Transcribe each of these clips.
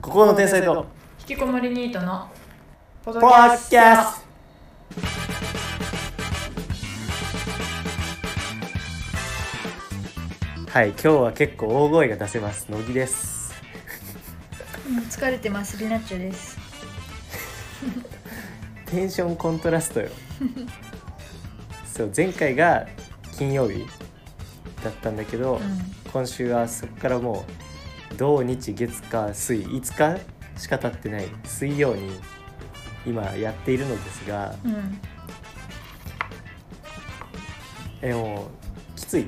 ここの天才と引きこもりニートのポポッキャスはい今日は結構大声が出せます乃木ですもう疲れてますリナッチョですテンションコントラスト よそう前回が金曜日だったんだけど、う今週はそこからもう土日月火水5日しか経ってない水曜に今やっているのですがんうん えもうきつい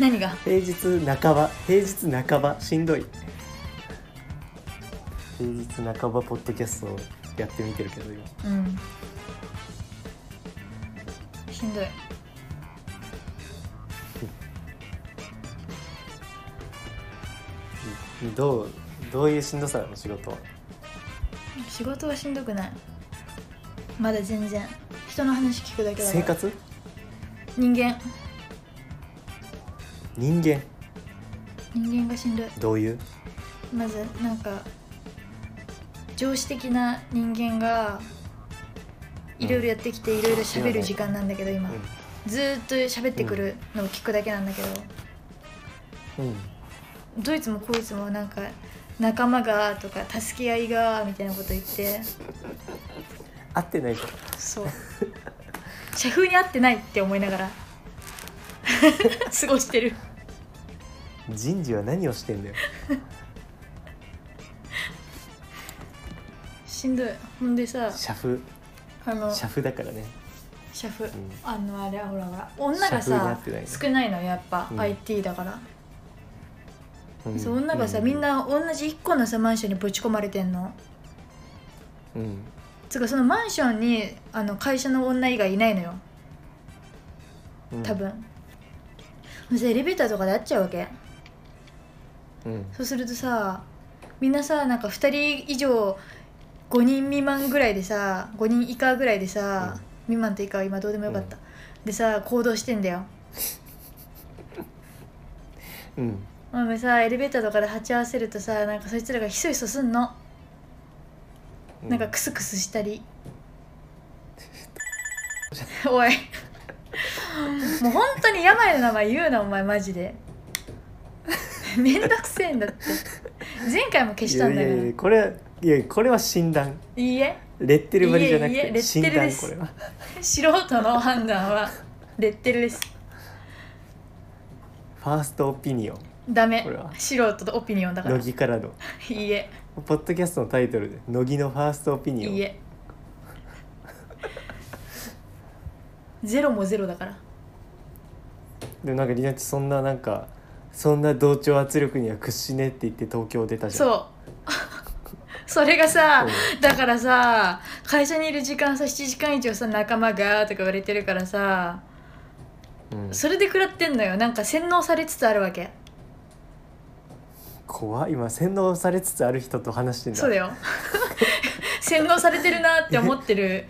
何が平日半ば平日半ばしんどい平日半ばポッドキャストをやってみてるけど今うんしんどいどうどういうしんどさなの仕事は仕事はしんどくないまだ全然人の話聞くだけだか生ら活人間人間人間がしんどいどういうまずなんか上司的な人間がいろいろやってきていろいろ喋る時間なんだけど今ずーっと喋ってくるのを聞くだけなんだけど、うん、うん、どいつもこいつもなんか仲間がとか助け合いがみたいなこと言って合ってないじゃんそう 社風に合ってないって思い ながら過ごしてる人事は何をしてんだよしんどいほんでさ社風あの社風だからね社風、んあのあれほらほら女が社風に合っさてないね少ないのやっぱ、うん IT だから、うんそう女がさ、うみんな同じ1個のさマンションにぶち込まれてんのうんつうかそのマンションにあの会社の女以外いないのようん多分、そしてエレベーターとかで会っちゃうわけうんそうするとさみんなさなんか2人以上5人未満ぐらいでさ5人以下ぐらいでさ、うん未満と以下は今どうでもよかった、でさ行動してんだようんお前さエレベーターとかで鉢合わせるとさなんかそいつらがひそひそすんの、うなんかクスクスした りおいもう本当に病の名前言うなお前マジ でめんどくせえんだって前回も消したんだいよやいやいやこれはいやこれは診断いいえレッテル貼りじゃなくいえいえレてッテ診ルで断すこれは素人の判断はレッテルですファーストオピニオンダメこれは素人とオピニオンだから乃い木からのいえポッドキャストのタイトルで「乃木のファーストオピいニオン」いえゼロもゼロだからでもなんかりなっちそんななんかそんな同調圧力には屈しねって言って東京出たじゃんそう それがさうだからさ会社にいる時間さ7時間以上さ仲間がとか言われてるからさうんそれで食らってんのよなんか洗脳されつつあるわけ怖い今洗脳されつつある人と話してんだそう だよ洗脳されてるなって思ってる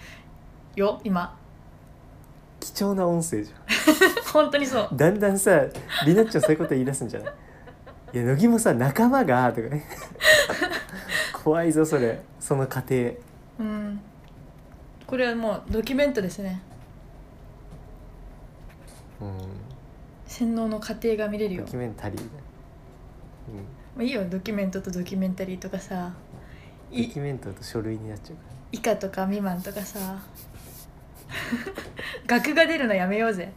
よ今貴重な音声じゃん本当にそうだんだんさりなっちゃんそういうこと言い出すんじゃない いや乃木もさ仲間がとかね 怖いぞそれその過程うん、これはもうドキュメントですねうん洗脳の過程が見れるドよキュメンタリーだ、まあいいよドキュメントとドキュメンタリーとかさうん、いドキュメントだと書類になっちゃうから以下とか未満とかさ 額が出るのやめようぜ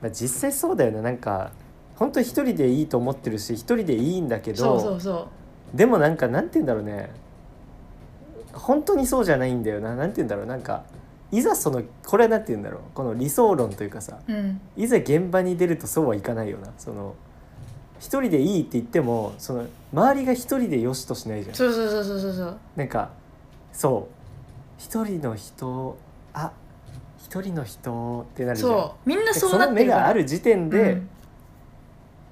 まあ、実際そうだよねなんか本当一人でいいと思ってるし一人でいいんだけどそうそうそでもなんかなんて言うんだろうね本当にそうじゃないんだよななんて言うんだろうなんかいざそのこれはなんて言うんだろうこの理想論というかさううんいざ現場に出るとそうはいかないよなその一人でいいって言ってもその周りが一人でよしとしないじゃんそうそうそうそうそうそうなんかそう一人の人あ一人の人ってなるじゃんそうみんなでそうのなって目るからがある時点で、うん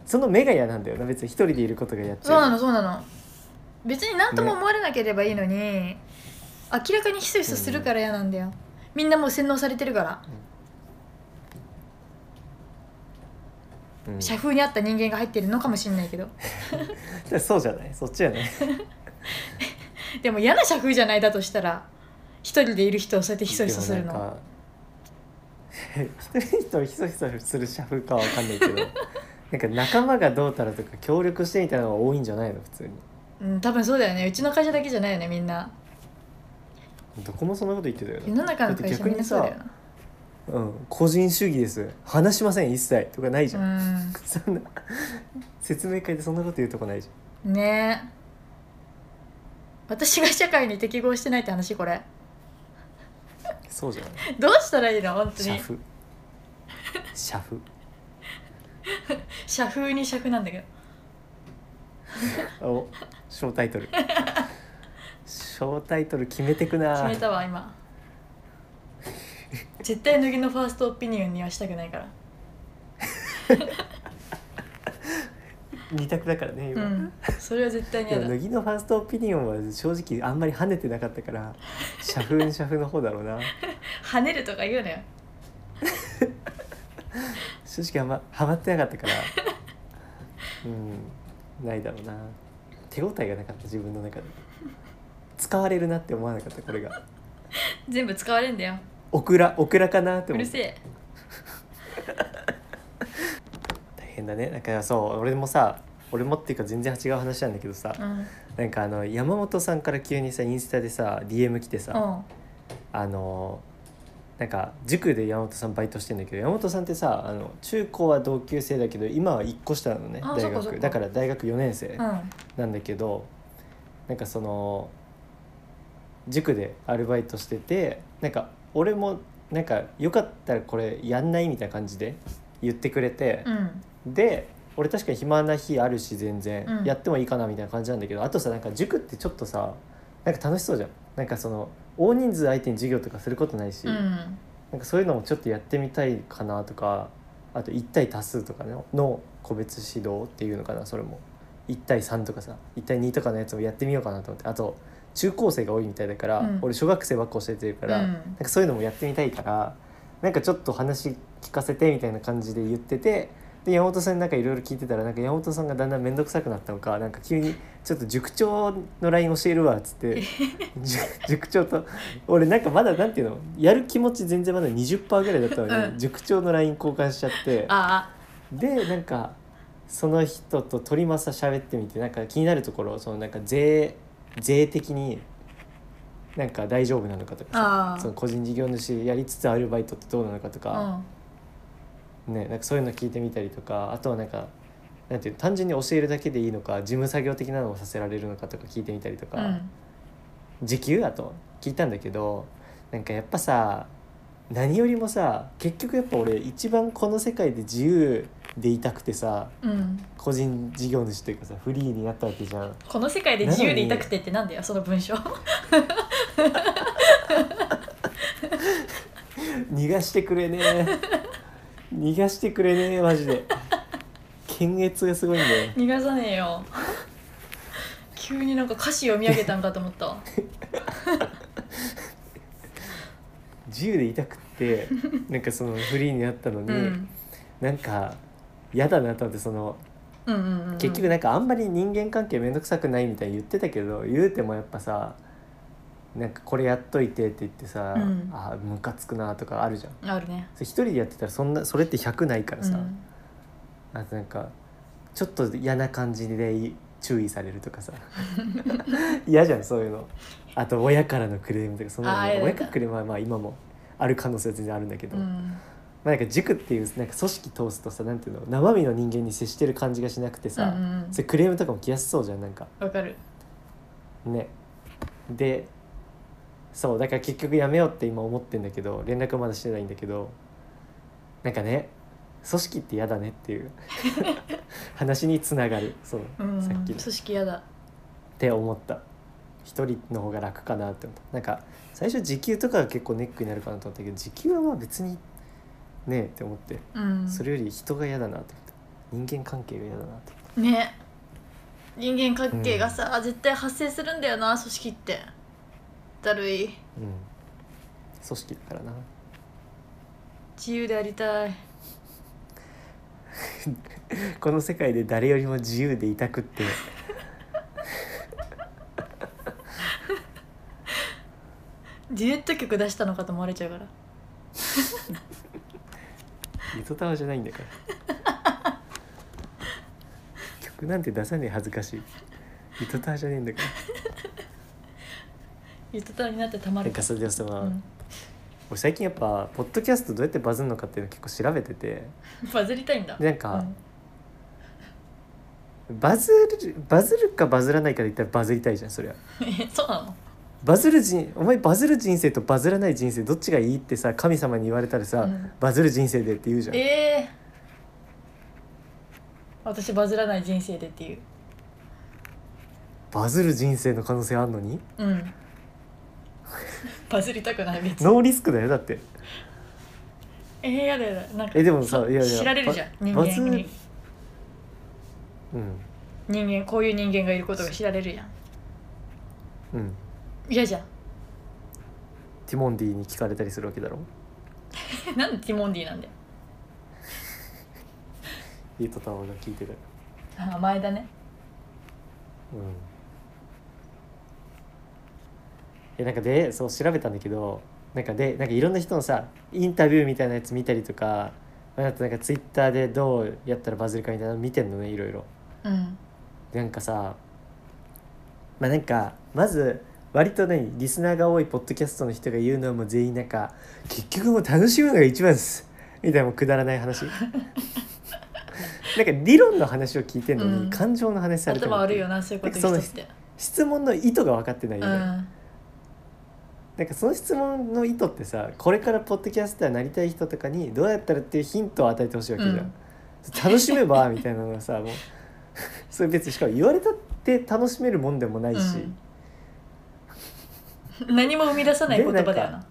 その目が嫌なんだよな別に一人でいることがやっちそうなゃうのそうなの別に何とも思われなければいいのに、明らかにひそひそするから嫌なんだよ、みんなもう洗脳されてるからうん社風に合った人間が入ってるのかもしれないけどでそうじゃないそっちじゃないでも嫌な社風じゃないだとしたら一人でいる人をそうやってひそひそするでもなんのか一人一人ひそひそする社風かは分かんない けどなんか仲間がどうたらとか協力してみたいなのが多いんじゃないの普通にうん多分そうだよねうちの会社だけじゃないよねみんなどこもそんなこと言ってたよ世ねの中のだ会って逆社みんになそうさだようなん個人主義です話しません一切とかないじゃん、うそんな説明会でそんなこと言うとこないじんねえ私が社会に適合してないって話これゃんそうじゃないどうしたらいいの本当社に風社風社風に社風なんだけどお小タイトル小タイトル決めてくな決めたわ今絶対乃木のファーストオピニオンにはしたくないから二択だからねう今、んそれは絶対にでやもだ乃木のファーストオピニオンは正直あんまり跳ねてなかったから社風社風の方だろうな跳ねるとか言うなよ正直あんまハマってなかったからうんないだろうな手応えがなかった自分の中で使われるなって思わなかったこれが全部使われんだよオクラオクラかなってう思るってせえ大変だねだからそう俺もさ俺もっていうか全然違う話なんだけどさ、うんなんかあの山本さんから急にさインスタでさ DM 来てさ、うんあのなんか塾で山本さんバイトしてんだけど山本さんってさあの中高は同級生だけど今は1個下なのねあそ大っかそっ学かだから大学4年生うんなんだけど、なんかその塾でアルバイトしててなんか俺もなんかよかったらこれやんないみたいな感じで言ってくれてう、んで俺確かに暇な日あるし全然、うんやってもいいかなみたいな感じなんだけどあとさなんか塾ってちょっとさなんか楽しそうじゃんなんかその大人数相手に授業とかすることないし、うんなんかそういうのもちょっとやってみたいかなとかあと1対多数とかのの個別指導っていうのかなそれも1対3とかさ1対2とかのやつもやってみようかなと思ってあと中高生が多いみたいだから、うん俺小学生ばっか教えてるから、うんなんかそういうのもやってみたいからなんかちょっと話聞かせてみたいな感じで言っててで山本さんになんかいろいろ聞いてたらなんか山本さんがだんだん面倒くさくなったのかなんか急に「ちょっと塾長の LINE 教えるわ」っつって じゅ塾長と俺なんかまだなんていうのやる気持ち全然まだ20%ぐらいだったのに、うん塾長の LINE 交換しちゃってあでなんかその人と鳥政喋ってみてなんか気になるところそのなんか税税的になんか大丈夫なのかとかさああその個人事業主やりつつアルバイトってどうなのかとあか,、ね、なんかそういうの聞いてみたりとかあとはなんかなんていうの単純に教えるだけでいいのか事務作業的なのをさせられるのかとか聞いてみたりとうんか、うん時給だと聞いたんだけどなんかやっぱさ何よりもさ結局やっぱ俺一番この世界で自由でいたくてさうん個人事業主というかさフリーになったわけじゃん。この世界で自由でいたくてってなんだよその文 章逃がしてくれね え逃がしてくれねえマジで検閲がすごいんだよ逃がさねえよ急になんか歌詞読み上げたんかと思ったわ自由でいたくってなんかそのフリーになったのに、うんなんか嫌だなと思ってそのうんうんうん結局なんかあんまり人間関係面倒くさくないみたいに言ってたけど言うてもやっぱさなんかこれやっといてって言ってさ、うんあムカつくなとかあるじゃんあるねそれ一人でやってたらそんなそれって100ないからさ、うんあとなんかちょっと嫌な感じでい注意されるとかさ嫌じゃんそういうのあと親からのクレームとかそんなあーの嫌だ親からクレームはまあ今もある可能性は全然あるんだけど、うまんあなんか塾っていうなんか組織通すとさなんていうの生身の人間に接してる感じがしなくてさ、うんうんうんそれクレームとかも来やすそうじゃんなんかわかるねでそうだから結局やめようって今思ってんだけど連絡まだしてないんだけどなんかね組織って嫌だねっていう 話につながるそう、うんさっきの組織嫌だって思った一人の方が楽かなって思ったなんか最初時給とかが結構ネックになるかなと思ったけど時給はまあ別にねえって思って、うんそれより人が嫌だなって思った人間関係が嫌だなってね人間関係がさ、絶対発生するんだよな組織ってだるいうん組織だからな自由でありたいこの世界で誰よりも自由でいたくってデュエット曲出したのかと思われちゃうからゆとたわじゃないんだから 曲なんて出さねえ恥ずかしいゆとたわじゃねえんだからゆとたわになってたまなるんかそれでさ、うん、俺最近やっぱポッドキャストどうやってバズるのかっていうの結構調べててバズりたいんだでなんか、うんバズるバズるかバズらないかで言ったらバズりたいじゃんそりゃ えそうなのバズる人お前バズる人生とバズらない人生どっちがいいってさ神様に言われたらさ、うんバズる人生でって言うじゃんええ私バズらない人生でっていうバズる人生の可能性あんのにうん バズりたくない別にノーリスクだよだってえー、やだやだなんかえでもさそういやいや知られるじゃん人バ間バズにうん人間こういう人間がいることが知られるやんうん嫌じゃんティモンディに聞かれたりするわけだろなんでティモンディなんだよイートタワーが聞いてるあ前だねうんえなんかでそう調べたんだけどなんかでなんかいろんな人のさインタビューみたいなやつ見たりとかあとなんかツイッターでどうやったらバズるかみたいなの見てんのねいろいろうんなんかさまあなんかまず割とねリスナーが多いポッドキャストの人が言うのはもう全員なんか結局もう楽しむのが一番ですみたいなもうくだらない話なんか理論の話を聞いてんのに、うん感情の話されても頭悪いよなそういうこと言う人って質問の意図が分かってないうよね、んなんかその質問の意図ってさこれからポッドキャスターになりたい人とかにどうやったらっていうヒントを与えてほしいわけじゃん、うん楽しめばみたいなのがさもう それ別にしかも言われたって楽しめるもんでもないし、うん何も生み出さない言葉だよでななん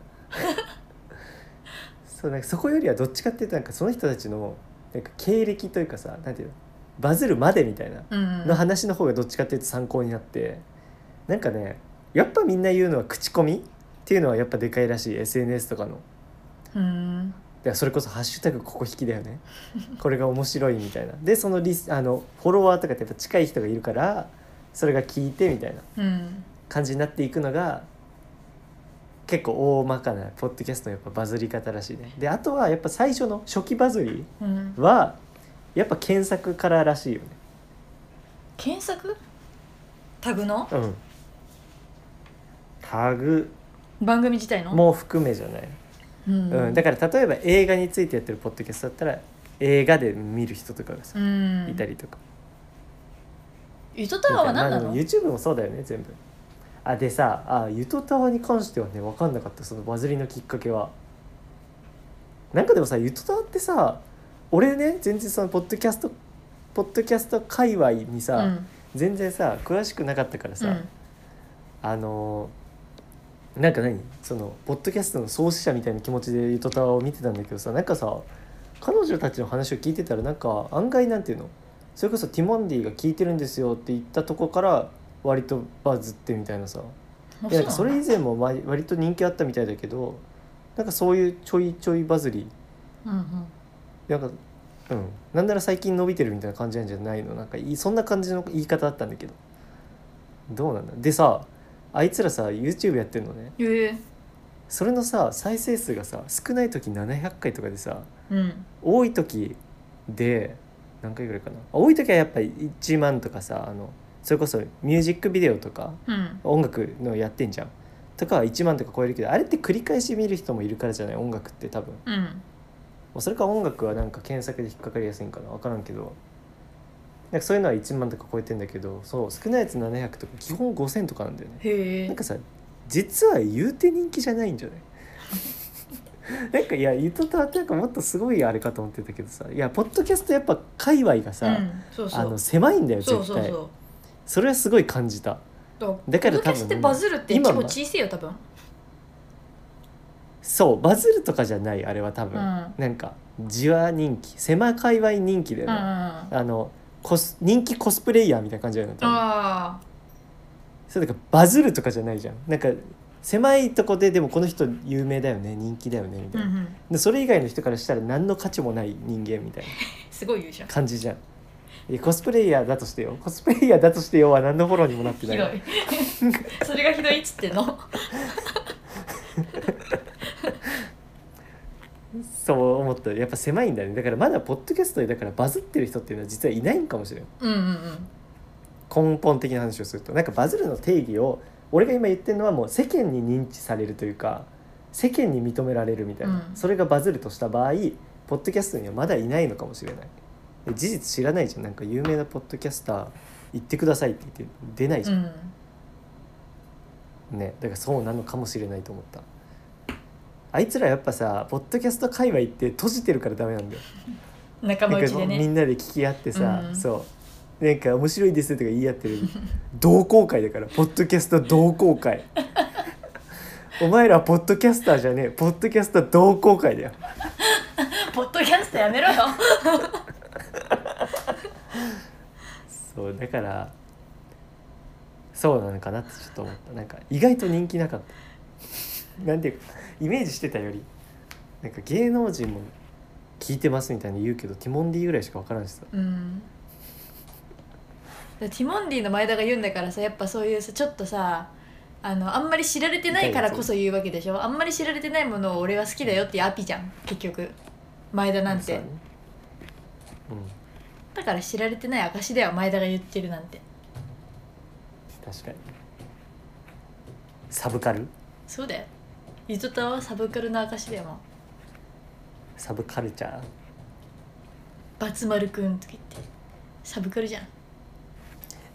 そうなんかそこよりはどっちかっていうとなんかその人たちのなんか経歴というかさなんていうのバズるまでみたいなうんうんの話の方がどっちかっていうと参考になってなんかねやっぱみんな言うのは口コミっていうのはやっぱでかいらしい SNS とかの。うんだからそれこそ「ハッシュタグここ引き」だよねこれが面白いみたいなでそのリスあのフォロワーとかってやっぱ近い人がいるからそれが聞いてみたいなうん感じになっていくのが結構大まかなポッドキャストのやっぱバズり方らしいねであとはやっぱ最初の初期バズりうんはやっぱ検索かららしいよね検索タグのうんタグ番組自体のも含めじゃない、うんうんだから例えば映画についてやってるポッドキャストだったら映画で見る人とかがさ、うんいたりとかゆとたわは何なまのあでも YouTube もそうだよね全部あでさあゆとたわに関してはね分かんなかったそのバズりのきっかけはなんかでもさゆとたわってさ俺ね全然そのポッドキャストポッドキャスト界隈にさ、うん全然さ詳しくなかったからさ、うんあのーなんか何そのポッドキャストの創始者みたいな気持ちでゆとたわを見てたんだけどさなんかさ彼女たちの話を聞いてたらなんか案外なんていうのそれこそティモンディが聞いてるんですよって言ったとこから割とバズってみたいなさあいやなんかそそうれなん以前も割割と人気あったみたいだけどなんかそういうちょいちょいバズりだうんうんなんかうんなんなら最近伸びてるみたいな感じなんじゃないのなんかいいそんな感じの言い方だったんだけどどうなんだでさあいつらさ YouTube やってるのねええそれのさ再生数がさ少ない時700回とかでさうん多い時で何回ぐらいかな多い時はやっぱり1万とかさあのそれこそミュージックビデオとかうん音楽のやってんじゃんとかは1万とか超えるけどあれって繰り返し見る人もいるからじゃない音楽って多分うんまあそれか音楽はなんか検索で引っかかりやすいんかな分からんけどなんかそういうのは1万とか超えてんだけどそう少ないやつ700とか基本5000とかなんだよねへなんえかさ実は言うて人気じゃない んじゃないなんかいやゆとたわってなんかもっとすごいあれかと思ってたけどさいやポッドキャストやっぱ界隈がさ、うんそうあそのう狭いんだよ絶そう対そうそうそれはすごい感じただだかからら多分多分バズるって規模小さいよ多分そうバズるとかじゃないあれは多分、うんなんかじわ人気狭界隈人気だうよんうんうねん、ああのコス人気コスプレイヤーみたいな感じだよね多分あそれだからバズるとかじゃないじゃんなんか狭いとこででもこの人有名だよね人気だよねみうたんいうな、んでそれ以外の人からしたら何の価値もない人間みたいなすごい言うじゃん感じじゃん。いやコスプレイヤーだとしてよコスプレイヤーだとしてよは何のフォローにもなってなひいどい それがひどいっつってんのそう思ったやっぱ狭いんだねだからまだポッドキャストでだからバズってる人っていうのは実はいないんかもしれないうんうんうん根本的な話をするとなんかバズるの定義を俺が今言ってるのはもう世間に認知されるというか世間に認められるみたいな、うんそれがバズるとした場合ポッドキャストにはまだいないのかもしれないで事実知らないじゃんなんか有名なポッドキャスター行ってくださいって言って出ないじうゃん、んねだからそうなのかもしれないと思ったあいつらやっぱさポッドキャスト界隈って閉じてるからダメなんだよ仲間なん内かでみねんなで聞き合ってさ、うんそうなんか面白いですとか言い合ってる同好会だからポッドキャスト同好 会お前らポッドキャスターじゃねえポッドキャスト同好会だよポッドキャストやめろよそうだからそうなのかなってちょっと思ったなんか意外と人気なかったなんていうかイメージしてたよりなんか芸能人も聞いてますみたいに言うけどティモンディぐらいしか分からんしさうんでティモンディの前田が言うんだからさやっぱそういうさちょっとさあのあんまり知られてないからこそ言うわけでしょあんまり知られてないものを俺は好きだよっていうアピじゃん結局前田なんそうてだねうんだから知られてない証だよ前田が言ってるなんて確かにサブカルそうだよゆとたわはサブカルの証だよもサブカルチャーうバツ丸くんとか言ってサブカルじゃん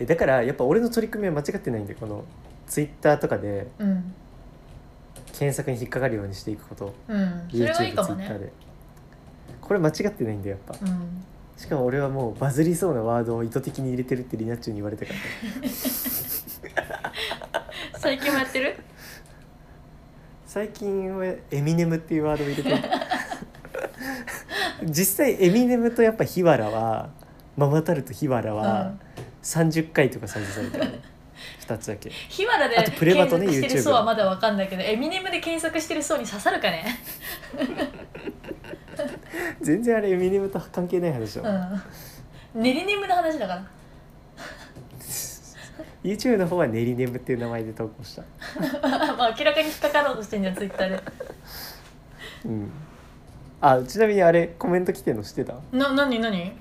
えだからやっぱ俺の取り組みは間違ってないんでこのツイッターとかでうん検索に引っかかるようにしていくことうんそれ YouTube ツはいイいッかタもーねでこれ間違ってないんだよやっぱうんしかも俺はもうバズりそうなワードを意図的に入れてるってリナッチュに言われたから最近もやってる最近はエミネムっていうワードを入れ てる実際エミネムとやっぱヒワラはママタルトヒワラうはん30回とか再生されたよね2つだけヒマラであとプレバ検トね索してる YouTube 層はまだわかんないけどエミネムで検索してる層に刺さるかね全然あれエミネムと関係ない話だもん、うんネリネムの話だから YouTube の方はネリネムっていう名前で投稿したまあ明らかに引っかかろうとしてんじゃんツイッターでうんあちなみにあれコメント来てんのしてたな何何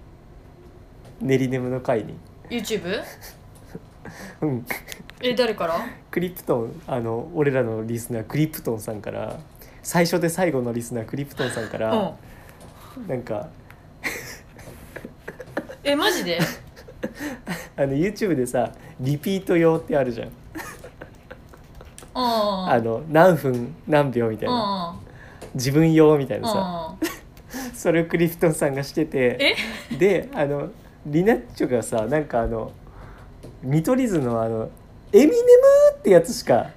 ネリネムの回に YouTube? うんえ誰からクリプトンあの俺らのリスナークリプトンさんから最初で最後のリスナークリプトンさんかうらん、なんかえマジであの YouTube でさリピート用ってあるじゃんうんうんあの何分何秒みたいな自分用みたいなうんさうんうんそれをクリプトンさんがしててえ であのリナッチョがさなんかあの見取り図のあの「エミネムー」ってやつしか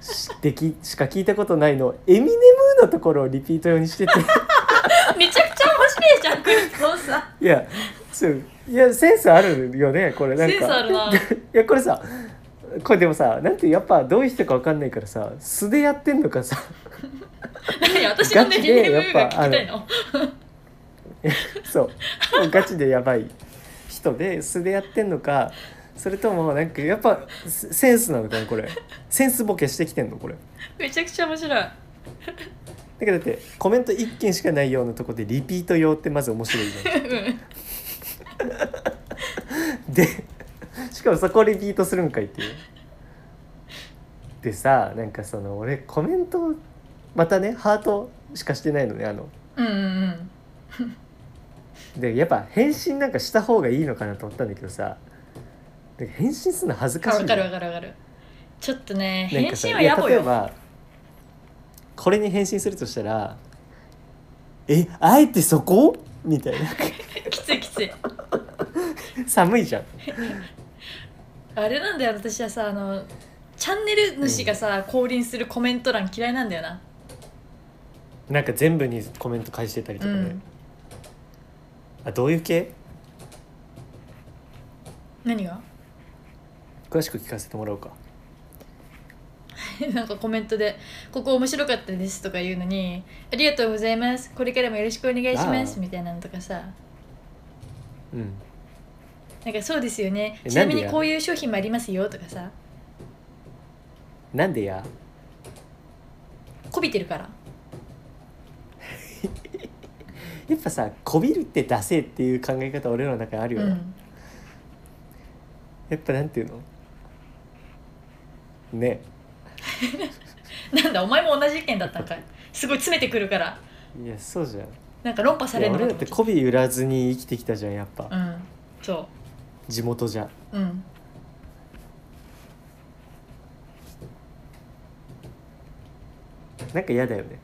しでき しか聞いたことないの「エミネムー」のところをリピート用にして てめちゃくちゃ面白いじゃんクリプトンさんいやそういやセンスあるよねこれなんかセンスあるな いやこれさこれでもさなんてやっぱどういう人かわかんないからさ素でやってんのかさ何私のネリネムが聞きたいのそうもうガチでやばい人で素でやってんのかそれともなんかやっぱセセンスなのかなこれセンスボケしてきてんのこれめちゃくちゃ面白いだからだってコメント1件しかないようなとこでリピート用ってまず面白い じ うんゃんでしかもそこをリピートするんかいっていうでさなんかその俺コメントまたねハートしかしてないのねあのうんうんうんでやっぱ返信なんかした方がいいのかなと思ったんだけどさで返信するの恥ずかしいわのかるわかるわかるちょっとねなん返かさ信はいややぼ例えよばこれに返信するとしたら「えあえてそこ?」みたいな きついきつい寒いじゃんあれなんだよ私はさあのチャンネル主がさ、降臨するコメント欄嫌いなんだよななんか全部にコメント返してたりとかね、うんあどういう系何が詳しく聞かせてもらおうか なんかコメントで「ここ面白かったです」とか言うのに「ありがとうございますこれからもよろしくお願いしまあす」あみたいなのとかさうんなんかそうですよねえちななみんでにやこういう商品もありますよとかさなんでやこびてるからやっぱさこびるってダセえっていう考え方俺らの中にあるような、んやっぱなんていうのねなんだお前も同じ意見だったんかいすごい詰めてくるからいやそうじゃんなんか論破さいれやるの俺かだとって媚び売らずに生きてきたじゃんやっぱ、うんそ地元じゃううんなんか嫌だよね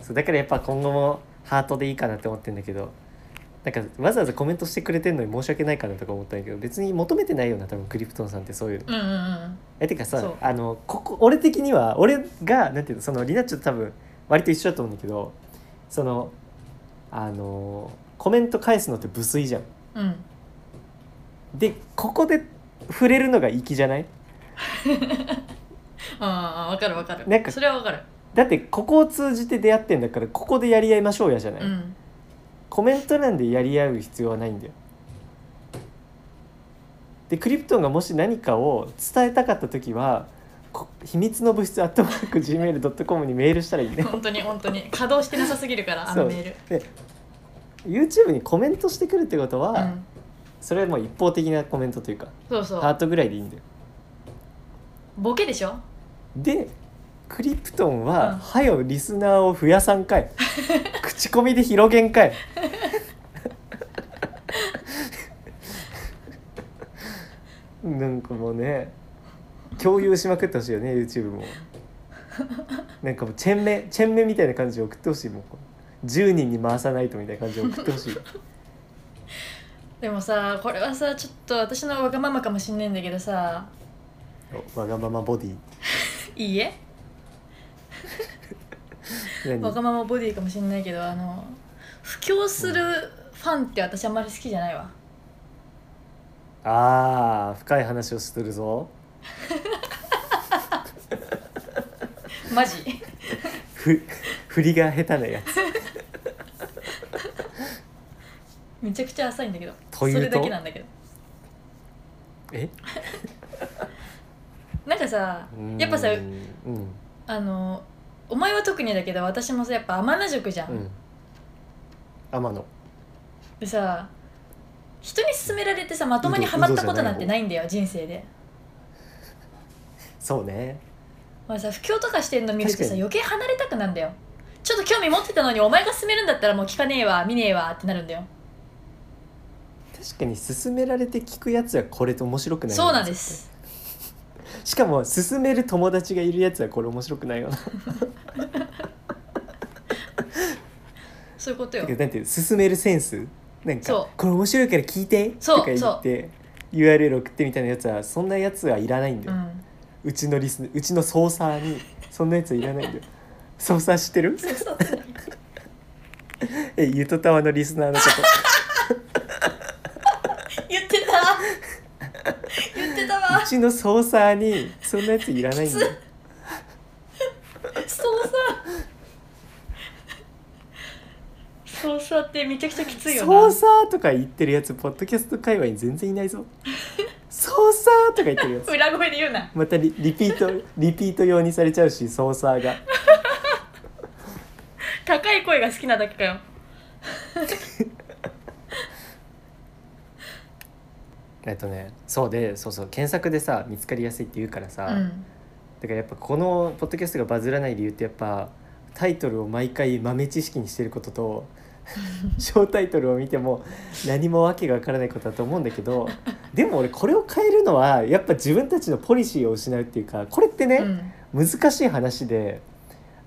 そうだからやっぱ今後もハートでいいかなって思ってんだけどなんかわざわざコメントしてくれてんのに申し訳ないかなとか思ったんだけど別に求めてないよな多分クリプトンさんってそういうのうんうんうんえてかそさうあのここ俺的には俺がなんていうのそのリナッチョと多分割と一緒だと思うんだけどそのあのコメント返すのって無粋じゃんうんでここで触れるのが粋じゃないああ分かる分かるなんかそれは分かるだってここを通じて出会ってんだからここでやり合いましょうやじゃない、うんコメント欄でやり合う必要はないんだよでクリプトンがもし何かを伝えたかった時はこ秘密の物質アットマーク Gmail.com にメールしたらいいね本当に本当に稼働してなさすぎるからあそのうメールで YouTube にコメントしてくるってことは、うん、それはもう一方的なコメントというかそうそハうートぐらいでいいんだよボケでしょでクリプトンは、うんはよリスナーを増やさんか い口コミで広げんかいなんかもうね共有しまくってほしいよね YouTube もなんかもうチェンメチェンメみたいな感じで送ってほしいもう10人に回さないとみたいな感じで送ってほしいでもさこれはさちょっと私のわがままかもしんないんだけどさおわがままボディいいえ何わがままボディかもしんないけどあの布教するファンって私あんまり好きじゃないわあー深い話をするぞマジ ふ 振りが下手なやつめちゃくちゃ浅いんだけどというとそれだけなんだけどえなんかさうんやっぱさうんあのお前は特にだけど私もさやっぱ天那塾じゃん、うん天野でさ人に勧められてさまともにハマったことなんてないんだよ人生でそうねまあさ布教とかしてんの見ると確さかに余計離れたくなんだよちょっと興味持ってたのにお前が勧めるんだったらもう聞かねえわ見ねえわってなるんだよ確かに勧められて聞くやつはこれと面白くないよそうなんですしかも勧める友達がいるやつはこれ面白くないよなそういうことだよけ どなんていう勧めるセンスなんそうかこれ面白いから聞いてそうとか言そって URL 送ってみたいなやつはそんなやつはいらないんだうよ、んうちのリスうちの操作にそんなやつはいらないんだよ操作してる そうそうえゆとたわのリスナーのこと言って た言ってたわ うちのソーサーにそんなやついらないんだよそうさそうさってめちゃくちゃきついよなソーサーとか言ってるやつポッドキャスト界隈に全然いない ぞソーサーとか言ってるやつ裏声で言うなまたリリピートリピート用にされちゃうしソーサーが高い声が好きなだけかよえっとねそうでそうそう検索でさ見つかりやすいって言うからさ、うんだからやっぱこのポッドキャストがバズらない理由ってやっぱタイトルを毎回豆知識にしてること と小タイトルを見ても何も訳がわからないことだと思うんだけどでも俺これを変えるのはやっぱ自分たちのポリシーを失うっていうかこれってね、うん難しい話で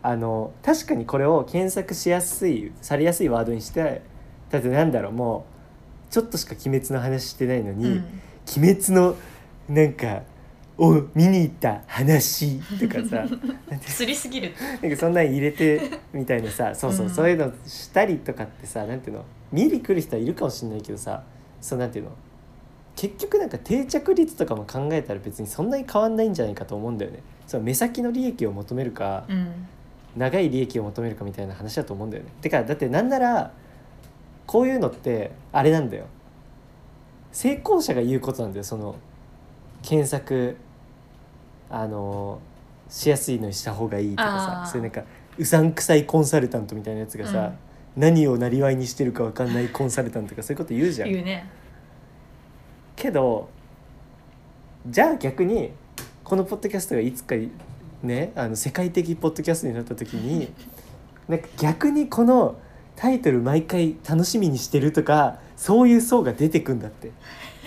あの確かにこれを検索しやすいされやすいワードにしてだってなんだろうもうちょっとしか「鬼滅」の話してないのに「うん鬼滅」のなんかを見に行った話とか さなんてすりすぎるなんかそんなん入れてみたいなさそうそう、うんそういうのしたりとかってさなんていうの見に来る人はいるかもしれないけどさそうなんていうの結局なんか定着率とかも考えたら別にそんなに変わんないんじゃないかと思うんだよねその目先の利益を求めるか、うん長い利益を求めるかみたいな話だと思うんだよね。てかだってなんならこういうのってあれなんだよ成功者が言うことなんだよその検索あのしやすいのにした方がいいとかあーさそういうなんかうさんくさいコンサルタントみたいなやつがさ、何をなりわいにしてるかわかんないコンサルタントとかそういうこと言うじゃん。言うねけどじゃあ逆にこのポッドキャストがいつかねあの世界的ポッドキャストになった時に なんか逆にこのタイトル毎回楽しみにしてるとかそういう層が出てくんだって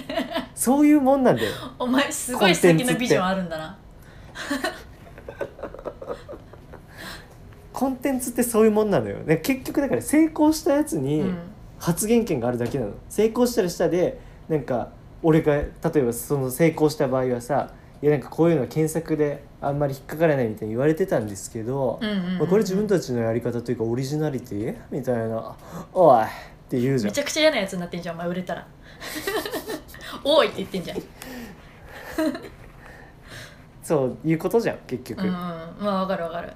そういうもんなんだよお前すごい素敵なビジョンあるんだなコンテンツってそういうもんなのよね結局だから成功したやつうにん発言権があるだけなの成功したらしたでなんか俺が例えばその成功した場合はさいやなんかこういうのは検索であんまり引っかからないみたいに言われてたんですけど、うんうんうんまあこれ自分たちのやり方というかオリジナリティみたいな「おい!」って言うじゃめんちゃくちゃ嫌なやつになってんじゃんお前売れたら 多いって言ってんじゃんそういうことじゃん結局。うんうんまあわかるわかる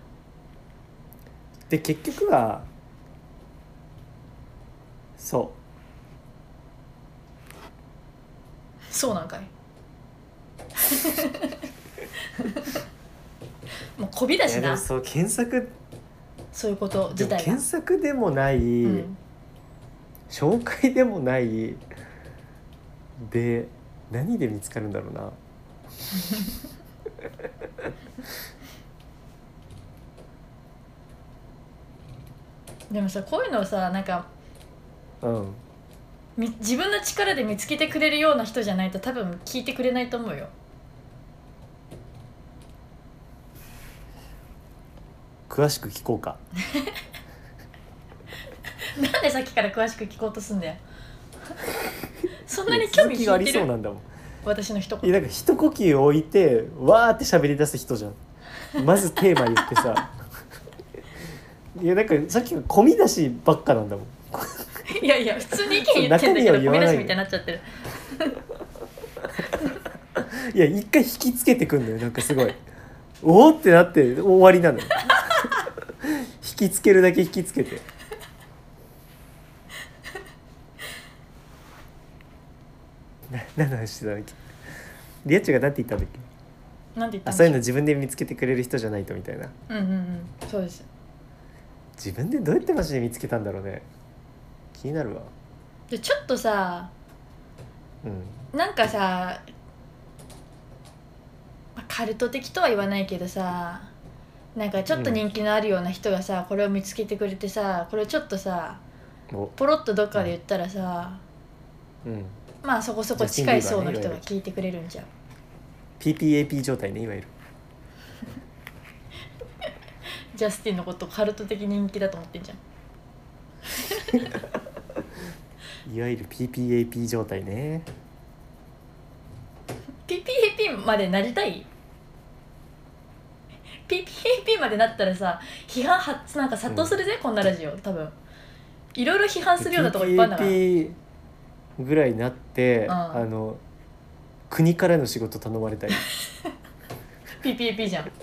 で結局はそそうなんかい もうこびうだいやしでもなそう検索そういうことでも自体が検索でもない、うん紹介でもないで何で見つかるんだろうなでもさこういうのをさなんかうんみ自分の力で見つけてくれるような人じゃないと多分聞いてくれないと思うよ 詳しく聞こうかなんでさっきから詳しく聞こうとすんだよ そんなに興味いや続き引があいりてそうるなんだもん私の一いや言なんか一呼吸置いてわーって喋り出す人じゃんまずテーマ言って さいやなんかさっきの込み出しばっかなんだもんいやいや普通に意見言って中んだけ身どを言込わみない出でしみたいになっちゃってるいや一回引きつけてくんのよなんかすごい おおってなって終わりなのよ 引きつけるだけ引きつけて な何の話してたんだっけリアッチが何て言ったんだっけなんて言ったあんそうでいうしの自ょ分で見つけてくれる人じゃないとみたいなううんうんうんそうです自分でどうやってマジで見つけたんだろうね気になるわでちょっとさうんなんかさまあカルト的とは言わないけどさなんかちょっと人気のあるような人がさ、これを見つけてくれてさこれをちょっとさおポロッとどっかで言ったらさ、うんまあそこそこ近い層の人が聞いてくれるんじゃん PPAP 状態ねいわゆるジャスティンのことカルト的人気だと思ってんじゃんいわゆる PPAP 状態ね PPAP までなりたい PPAP までなったらさ批判はなんか殺到するぜ、こんなラジオ多分いろいろ批判するようなとこいっぱいあるんだから PPAP ぐらいになって、うんあの国からの仕事頼まれたり PPAP じゃん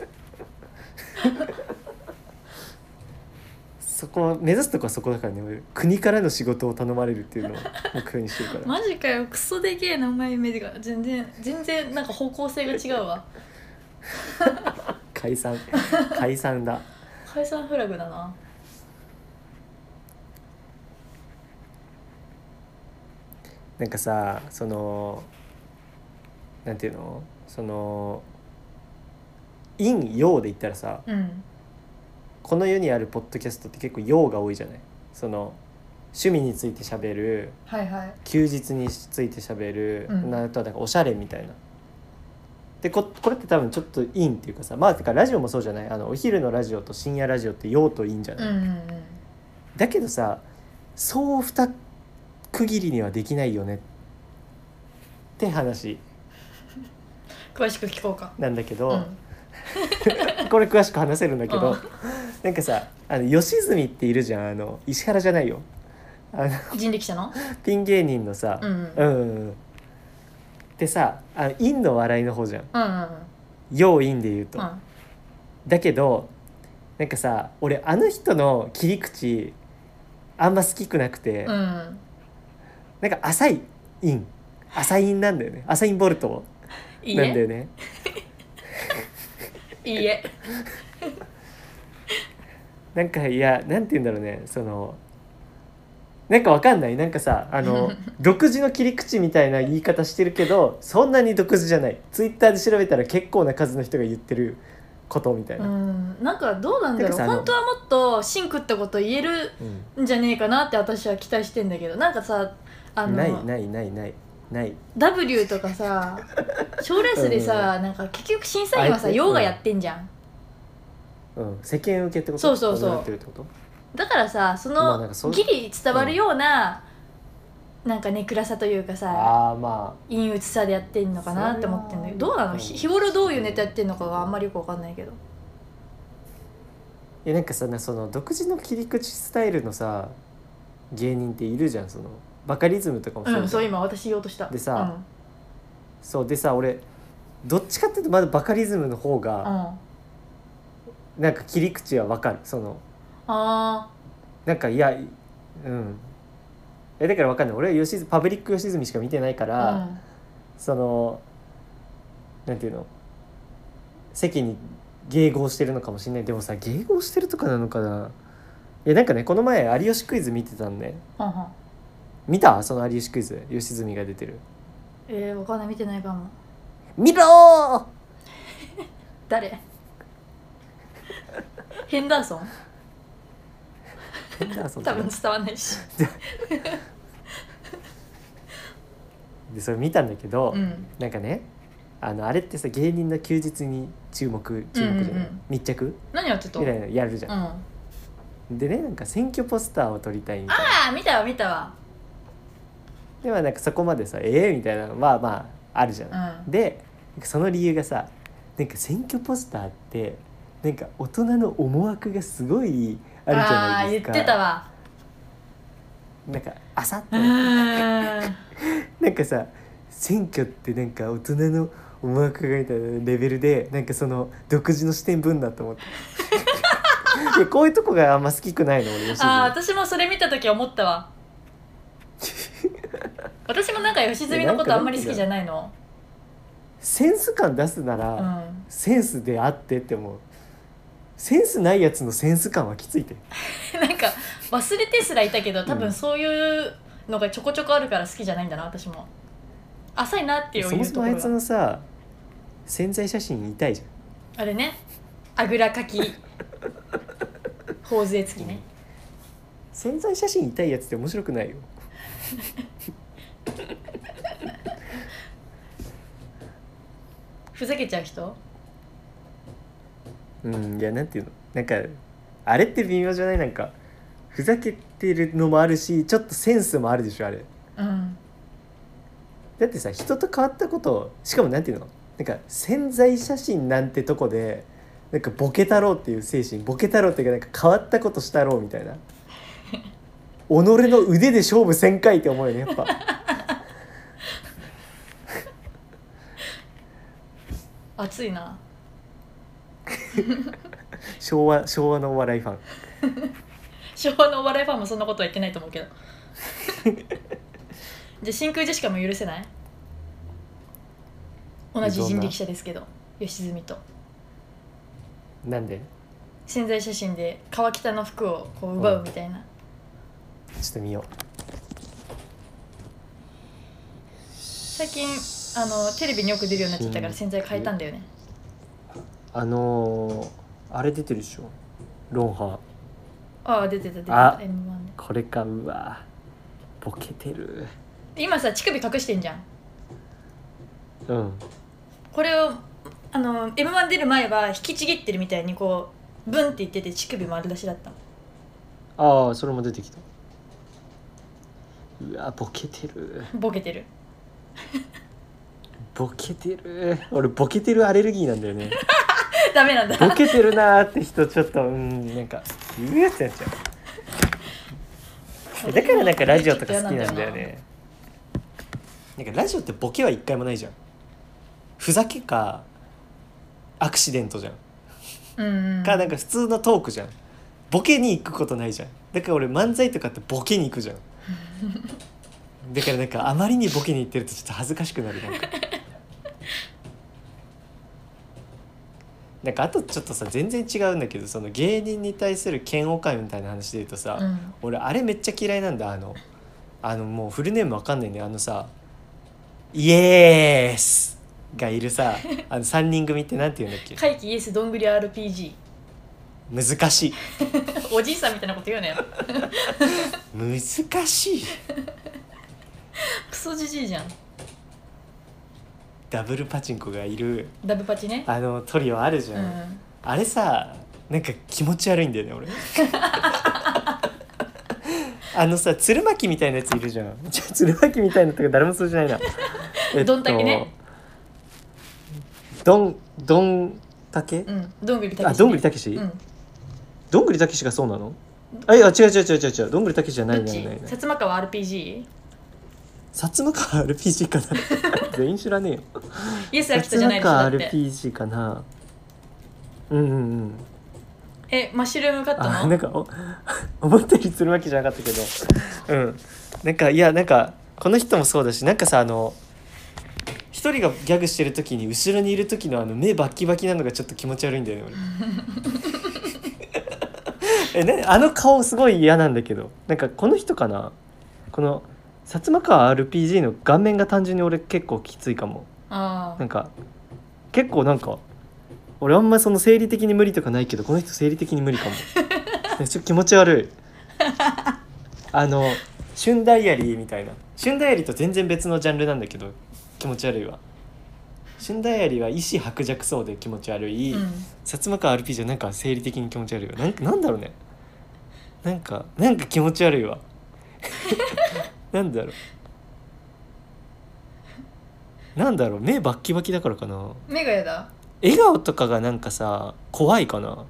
そこは目指すとこはそこだからね俺国からの仕事を頼まれるっていうのを 目標にしてるからマジかよクソでけえなお前イメージが全然全然なんか方向性が違うわ解 散解散だ解散フラグだななんかさそのなんていうのその陰陽で言ったらさうんこの世にあるポッドキャストって結構陽が多いじゃないその趣味について喋るはいはい休日について喋る、うんなあとはなんかおしゃれみたいな。でここれって多分ちょっと陰っていうかさまあてかラジオもそうじゃないあのお昼のラジオと深夜ラジオって陽と陰じゃうなんい、うんだけどさそう二区切りにはできないよねって話うん詳しく聞こうかなんだけうど、んこれ詳しく話せるんだけど、うんなんかさあの吉住っているじゃんあの石原じゃないよあの人力車のピン芸人のさ、うんうんううんんうんうんでさあの陰の笑いの方じゃんうんうん陽陰で言うと、うんだけどなんかさ俺あの人の切り口あんま好きくなくて、うんなんか浅いイン浅いインなんだよね浅いインボルトいいなんだえよねいいえなんかいやなんて言うんだろうねそのなんかわかんないなんかさあ の独自の切り口みたいな言い方してるけどそんなに独自じゃないツイッターで調べたら結構な数の人が言ってることみたいうな、んなんかどうなんだろうてかさあの本当はもっとシンクったこと言えるうんんじゃねえかなって私は期待してんだけどなんかさあのないないないないない W とかさ賞レースでさ、なんか結局審査員はさあいつヨガやってんじゃんうん、世間受けってことそうそうそうなってるってことだからさそまあの、なんかそうギリ伝わるような、なんかね暗さというかさああま陰鬱さでやってんのかなって思ってんだけどどうなうのんひ日頃どういうネタやってんのかがあんまりよくわかんないけどあいやなんかさなその独自の切り口スタイルのさ芸人っているじゃんそのバカリズムとかもうじゃんそう今私言おうとしたでさそうでさ俺どっちかっていうとまだバカリズムの方うん、うがん、あなんか切り口はわかるそのあなんかいやうんえだからわかんない俺は吉住パブリック吉住しか見てないかーら、そのなんていうの席に迎合してるのかもしれないでもさ迎合してるとかなのかないやなんかねこの前「有吉クイズ」見てたんで、ね、うんうんうん見たその「有吉クイズ」吉住が出てるえー、わかんない見てないかも見ろー 誰ヘンダーソンなんだそれ多分伝わんないしでそれ見たんだけど、うんなんかねあのあれってさ芸人の休日に注目注目じゃない、うんうんうん密着何やってたみうたんいなのやるじゃん、あでねなんか選挙ポスターを撮りたいみたいなあ見たわ見たわではなんかそこまでさええみたいなのはまああるじゃないうんでその理由がさなんか選挙ポスターってなんか大人の思惑がすごいあるじゃないですかあー言ってたわなんかあさって うーんなんかさ選挙ってなんか大人の思惑がみたいなレベルでなんかその独自の視点分だと思 っていやこういうとこがあんま好きくないの俺吉住ああ私もそれ見た時思っ たわ私もなんか吉住のことあんまり好きじゃないのセンス感出すなら、うんセンスであってって思うセンスないやつのセンス感はきついてなん か忘れてすらいたけど多う分んそういうのがちょこちょこあるから好きじゃないんだな私も浅いなっていうそもいうそともこあろいつがのさ潜在写真痛いじゃあれねあぐらかき頬杖付きん、ね潜在写真痛いやつって面白くないよふざけちゃう人うんいやなんていうのなんかあれって微妙じゃないなんかふざけてるのもあるしちょっとセンスもあるでしょあれうんだってさ人と変わったことをしかもなんていうのなんか潜在写真なんてとこでなんかボケ太郎っていう精神ボケ太郎っていうかなんか変わったことしたろうみたいな己の腕で勝負せんかいって思うよねやっぱ熱いな昭和昭和のお笑いファン昭和のお笑いファンもそんなことは言ってないと思う けどじゃあ真空ジェシカも許せない同じ人力車ですけど吉住となんで潜在写真で川北の服をこう奪うみたいな、ちょっと見よ最近あのテレビによく出るようになっちゃったからうん洗剤変えたんだよねうあのー、あれ出てるでしょロンハああ出てた出てあた M1 でこれかうわボケてる今さ乳首隠してんじゃんうんこれをあの M1 出る前は引きちぎってるみたいにこうブンって言ってて乳首丸出しだったのああそれも出てきたうわボケてるボケてる ボケてる俺ボケてるアレルギーなんだよ ねダメなんだボケてるなーって人ちょっとうんなんかうーってなっちゃ うだからなんかラジオとか好きなんだよねなんかラジオってボケは一回もないじゃんふざけかアクシデントじゃんうんうんかなんか普通のトークじゃんボケに行くことないじゃんだから俺漫才とかってボケに行 くじゃんだからなんかあまりにボケに行ってるとちょっと恥ずかしくなるなんかなんかあとちょっとさ全然違うんだけどその芸人に対する嫌悪感みたいな話で言うとさ、うん俺あれめっちゃ嫌いなんだあのあのもうフルネームわかんないねあのさ「イエース!」がいるさあの3人組ってなんて言うんだっけ怪奇イエスどんぐり RPG 難しい おじいさんみたいなこと言うなよ難しいクソじじいじゃんダブルパチンコがいるダブパチねあのトリオあるじうゃん、んあれさなんか気持ち悪いんだよね 俺あのさ鶴巻みたいなやついるじゃんちょ鶴巻みたいなとか誰もそうじゃないなえっ どんたけねどんどんたけ、うんどんぐりたあけしどんぐりたけし、うんどんぐりたけしがそうなのえあ違う違う違う違う違うどんぐりたけしじゃなどいっないちないない薩摩川 RPG 薩摩川 RPG か な全員知らねえよイエス薩秋田じゃな摩いでしょだ川って RPG かなうんうんうんえマッシュルームカットあのなんかお 思ったよりするわけじゃなかったけどうんなんかいやなんかこの人もそうだしなんかさあの一人がギャグしてる時に後ろにいる時のあの目バッキバキなのがちょっと気持ち悪いんだよね俺 えねあの顔すごい嫌なんだけどなんかこの人かなこの薩摩川 RPG の顔面が単純に俺結構きついかもあなんか結構なんか俺あんまその生理的に無理とかないけどこの人生理的に無理かもなんかちょっと気持ち悪いあの「旬ダイアリー」みたいな「旬ダイアリー」と全然別のジャンルなんだけど気持ち悪いわ「旬ダイアリー」は意思薄弱そうで気持ち悪い、ーうん薩摩川 RPG はなんか生理的に気持ち悪いわなんかなんだろうねなんかなんか気持ち悪いわなんだろうなんだろう目バッキバキだからかな目がやだ笑顔とかがなんかさ怖いかな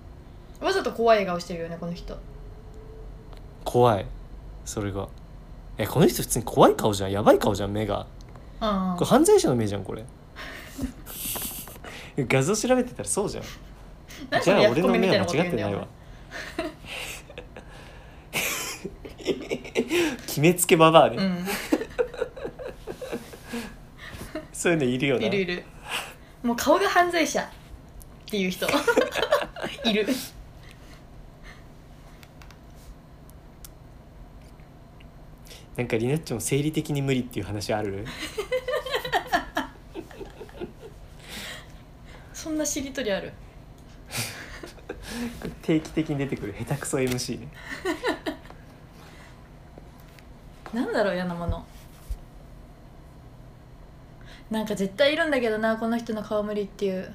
わざと怖い顔してるよねこの人怖いそれがえこの人普通に怖い顔じゃんやばい顔じゃん目がうんうんこれ犯罪者の目じゃんこれ画像調べてたらそうじゃん何 じそゃあれヤフ俺コのメみ目たいはなこと間言違ってないうんだわよ決めつけババアね、うそういうのいるよんないるいるもう顔が犯罪者っていう 人いるなんかリナッチも生理的に無理っていう話あ るそんなしりとりある定期的に出てくる下手くそ MC ねなんだろう嫌なものなんか絶対いるんだけどなこの人の顔無理っていう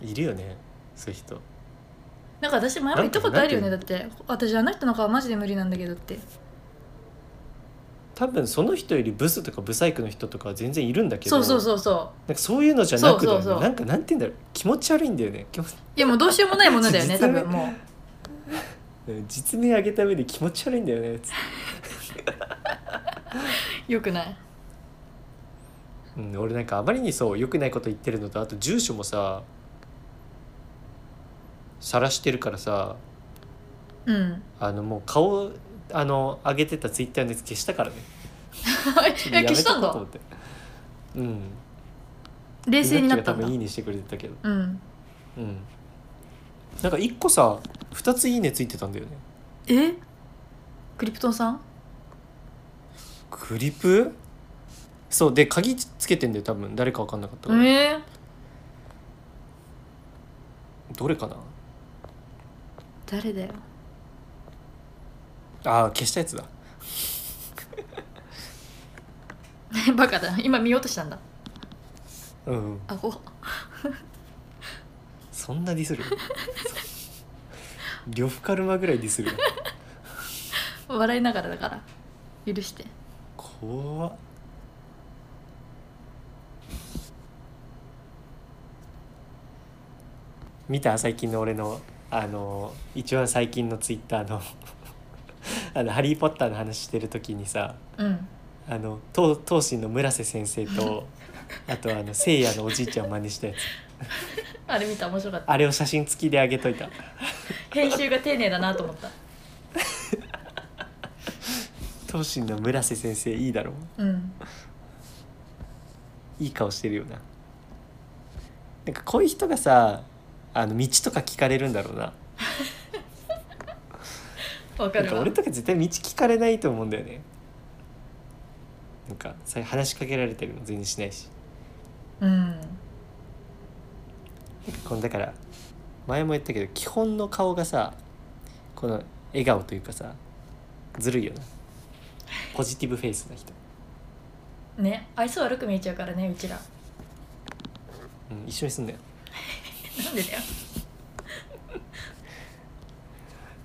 いるよねそういう人なんか私前も言ったことあるよねだなって私あの人の顔マジで無理なんだけどって多分その人よりブスとかブサイクの人とかは全然いるんだけどそうそうそうそなんかそういうのじゃなくて、ね、そうそうそうなんかなんて言うんだろう気持ち悪いんだよね気持ちういやもうどうしようもないものだ よね実多名分も実名上げた上で気持ち悪いんだよねつってうよくないうん、俺なんかあまりにそう良くないこと言ってるのとあと住所もさ晒してるからさうんあのもう顔あの上げてたツイッターのやつ消したからねちょっとえやめ消としたこんうとだ思ってうん冷静になっ稲垣が多たんだ分いいねしてくれてたけどうんうんなんか一個さ二ついいねついてたんだよねえクリプトンさんクリップそうで鍵つけてんだよ多分誰か分かんなかったから、えどれかな誰だよああ消したやつだ バカだ今見ようとしたんだうんあごそんなディスる 呂布カルマぐらいディスるよ笑いながらだから許して怖っ見た最近の俺のあの一番最近のツイッターの あの「ハリー・ポッター」の話してる時にさうんあの当当時の村瀬先生とあとあの聖夜のおじいちゃん真似したやつあれ見た面白かったあれを写真付きであげといた編集が丁寧だなと思った東進の村瀬先生いいだろうんいい顔してるよななんかこういう人がさあの道とか聞かれるんだろうなわなかんるかわ俺とか絶対道聞かれないと思うんだよねなんかさ話しかけられたりも全然しないしうんこのだから前も言ったけど基本の顔がさこの笑顔というかさずるいよなポジティブフェイスな人、ね愛想悪く見えちゃうからねうちらうん、一緒にすんだよなんでだよ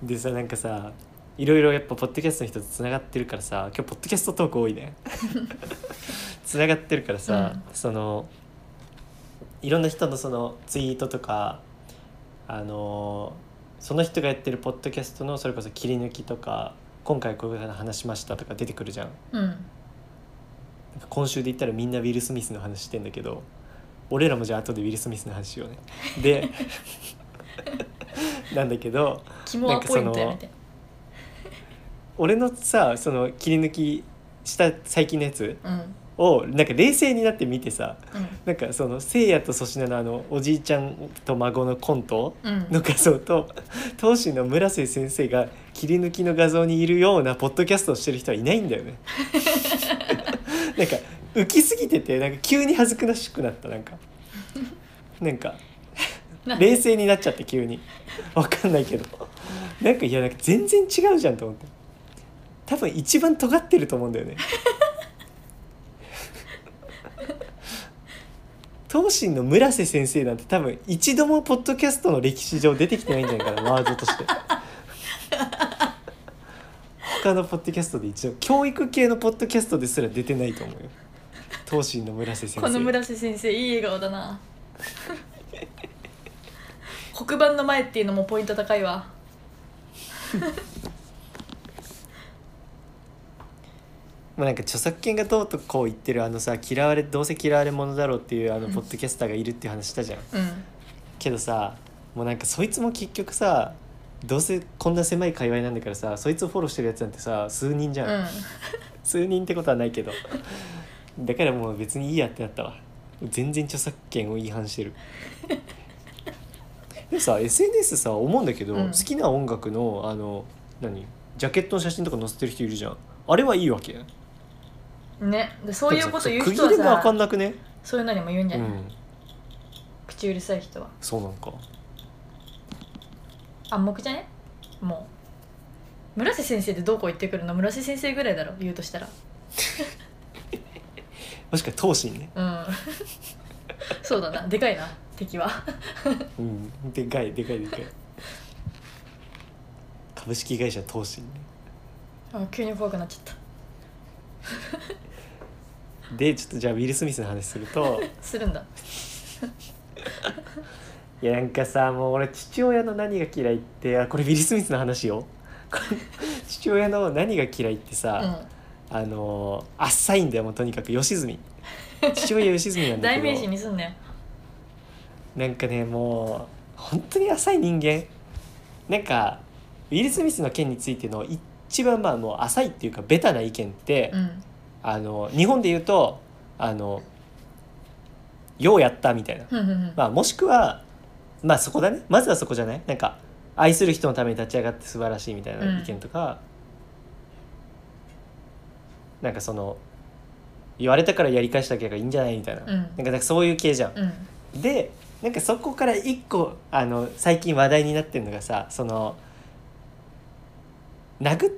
でさなんかさいろいろやっぱポッドキャストの人とつながってるからさ今日ポッドキャストトーク多いねつながってるからさ、そのいろんな人のそのツイートとかあのその人がやってるポッドキャストのそれこそ切り抜きとか今回こういうこと話しましたとか出てくるじゃんうんなんか今週で言ったらみんなウィル・スミスの話してんだけど俺らもじゃあ後でウィル・スミスの話しようねでなんだけど肝アポイントやめて俺のさその切り抜きした最近のやつうんをなんか冷静になって見てさうなんかそのせいやと粗品のあのおじいちゃんと孫のコントんうんの画像と当時の村瀬先生が切り抜きの画像にいるようなポッドキャストをしてる人はいないんだよね。なんか浮きすぎててなんか急に恥ずかしくなったなんかなんか なんで冷静になっちゃって急にわかんないけどなんかいやなんか全然違うじゃんと思って多分一番尖ってると思うんだよね東進の村瀬先生なんて多分一度もポッドキャストの歴史上出てきてないんじゃないかなワードとして他のポッドキャストで一度教育系のポッドキャストですら出てないと思うよ東進の村瀬先生この村瀬先生いい笑顔だな 黒板の前っていうのもポイント高いわまあ、なんか著作権がどうとこう言ってるあのさ嫌われどうせ嫌われ者だろうっていうあのうんポッドキャスターがいるっていう話したじゃん、うんけどさもうなんかそいつも結局さどうせこんな狭い界隈なんだからさそいつをフォローしてるやつなんてさ数人じゃん、うん数人ってことはないけどだからもう別にいいやってなったわ全然著作権を違反 してるでもさ SNS さ思うんだけど、うん好きな音楽のあの何ジャケットの写真とか載せてる人いるじゃんあれはいいわけねでそういうこと言う人区切りもは分かんさなくねそういうのにも言うんじゃうない、ん口うるさい人はそうなんか暗黙じゃねもう村瀬先生ってどうこう言ってくるの村瀬先生ぐらいだろ言うとしたらもしか闘神ねうん そうだなでかいな敵はうんでかいでかいでか い株式会社闘神ねあ急に怖くなっちゃっでちょっとじゃあウィル・スミスの話する とたするんだいやなんかさもう俺父親の何が嫌いってあこれウィル・スミスの話よ これ父親の何が嫌いってさ、あのあっさいんだよもうとにかく良純父親良純なうんんだけ 代ど名詞にすんなよなんかねもう本当に浅い人間なんかウィル・スミスの件についての一番まあもう浅いっていうかベタな意見って、うんあの日本で言うとあのようやったみたいな、ふんふんふんまあ、もしくはまあそこだねまずはそこじゃないなんか愛する人のために立ち上がって素晴らしいみたいな意見とか、なんかその言われたからやり返したけがいいんじゃないみたいな,、うんなんかなんかそういう系じゃんうんでなんかそこから一個あの最近話題になってるのがさその殴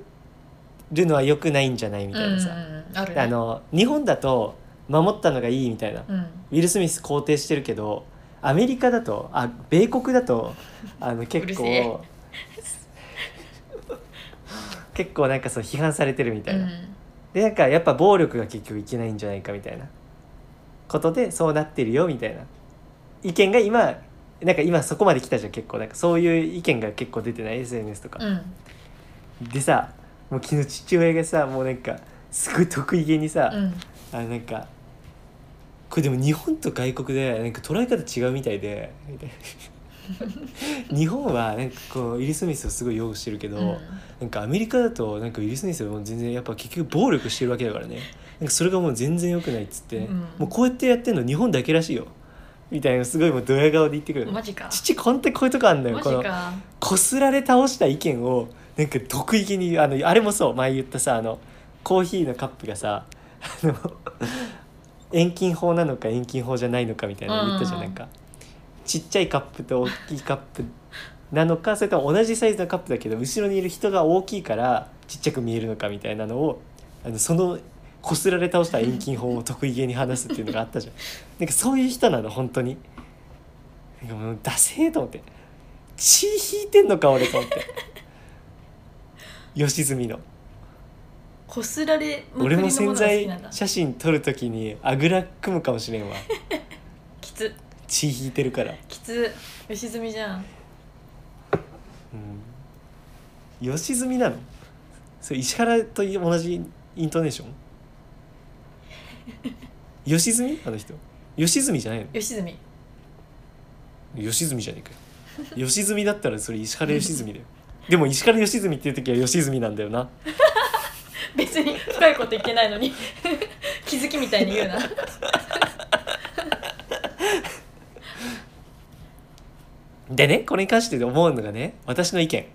るのは良くないんじゃないみうんたいなさ、うんあるねあの日本だと守ったのがいいみたいな、ウうんィル・スミス肯定してるけどアメリカだとあ米国だとあの う結るせえ構結構なんかそう批判されてるみたいな。でなんかやっぱ暴力が結局いけないんじゃないかみたいなことでそうなってるよみたいな意見が今なんか今そこまで来たじゃん結構なんかそういう意見が結構出てない SNS とかう、んうんでさもう昨日父親がさもうなんかすごい得意げにさ、うんあのなんかこれでも日本と外国でなんか捉え方違うみたいで日本はなんかこうウィル・スミスをすごい擁護してるけど、うんなんかアメリカだとなんかウィル・スミスはもう全然やっぱ結局暴力してるわけだからねなんかそれがもう全然良くないっつって、うんもうこうやってやってんの日本だけらしいよみたいなすごいもうドヤ顔で言ってくるのマジか父こんってこういうとこあんだよマジこのかこすられ倒した意見をなんか得意気にあのあれもそう前言ったさあのコーヒーのカップがさあの遠近法なのか遠近法じゃないのかみたいなの言ったじゃん、うんなんかちっちゃいカップと大きいカップなのかそれとも同じサイズのカップだけど後ろにいる人が大きいからちっちゃく見えるのかみたいなのをあのそのこすられ倒した遠近法を得意げに話すっていうのがあったじゃんなんかそういう人なの本当になんかもうダセーと思って血引いてんのか俺と思って良純のこすられまく俺りのももの潜が好き在なんだ写真撮るときにあぐら組むかもしれんわきつ血引いてるから、うきつ良純じゃんん、良純なのそれ石原と同じイントネーション良純あの人良純じゃないの良純良純じゃねえかよ良純だったらそれ石原良純だよでも石原良純っていう時は良純なんだよな別に深いこと言ってないのに 気づきみたいに言うなでねこれに関して思うのがね私の意見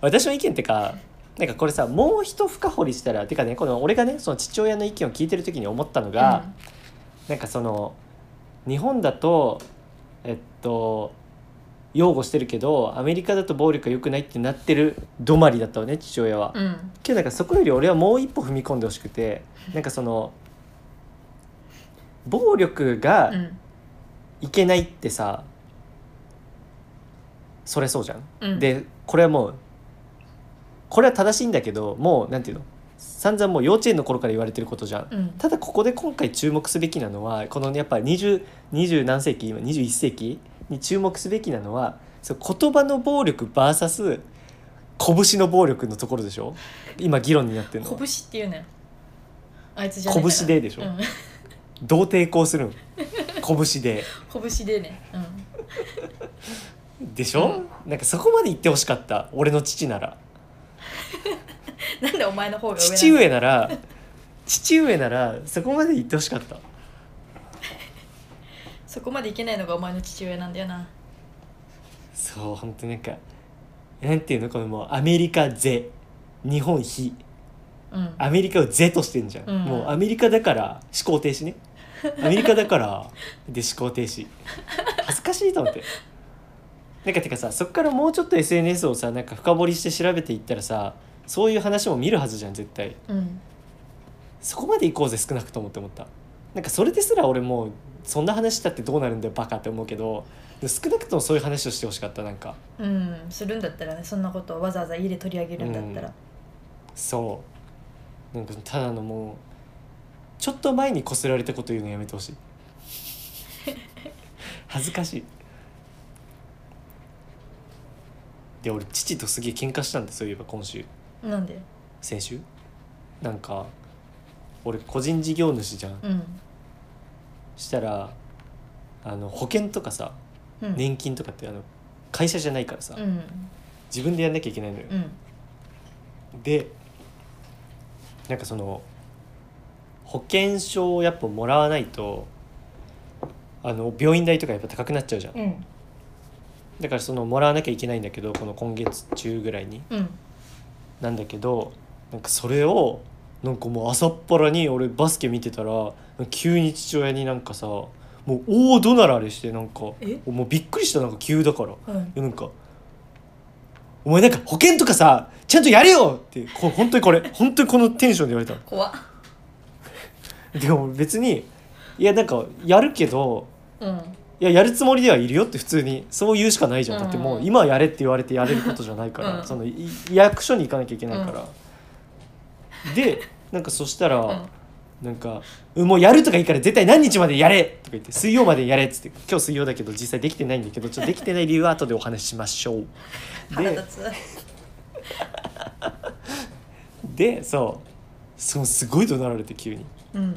私の意見ってかなんかこれさもう一深掘りしたらてかねこの俺がねその父親の意見を聞いてる時に思ったのが、なんかその日本だとえっと擁護してるけどアメリカだと暴力が良くないってなってる止まりだったわね父親は。うん、うん、けどなんかそこより俺はもう一歩踏み込んでほしくてなんかその暴力がうんいけないってさ、それそうじゃん。うんでこれはもうこれは正しいんだけどもうなんていうの散々もう幼稚園の頃から言われてることじゃん。うんただここで今回注目すべきなのはこのやっぱ 20, 20何世紀今21世紀に注目すべきなのはそう言葉の暴力 VS 拳の暴力のところでしょ今議論になってるのは拳っていうねあいつじゃないから拳ででしょうどう抵抗するん拳でん、拳でねうんでしょ、なんかそこまで言ってほしかった俺の父ならなんでお前の方が上なの父上なら父上ならそこまで言ってほしかったそこまでいけないのがお前の父親なんだよなそう本当になんかなんていうのこのもうアメリカぜ日本非うんアメリカを「ぜ」としてんじゃん、うんもうアメリカだから思考停止ねアメリカだからで思考停止恥ずかしいと思ってなんかてかさそっからもうちょっと SNS をさなんか深掘りして調べていったらさそういう話も見るはずじゃん絶対うんそこまで行こうぜ少なくともって思ったなんかそれですら俺もうそんな話したってどうなるんだよバカって思うけどでも少なくともそういう話をしてほしかったなんかうんするんだったらねそんなことをわざわざ家で取り上げるんだったらそうなんかただのもうちょっと前にこすられたこと言うのやめてほしい恥ずかしいで俺父とすげえ喧嘩したんでそういえば今週なんで先週なんか俺個人事業主じゃんうんしたらあの保険とかさうん年金とかってあの会社じゃないからさ、うん自分でやんなきゃいけないのようんでなんかその保険証をやっぱもらわないとあの病院代とかやっぱ高くなっちゃうじゃんうんだからそのもらわなきゃいけないんだけどこの今月中ぐらいにうんなんだけどなんかそれをなんかもう朝っぱらに俺バスケ見てたら急に父親になんかさもう大怒鳴られしてなんかもえうびっくりしたなんか急だからうんいやなんか「お前なんか保険とかさちゃんとやれよ!」ってこう本当にこれ本当にこのテンションで言われたの怖っでも別にいやなんかやるけどうんいややるつもりではいるよって普通にそう言うしかないじゃんだってもううん今やれって言われてやれることじゃないから、うんそのい役所に行かなきゃいけないから、でなんかそしたら、うんなんか「うんもうやるとかいいから絶対何日までやれ!」とか言って「水曜までやれ」っつって今日水曜だけど実際できてないんだけどちょっとできてない理由は後でお話ししましょう。腹で立つでそうそうすごい怒鳴られて急にうん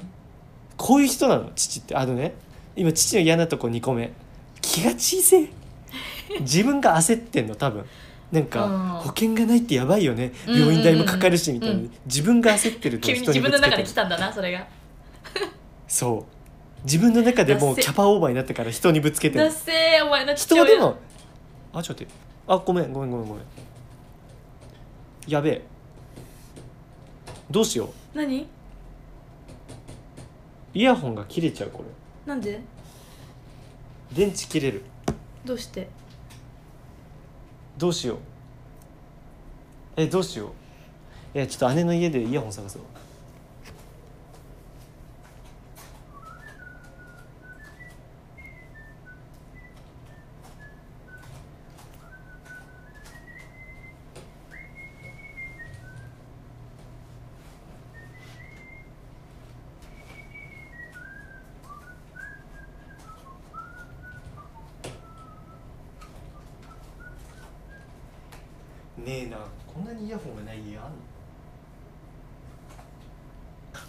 こういう人なの父ってあのね今父の嫌なとこ2個目気が小せえ自分が焦ってんの多分なんか、うん保険がないってやばいよねうんうんうん病院代もかかるしみたいな、うん自分が焦ってると急に人に自ぶつ分のけて中でる来たんだなそれがそう自分の中でもうだっせキャパオーバーになってから人にぶつけてだるっせーお前の父人親はでもあちょっと待ってあごめんごめんごめんごめんやべえどうしよう何イヤホンが切れちゃうこれなんで電池切れるどうしてどうしようえどうしようえちょっと姉の家でイヤホン探そうねえなこんなにイヤホンがない家あんの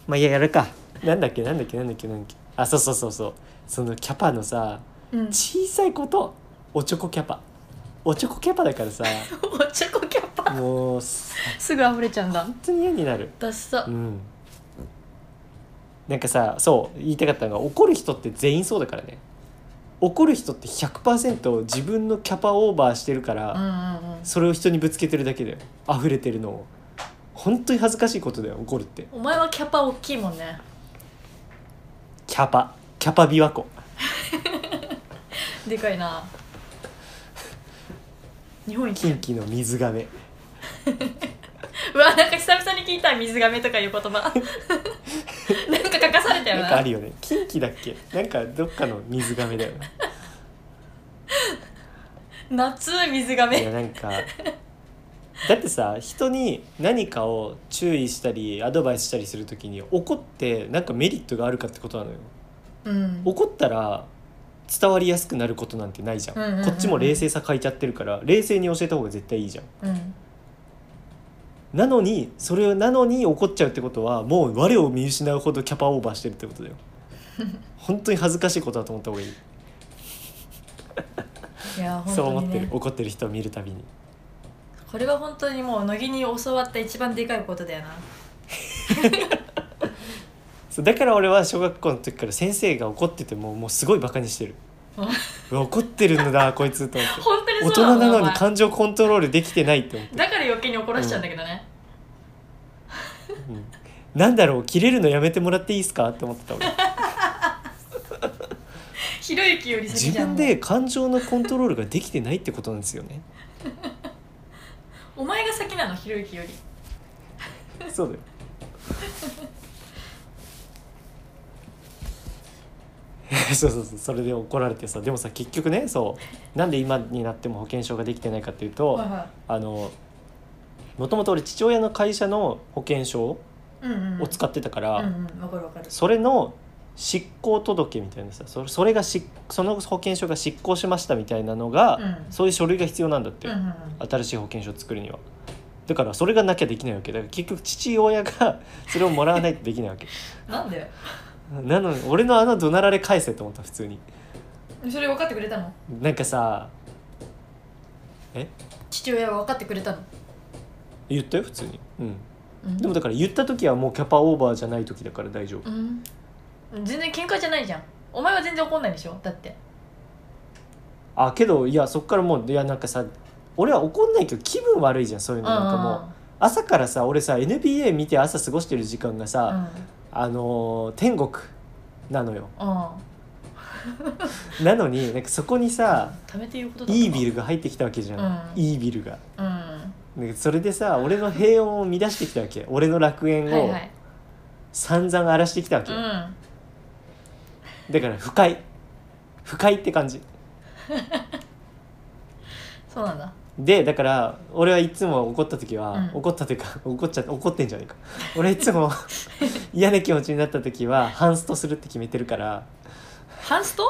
まあいややるかなんだっけなんだっけなんだっけなんだっけあそうそうそうそうそのキャパのさうん小さいことおちょこキャパおちょこキャパだ からさおちょこキャパもうすすぐ溢れちゃうんだ本当に嫌になるダッサうんなんかさそう言いたかったのが怒る人って全員そうだからね怒る人って100%自分のキャパオーバーしてるから、うんうんうんそれを人にぶつけてるだけだよ溢れてるのを本当に恥ずかしいことだよ怒るってお前はキャパ大きいもんねキャパキャパ琵琶湖でかいな日本 一近畿の水亀うわなんか久々に聞いた水亀とかいう言 葉なんか書かされたよななんかあるよね近畿だっけなんかどっかの水亀だよね夏水いや亀なん かだってさ人に何かを注意したりアドバイスしたりするときに怒ってなんかメリットがあるかってことなのようん怒ったら伝わりやすくなることなんてないじゃん,、うんうんうんうんこっちも冷静さ欠いちゃってるから冷静に教えた方が絶対いいじゃんうんなのにそれなのに怒っちゃうってことはもう我を見失うほどキャパオーバーしてるってことだ よ本当に恥ずかしいことだと思った方がいい、いや本そう当思っにてるね怒ってる人を見るたびにこれは本当にもう乃木に教わった一番でかいことだよなそうだから俺は小学校の時から先生が怒っててももうすごいバカに してるうわ怒ってるんだこいつと思って本当に大 そう人んだなのおに前感情コントロールできてないって思ってだから余計に怒らしちゃうんだけどね、うんなんだろう切れるのやめてもらっていいですかって思ってた 俺ひろゆきより先自じゃん分で感情のコントロールができてないってことなんですよねもうお前が先なのひろゆきよりそうだよ。 そうそうそうそれで怒られてさでもさ結局ねそうなんで今になっても保険証ができてないかっていうとはいはあのもともと俺父親の会社の保険証いうんうんを使ってたから、うんうんわかるわかるそれの執行届みたいなさそそれがしその保険証が執行しましたみたいなのが、うんそういう書類が必要なんだって、うんうんうん新しい保険証を作るにはだからそれがなきゃできないわけだから結局父親 がそれをもらわないとできないわけなんでなのに俺のあの怒鳴られ返せと思った普通にそれ分かってくれたのなんかさえ父親は分かってくれたの、言ったよ普通にうんうん、でもだから言った時はもうキャパオーバーじゃない時だから大丈夫うん全然喧嘩じゃないじゃんお前は全然怒んないでしょだってあけどいやそっからもういやなんかさ俺は怒んないけど気分悪いじゃんそういうのなんかもう朝からさ俺さ NBA 見て朝過ごしてる時間がうんうさ、んあのー天国なのようんなのになんかそこにさ貯めて言うことだいいビルルが入ってきたわけじゃん、うんいいビルがうんはなんかそれでさ俺の平穏を乱してきたわけ俺の楽園いをはい散々荒らしてきたわけ、うんだから不快不快って感じそうなんだでだから俺はいつも怒った時は、うん怒ったというか 怒っちゃ怒ってんじゃねえか俺はいつ も嫌な気持ちになった時はハンストするって決めてるからハンスト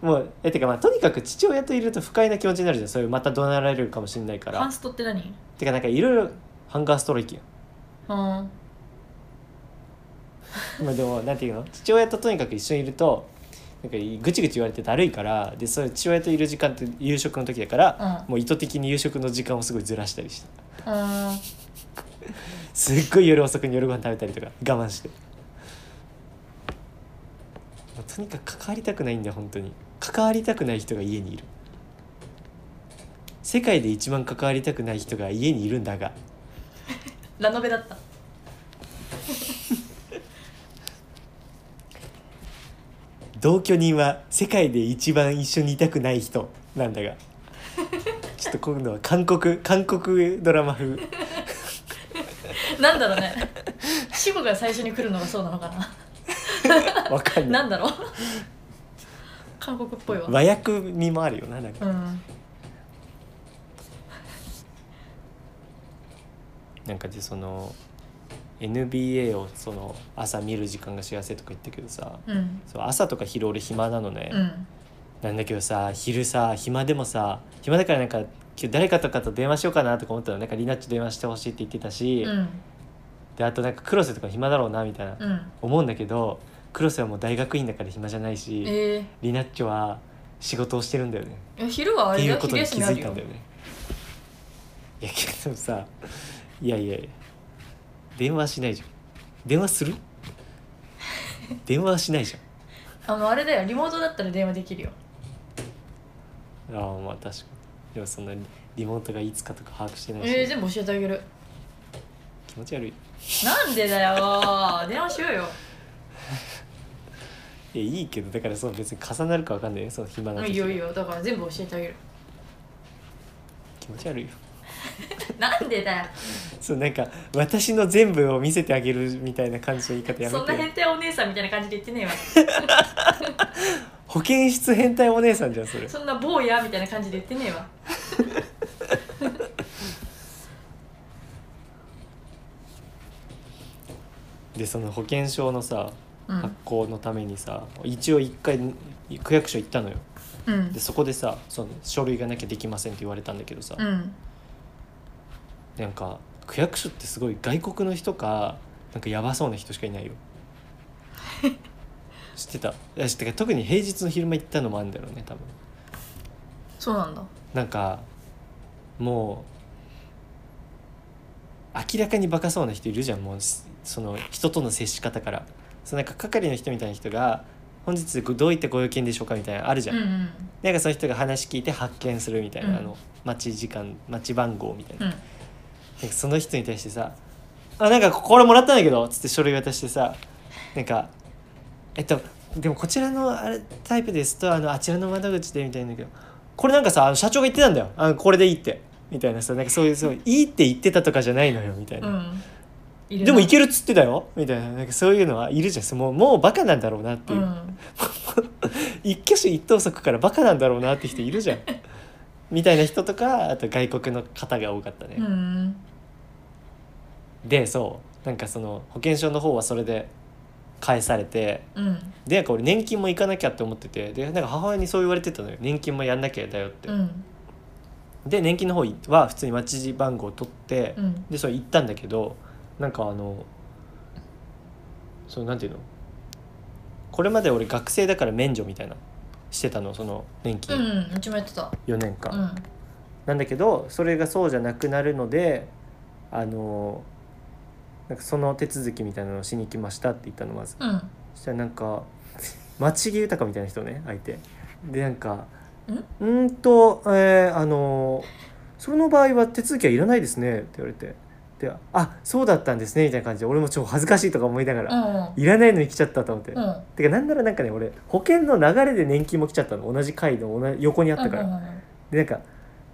もうえてかまあとにかく父親といると不快な気持ちになるじゃんそういうまた怒鳴られるかもしれないかハンらストって何てかなんかいろいろハンガーストライキやんうんまあでもなんていうの父親ととにかく一緒にいるとなんかぐちぐち言われてだるいからでそれ父親といる時間って夕食の時だから、うんもう意図的に夕食の時間をすごいずらしたりしたあすっごい夜遅くに夜ご飯食べたりとか我慢して、まあとにかく関わりたくないんだよ本当に関わりたくない人が家にいる世界で一番関わりたくない人が家にいるんだがーラノベだった同居人は世界で一番一緒にいたくない人なんだがちょっと今度は韓国韓国ドラマ風 なんだろうね死後が最初に来るのがそうなのかなわかんな ないんだろう韓国っぽいわ和訳味もあるよななんか、うんなんかでその NBA をその朝見る時間が幸せとか言ったけどさ、うんそう朝とか昼俺暇なのね、うんなんだけどさ昼さ暇でもさ暇だからなんか今日誰かとかと電話しようかなとか思ったのなんかリナッチ電話してほしいって言ってたし、うんであとなんか黒瀬とか暇だろうなみたいな、うん思うんだけど黒瀬はもう大学院だから暇じゃないし、えリナッチョは仕事をしてるんだよねー、いや昼はあってれいだうよこと昼に休気みあづるいたんよだよねいやけどさいやいやいや電話しないじゃん電話 する電話はしないじゃあのあれだよリモートだったら電話できるよんああまあ確かにでもそんなにリモートがいつかとか把握してないし、えー、全部教えてあげる気持ち悪いなんでだよー電話しようよいやいいけどだからその別に重なるかわかんないねその暇な時がいいよいいよだから全部教えてあげる気持ち悪いよなんでだよそうなんか私の全部を見せてあげるみたいな感じの言い方やめてそんな変態お姉さんみたいな感じで言ってねえわ保健室変態お姉さんじゃんそれそんな坊やみたいな感じで言ってねえわでその保険証のさうん発行のためにさ、一応一回区役所行ったのようんでそこでさその書類がなきゃできませんって言われたんだけどさ、うんなんか区役所ってすごい外国の人かなんかやばそうな人しかいない よ知ってたいや知ってた特に平日の昼間行ったのもあるんだろうね多分そうなんだなんかもう明らかにバカそうな人いるじゃんもうすその人との接し方からそのなんか係の人みたいな人が「本日どういったご用件でしょうか?」みたいなのあるじゃ、うんんなんかその人が話聞いて発見するみたいな、うんあの待ち時間待ち番号みたいな,、うんうんなんかその人に対してさ「あなんかこれもらったんだけど」つって書類渡してさなんか「えっとでもこちらのあれタイプですとあのあちらの窓口で」みたいなんだけどこれなんかさあの社長が言ってたんだよあのこれでいいってみたいなさなんかそういうそういいって言ってたとかじゃないのよみたいな。うんいるなでもいけるっつってたよみたいななんかそういうのはいるじゃんそのもうもうバカなんだろうなってういう、ん一挙手一投足からバカなんだろうなって人いる じゃんみたいな人とかあと外国の方が多かったね、うんでそうなんかその保険証の方はそれで返されてうんでなんか俺年金も行かなきゃって思っててでなんか母親にそう言われてたのよ年金もやんなきゃだよって、うんで年金の方は普通に待ち番号を取って、うんでそれ行ったんだけどなんかあのそのなんていうのこれまで俺学生だから免除みたいなしてたのその年う金んうちもやってた4年間、うんなんだけどそれがそうじゃなくなるのであのなんかその手続きみたいなのをしに来ましたって言ったのまずうんそしたらなんか町木豊みたいな人ね相手でなんかんうーんとえーあのその場合は手続きはいらないですねって言われてであそうだったんですねみたいな感じで俺も超恥ずかしいとか思いながうら、んいらないのに来ちゃったと思って、うんてかなんならなんかね俺保険の流れで年金も来ちゃったの同じ回の同じ横にあったから、でなんか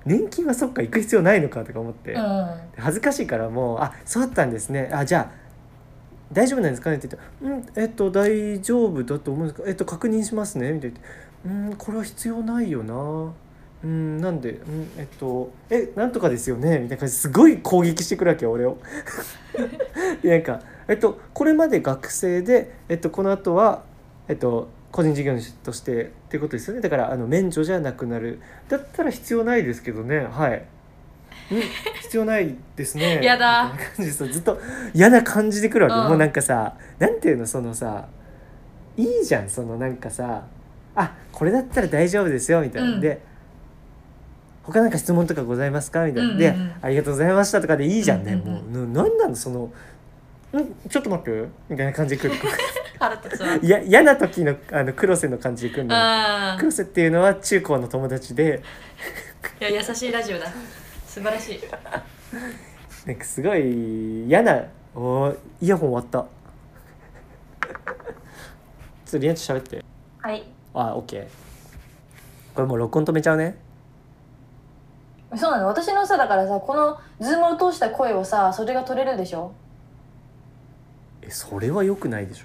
年金はそっか行く必要ないのかとか思って、うんうん恥ずかしいからもう「あそうだったんですねあじゃあ大丈夫なんですかね?」って言って「うんえっと大丈夫だと思うんですかえっと確認しますね」みたいな言って「うんこれは必要ないよな」うんなんで、うん、えっと「えなんとかですよね」みたいな感じですごい攻撃してくるわけよ俺を。 でなんか「えっとこれまで学生で、えっと、この後はえっと個人事業主としてっていうことですよねだからあの免除じゃなくなるだったら必要ないですけどねはいうん必要ないですね やだみたいな感じでさずっと嫌な感じでくるわけ、うんもうなんかさなんていうのそのさいいじゃんそのなんかさあこれだったら大丈夫ですよみたいな、うんで他なんか質問とかございますかみたいな、うんうんうんで「ありがとうございました」とかでいいじゃんね、うんうんもうななんなのその「んちょっと待って」みたいな感じで 来る腹立つわいや嫌な時のあの黒瀬の感じで来るのよあ黒瀬っていうのは中高の友達でーいや優しいラジオだ素晴らしいなんかすごい嫌なおーイヤホン終わったちょっとりなちゃん喋ってはいあオッケーこれもう録音止めちゃうねそうなの私のさだからさこのズームを通した声をさそれが取れるでしょえそれは良くないでしょ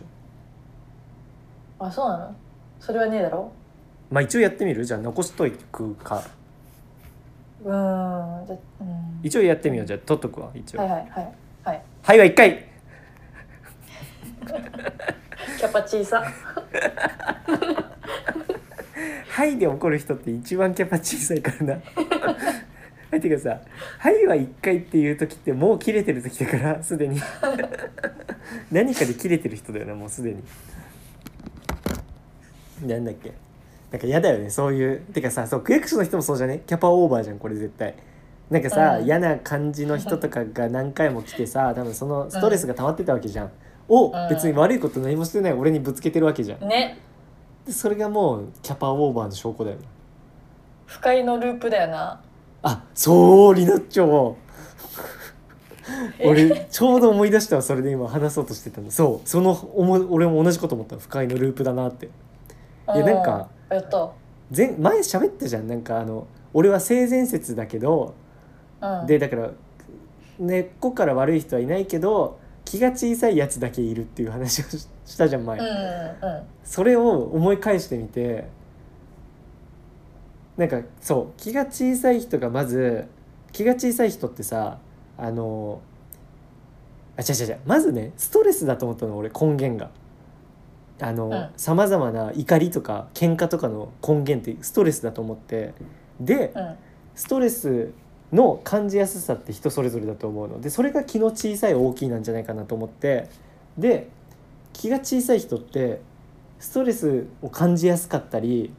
あそうなのそれはねえだろまあ一応やってみるじゃあ残しとくかうーんじゃうん一応やってみようじゃあ取っとくわ一応ははいい、はいはいはいはい、は一回キャパ小さはいで怒る人って一番キャパ小さいからなはいてかさ「はい」は一回っていう時ってもう切れてる時だからすでに何かで切れてる人だよなもうすでになんだっけなんか嫌だよねそういうてかさそう区役所の人もそうじゃねキャパオーバーじゃんこれ絶対なんかさ、うん嫌な感じの人とかが何回も来てさ多分そのストレスが溜まってたわけじゃん、をうん別に悪いこと何もしてない俺にぶつけてるわけじゃんねでそれがもうキャパオーバーの証拠だよね不快のループだよなあそうリナッチョ俺ちょうど思い出したわそれで今話そうとしてたのそうそのおも俺も同じこと思った不快のループだなっていやなんかうんやった前前喋ったじゃんなんかあの俺は性善説だけどうんでだから根っこから悪い人はいないけど気が小さいやつだけいるっていう話をししたじゃん前、うんうんうんそれを思い返してみてなんかそう気が小さい人がまず気が小さい人ってさあのあ違う違う違うまずねストレスだと思ったの俺根源が。あうんのさまざまな怒りとか喧嘩とかの根源ってストレスだと思ってでうんストレスの感じやすさって人それぞれだと思うのでそれが気の小さい大きいなんじゃないかなと思ってで気が小さい人ってストレスを感じやすかったり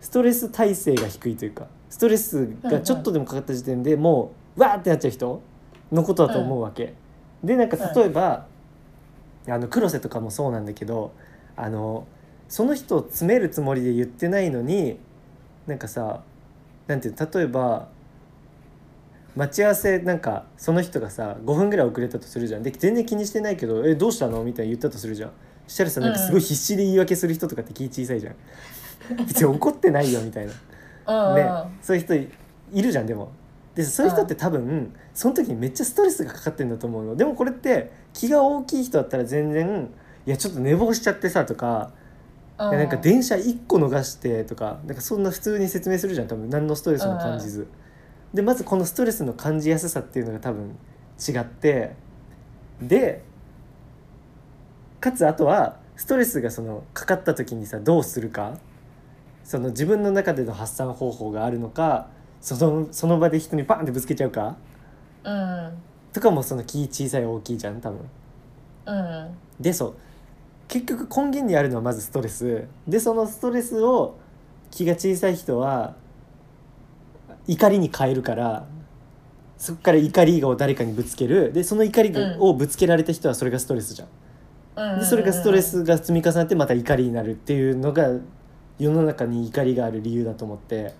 ストレス耐性が低いというかストレスがちょっとでもかかった時点でもうわーってなっちゃう人のことだと思うわけ。でなんか例えば、あの黒瀬とかもそうなんだけどあのその人を詰めるつもりで言ってないのになんかさなんていうの例えば待ち合わせなんかその人がさ5分ぐらい遅れたとするじゃんで全然気にしてないけど「えどうしたの?」みたいに言ったとするじゃんしたらさなんかすごい必死で言い訳する人とかって気小さいじゃん別に怒ってないよみたいなうんねうんそういう人いいるじゃんでもでそういう人って多分その時にめっちゃストレスがかかってんだと思うのでもこれって気が大きい人だったら全然「いやちょっと寝坊しちゃってさ」とかういやなんか電車1個逃してとかなんかそんな普通に説明するじゃん多分何のストレスも感じず、でまずこのストレスの感じやすさっていうのが多分違ってでかつあとはストレスがそのかかった時にさどうするかその自分の中での発散方法があるのかそのその場で人にバンってぶつけちゃうかうんとかもその気小さい大きいじゃん多分。うんでそう結局根源にあるのはまずストレスでそのストレスを気が小さい人は怒りに変えるからそこから怒りを誰かにぶつけるでその怒りがうんをぶつけられた人はそれがストレスじゃん、うんでそれがストレスが積み重なってまた怒りになるっていうのが世の中に怒りがある理由だと思って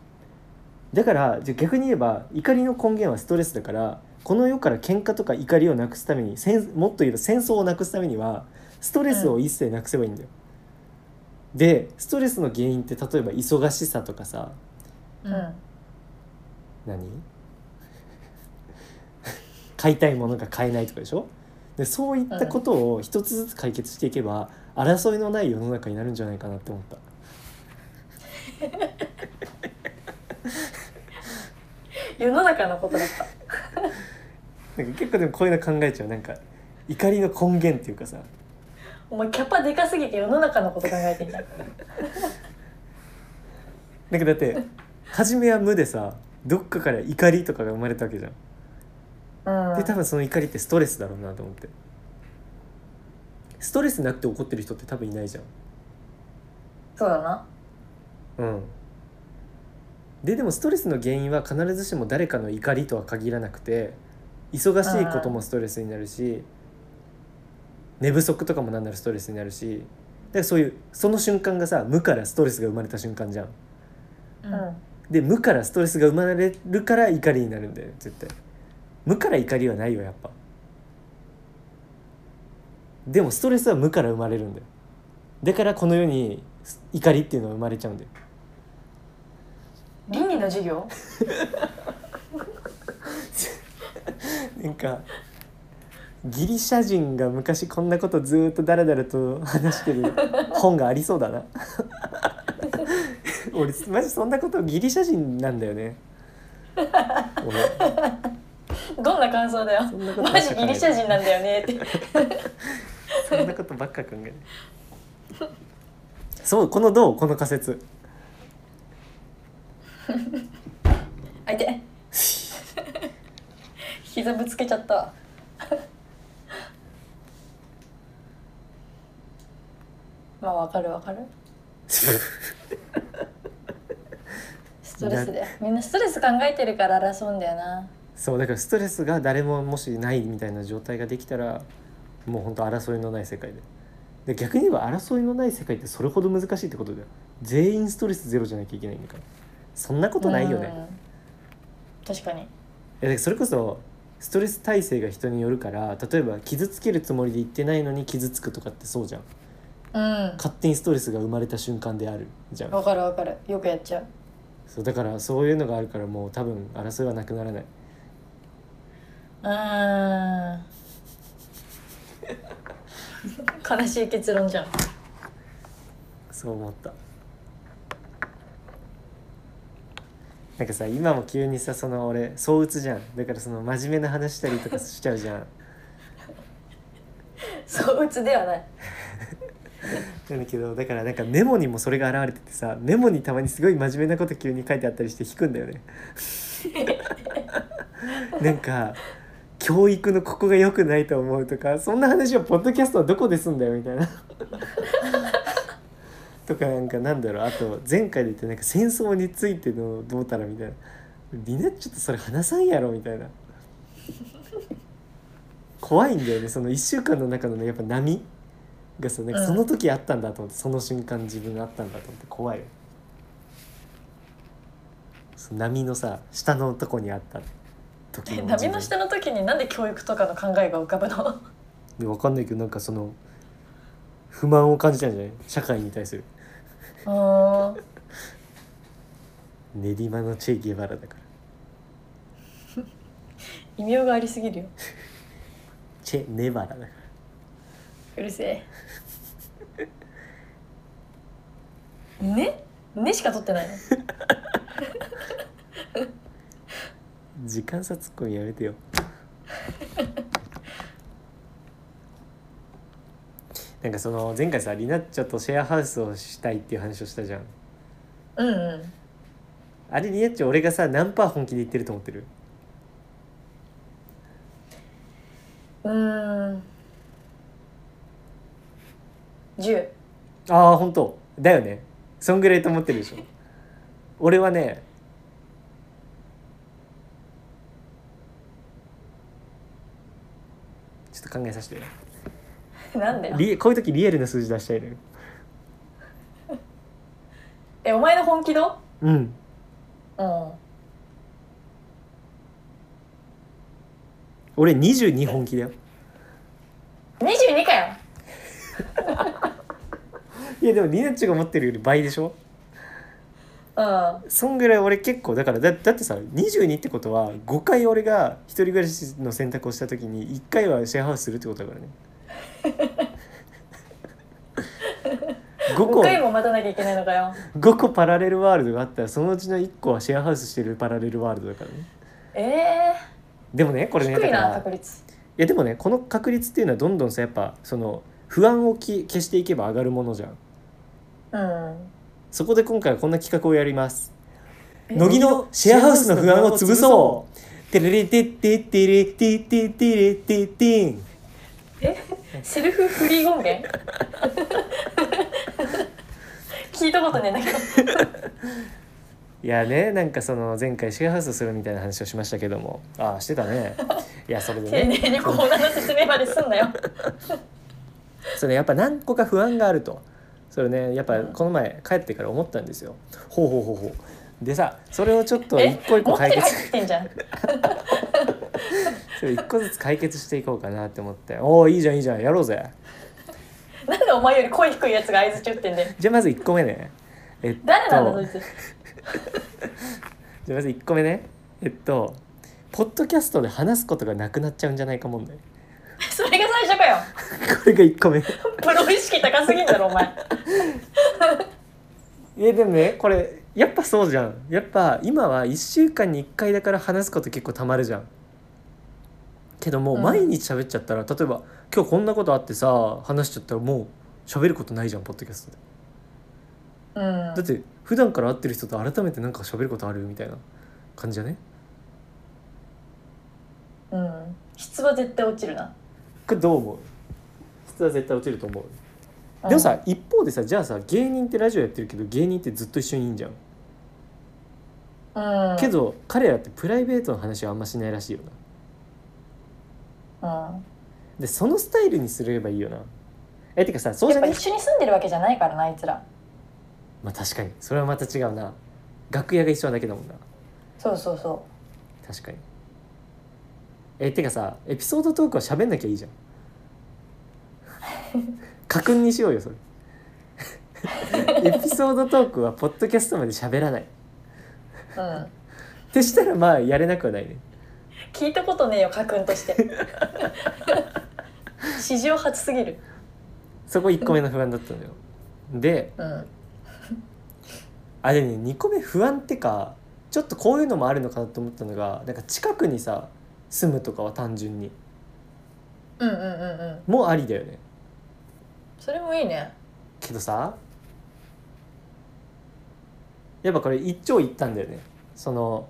だからじゃあ逆に言えば怒りの根源はストレスだからこの世から喧嘩とか怒りをなくすために戦もっと言えば戦争をなくすためにはストレスを一切なくせばいいんだよ。でストレスの原因って例えば忙しさとかさうん何買いたいものが買えないとかでしょでそういったことを一つずつ解決していけば、争いのない世の中になるんじゃないかなって思った世の中のことだったなんか結構でもこういうの考えちゃうなんか怒りの根源っていうかさお前キャパでかすぎて世の中のこと考えてんじゃんなんかだって初めは無でさどっかから怒りとかが生まれたわけじゃんうんで多分その怒りってストレスだろうなと思ってストレスなくて怒ってる人って多分いないじゃんそうだなうんででもストレスの原因は必ずしも誰かの怒りとは限らなくて忙しいこともストレスになるし寝不足とかもなんならストレスになるしだからそういうその瞬間がさ無からストレスが生まれた瞬間じゃんううんんで無からストレスが生まれるから怒りになるんだよね絶対無から怒りはないよやっぱでもストレスは無から生まれるんだよだからこの世に怒りっていうのは生まれちゃうんだよ倫理の授業なんかギリシャ人が昔こんなことずーっとダラダラと話してる本がありそうだな 俺マジそんなことギリシャ人なんだよね俺どんな感想だよそんなことばっマかジ考えギリシャ人なんだよねってそんなことばっか考えるそうこのどうこの仮説あ いて膝ぶつけちゃっ たわまあわかるわかるストレスでみんなストレス考えてるから争うんだよなそうだからストレスが誰ももしないみたいな状態ができたらもうほんと争いのない世界でで逆に言えば争いのない世界ってそれほど難しいってことだよ全員ストレスゼロじゃなきゃいけないんだからそんなことないよね、うん確かにいやだからそれこそストレス耐性が人によるから例えば傷つけるつもりで言ってないのに傷つくとかってそうじゃんうん勝手にストレスが生まれた瞬間であるじゃんわかるわかるよくやっちゃうそうだからそういうのがあるからもう多分争いはなくならないうん悲しい結論じゃんそう思ったなんかさ今も急にさその俺躁鬱じゃんだからその真面目な話したりとかしちゃうじゃんそう鬱ではないなんだけどだからなんかメモにもそれが現れててさメモにたまにすごい真面目なこと急に書いてあったりして引くんだよねなんか教育のここが良くないと思うとかそんな話はポッドキャストはどこですんだよみたい なとかなんかなんだろうあと前回で言ってなんか戦争についてのどうたらみたいなみんなちょっとそれ話さんやろみたいな怖いんだよねその1週間の中のねやっぱ波がさなんかその時あったんだと思って、その瞬間自分があったんだと思って怖いよその波のさ下のとこにあった時の自分波の下の時になんで教育とかの考えが浮かぶのでわかんないけどなんかその不満を感じたんじゃない社会に対するあー練馬のチェ・ゲバラだから異名がありすぎるよチェ・ネバラだからうるせえねねしか取ってないの時間差ツッコミやめて よなんかその前回さリナッチョとシェアハウスをしたいっていう話をしたじゃんうんうんあれリナッチョ俺がさ何パー本気で言ってると思ってるうーん10ああ本当だよねそんぐらいと思ってるでしょ俺はねちょっと考えさせてよ なんだよリこういう時リアルな数字出したいのよえお前の本気度うんうん俺22本気だよ22かよいやでもリナッチが持ってるより倍でしょうんそんぐらい俺結構だからだだってさ22ってことは5回俺が一人暮らしの選択をした時に1回はシェアハウスするってことだから ね5個5回も待たなきゃいけないのかよ5個パラレルワールドがあったらそのうちの1個はシェアハウスしてるパラレルワールドだからねえでもねこれねー、低だいかなら確率いやでもねこの確率っていうのはどんどんさやっぱその不安をき消していけば上がるものじゃんうんそこで今回はこんな企画をやります乃木のシェアハウスの不安を潰そうテレレテッテッテレテッテッテレテッテンセルフフリー音源 聞いたことねえんだけどいやねなんかその前回シェアハウスするみたいな話をしましたけどもああしてたねいやそれで丁ね寧にコーナーの説明まですんなよそれやっぱ何個か不安があるとそれねやっぱこの前帰ってから思ったんですよほうほうほうほうでさそれをちょっと一個一個持っ解て入決ってんじゃん それ一個ずつ解決していこうかなって思っておおいいじゃんいいじゃんやろうぜなんでお前より声低いやつが合図中ってんだよじゃあまず1個目ねえっと誰なんだそいつじゃあまず1個目ねえっとポッドキャストで話すことがなくなっちゃうんじゃないか問題こそれが最初かよれが1個目いプロ意識高すぎんだろお前やでもねこれやっぱそうじゃんやっぱ今は1週間に1回だから話すこと結構たまるじゃんけどもううん毎日喋っちゃったら、例えば今日こんなことあってさ話しちゃったらもう喋ることないじゃんポッドキャストでうだんって普段から会ってる人と改めてなんか喋ることあるみたいな感じじゃねうん質は絶対落ちるなこれどう思う質は絶対落ちると思ううんでもさ、一方でさじゃあさ芸人ってラジオやってるけど芸人ってずっと一緒にいんじゃん、うん、けど彼らってプライベートの話はあんましないらしいよなうん、でそのスタイルにすればいいよなえてかさそうじやゃっぱない一緒に住んでるわけじゃないからなあいつらまあ確かにそれはまた違うな楽屋が一緒なだけだもんなそうそうそ確かにえてかさエピソードトークは喋んなきゃいいじゃん 架空にしようよそ れエピソードトークはポッドキャストまで喋らないう うんってしたらまあやれなくはないね聞いたことねえよ家訓として 史上初すぎるそこ1個目の不安だったのよでうんあれね2個目不安ってかちょっとこういうのもあるのかなと思ったのがなんか近くにさ住むとかは単純にうんうんうんうんもうありだよねそれもいいねけどさやっぱこれ一長一短だよねその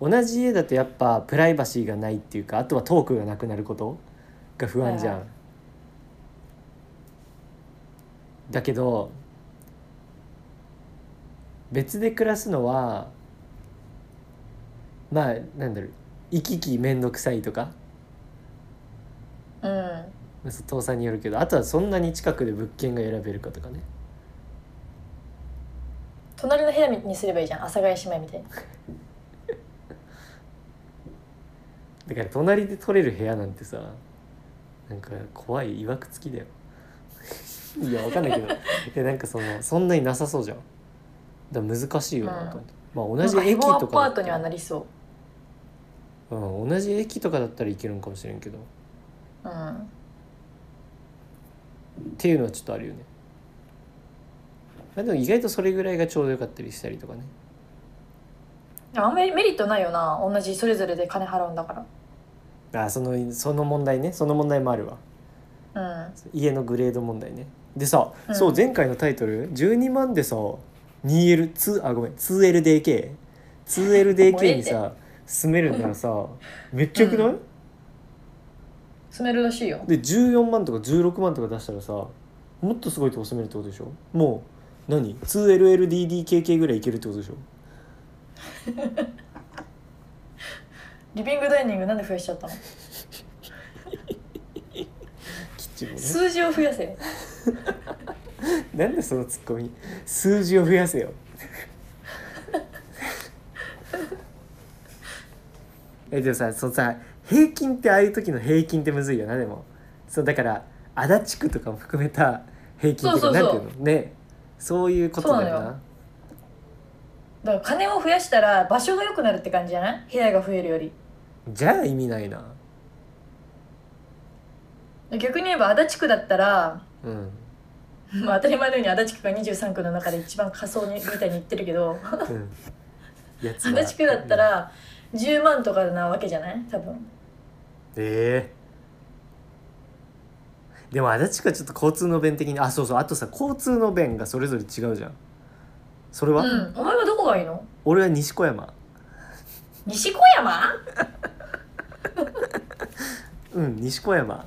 同じ家だとやっぱプライバシーがないっていうかあとはトークがなくなることが不安じゃん、はいはだけど別で暮らすのはまあなんだろう行き来面倒くさいとかうんまあそう倒産によるけどあとはそんなに近くで物件が選べるかとかね隣の部屋にすればいいじゃん阿佐ヶ谷姉妹みたいにだから隣で取れる部屋なんてさなんか怖いいわくつきだよ いやわかんないけ どいやなんかそのそんなになさそうじゃんだから難しいよなと思って、まあ同じなんかエ駅ゴアとかパだーったトにはらなりそうん、同じ駅とかだったらいけるんかもしれんけどっううんていうのはちょっとあるよねまあでも意外とそれぐらいがちょうどよかったりしたりとかねあんまりメリットないよな同じそれぞれで金払うんだかあそのその問題ねその問題もあるわらうん家のグレード問題ねでさ、うんそう前回のタイトル12万でさ 2L2 あごめん 2LDK2LDK にさ住めるならさめっちゃよくない、うん住めるらしいよで14万とか16万とか出したらさもっとすごいとこ住めるってことでしょもう何 2LLDDKK ぐらいいけるってことでしょリビングダイニングなんで増やしちゃったのキッチンもね数字を増やせなんでそのツッコミ数字を増やせよ えでもさそのさ平均ってああいう時の平均ってむずいよなでもそうだから足立区とかも含めた平均ってそうそうなんそうていうのねそういうことだよそうなのなよだから金を増やしたら場所が良くなるって感じじゃない部屋が増えるよりじゃあ意味ないな逆に言えば足立区だったら、 うんまあ、当たり前のように足立区が23区の中で一番仮想にみたいに言ってるけどうんやつ足は立区だったら10万とかなわけじゃない多分ええでも足立区はちょっと交通の便的にあそうそうあとさ交通の便がそれぞれ違うじゃんそれうは、んお前はどここがいいの俺は西小山西小山うん西小山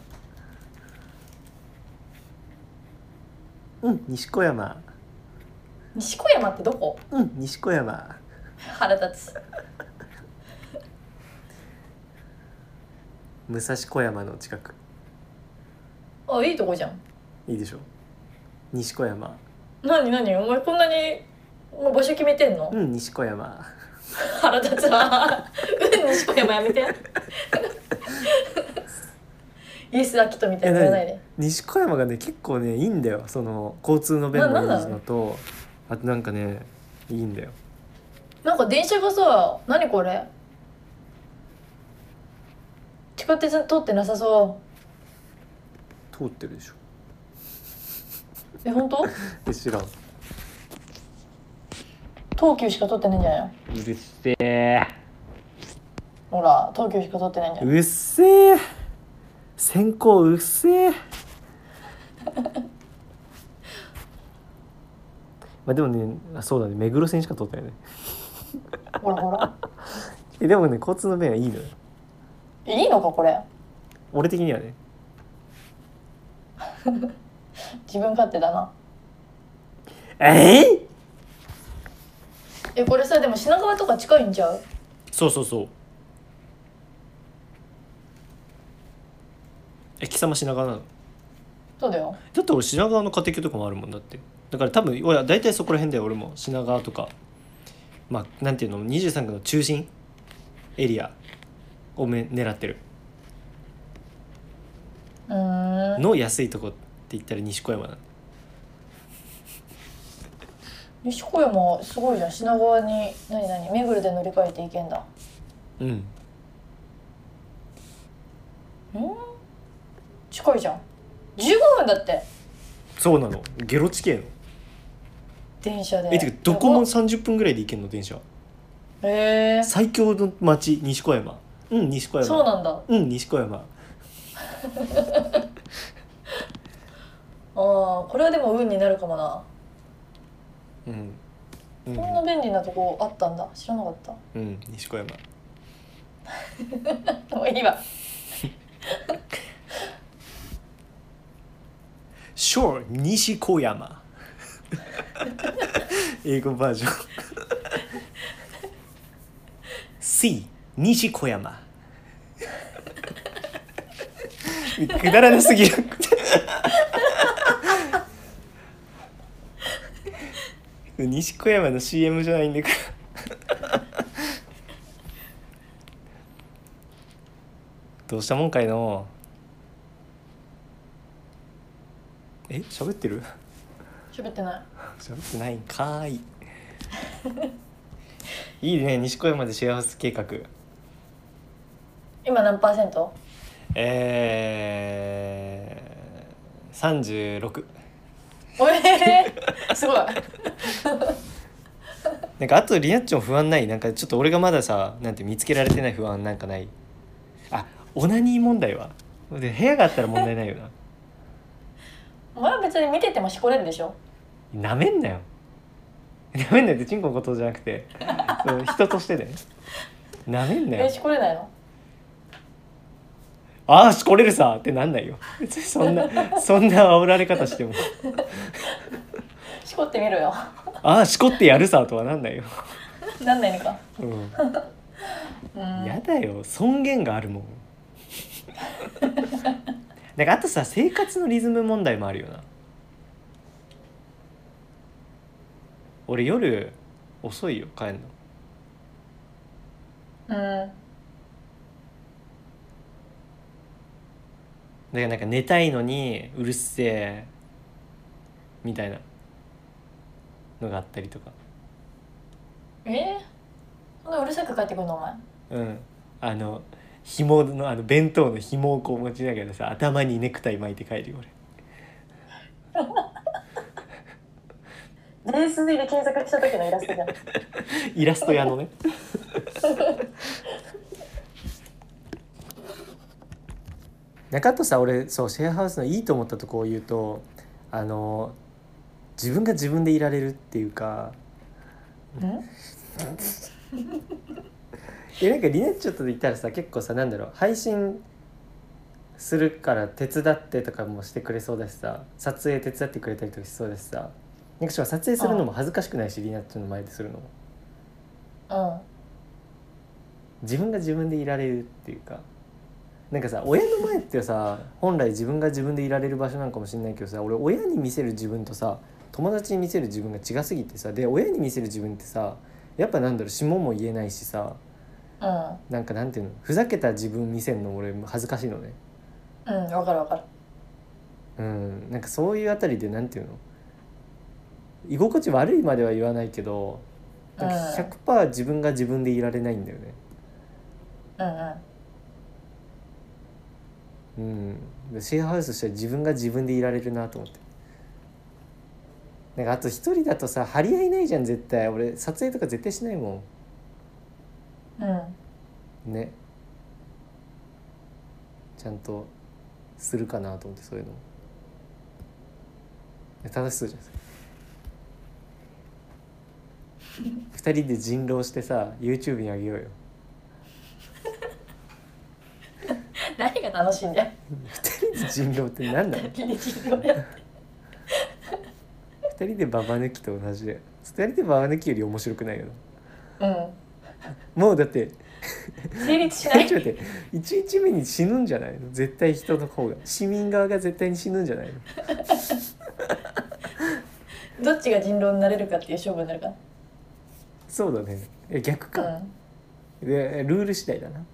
うん西小山西小山ってどこうん西小山腹立つ武蔵小山の近くあいいとこじゃんいいでしょ西小山何何お前こんなにもう場所決めてんのうん西小山腹立つ わうん西小山やめ てイエス・アキトみたいなの言わないで西小山がね結構ねいいんだよその交通の便もいいのとあとなんかねいいんだよなんか電車がさ何これ地下鉄通ってなさそ通ってるでしょうえ本当え知らんう東急しか通ってないんじゃないのるせえほら東急しか通ってないんじゃないうっせえ先行うっ せえまあでもねあそうだね目黒線しか通ったよねほらほらえでもね交通の便はいいのよえいいのかこれ俺的にはね自分勝手だなえええこれさでも品川とか近いんちゃうそうそうそうえ貴様品川なのそうだよだって俺品川の家庭教とかもあるもんだってだから多分俺は大体そこら辺だよ俺も品川とかまあなんていうの23区の中心エリアをめ狙ってるうーんの安いとこって言ったら西小山なの西小山すごいじゃん品川に何何目黒で乗り換えていけんだうんうん近いじゃん15分だってそうなのゲロ地形の電車でえてかどこもやば30分ぐらいで行けんの電車へえ最強の街西小山うん西小山そうなんだあうん西小山あこれはでも運になるかもなうんうこんなん便利なとこあったんだ知らなかったうん西小山もういいわショー西小山英語バージョン C 西小山くだらなすぎる西小山の CM じゃないんだからどうしたもんかいのえ喋ってる喋ってない喋ってないんかーい いいね西小山で幸せ計画今何パーセントえー、36おえー、 すごいなんかあとリナッチョン不安ないなんかちょっと俺がまださなんて見つけられてない不安なんかないあオナニー問題はで部屋があったら問題ないよお前は別に見ててもしこれるでしょな なめんなよなめんなよってチンコのことじゃなくてそう人としてだよなめんなよえしこれないのああしこれるさってなんないよ別にそんなそんな煽られ方してもしこってみろよああしこってやるさとはなんないよ、なんないのかうん、うんやだよ尊厳があ るもんなんかあとさ生活のリズム問題もあるよな俺夜遅いよ帰んのうんだからなんか寝たいのにうるせえみたいなのがあったりとかえー、そんなうるさく帰ってくるのお前うんあの紐のあの弁当の紐をこう持ちながらさ頭にネクタイ巻いて帰るよ俺 JSD で検索した時のイラストじゃんイラスト屋のね 中戸さ俺そうシェアハウスのいいと思ったとこを言うとあの自分が自分でいられるっていうかえなんかリネッチョと言ったらさ結構さなんだろう配信するから手伝ってとかもしてくれそうだしさ撮影手伝ってくれたりとかしそうだしさなんかしかも撮影するのも恥ずかしくないしリネッチョの前でするのもうん自分が自分でいられるっていうかなんかさ親の前ってさ本来自分が自分でいられる場所なんかもしれないけどさ俺親に見せる自分とさ友達に見せる自分が違すぎてさで親に見せる自分ってさやっぱなんだろう下も言えないしさうんなんかなんていうのふざけた自分見せるの俺恥ずかしいのねうんわかるわかるうんなんかそういうあたりでなんていうの居心地悪いまでは言わないけどなんか100%自分が自分でいられないんだよねうんうんうん、シェアハウスとしては自分が自分でいられるなと思ってなんかあと一人だとさ張り合いないじゃん絶対俺撮影とか絶対しないもうんんねちゃんとするかなと思ってそういうの楽しそうじゃないですか二人で人狼してさ YouTube にあげようよ何が楽しいんだ よ二人で人狼って何なのピリチンをやって二人でババ抜きと同じで二人でババ抜きより面白くないよなうもうだってん成立し ちょなっと待いって1日目に死ぬんじゃないの絶対人の方が市民側が絶対に死ぬんじゃないのどっちが人狼になれるかっていう勝負になるかそうだねえ逆らか、でルール次第だな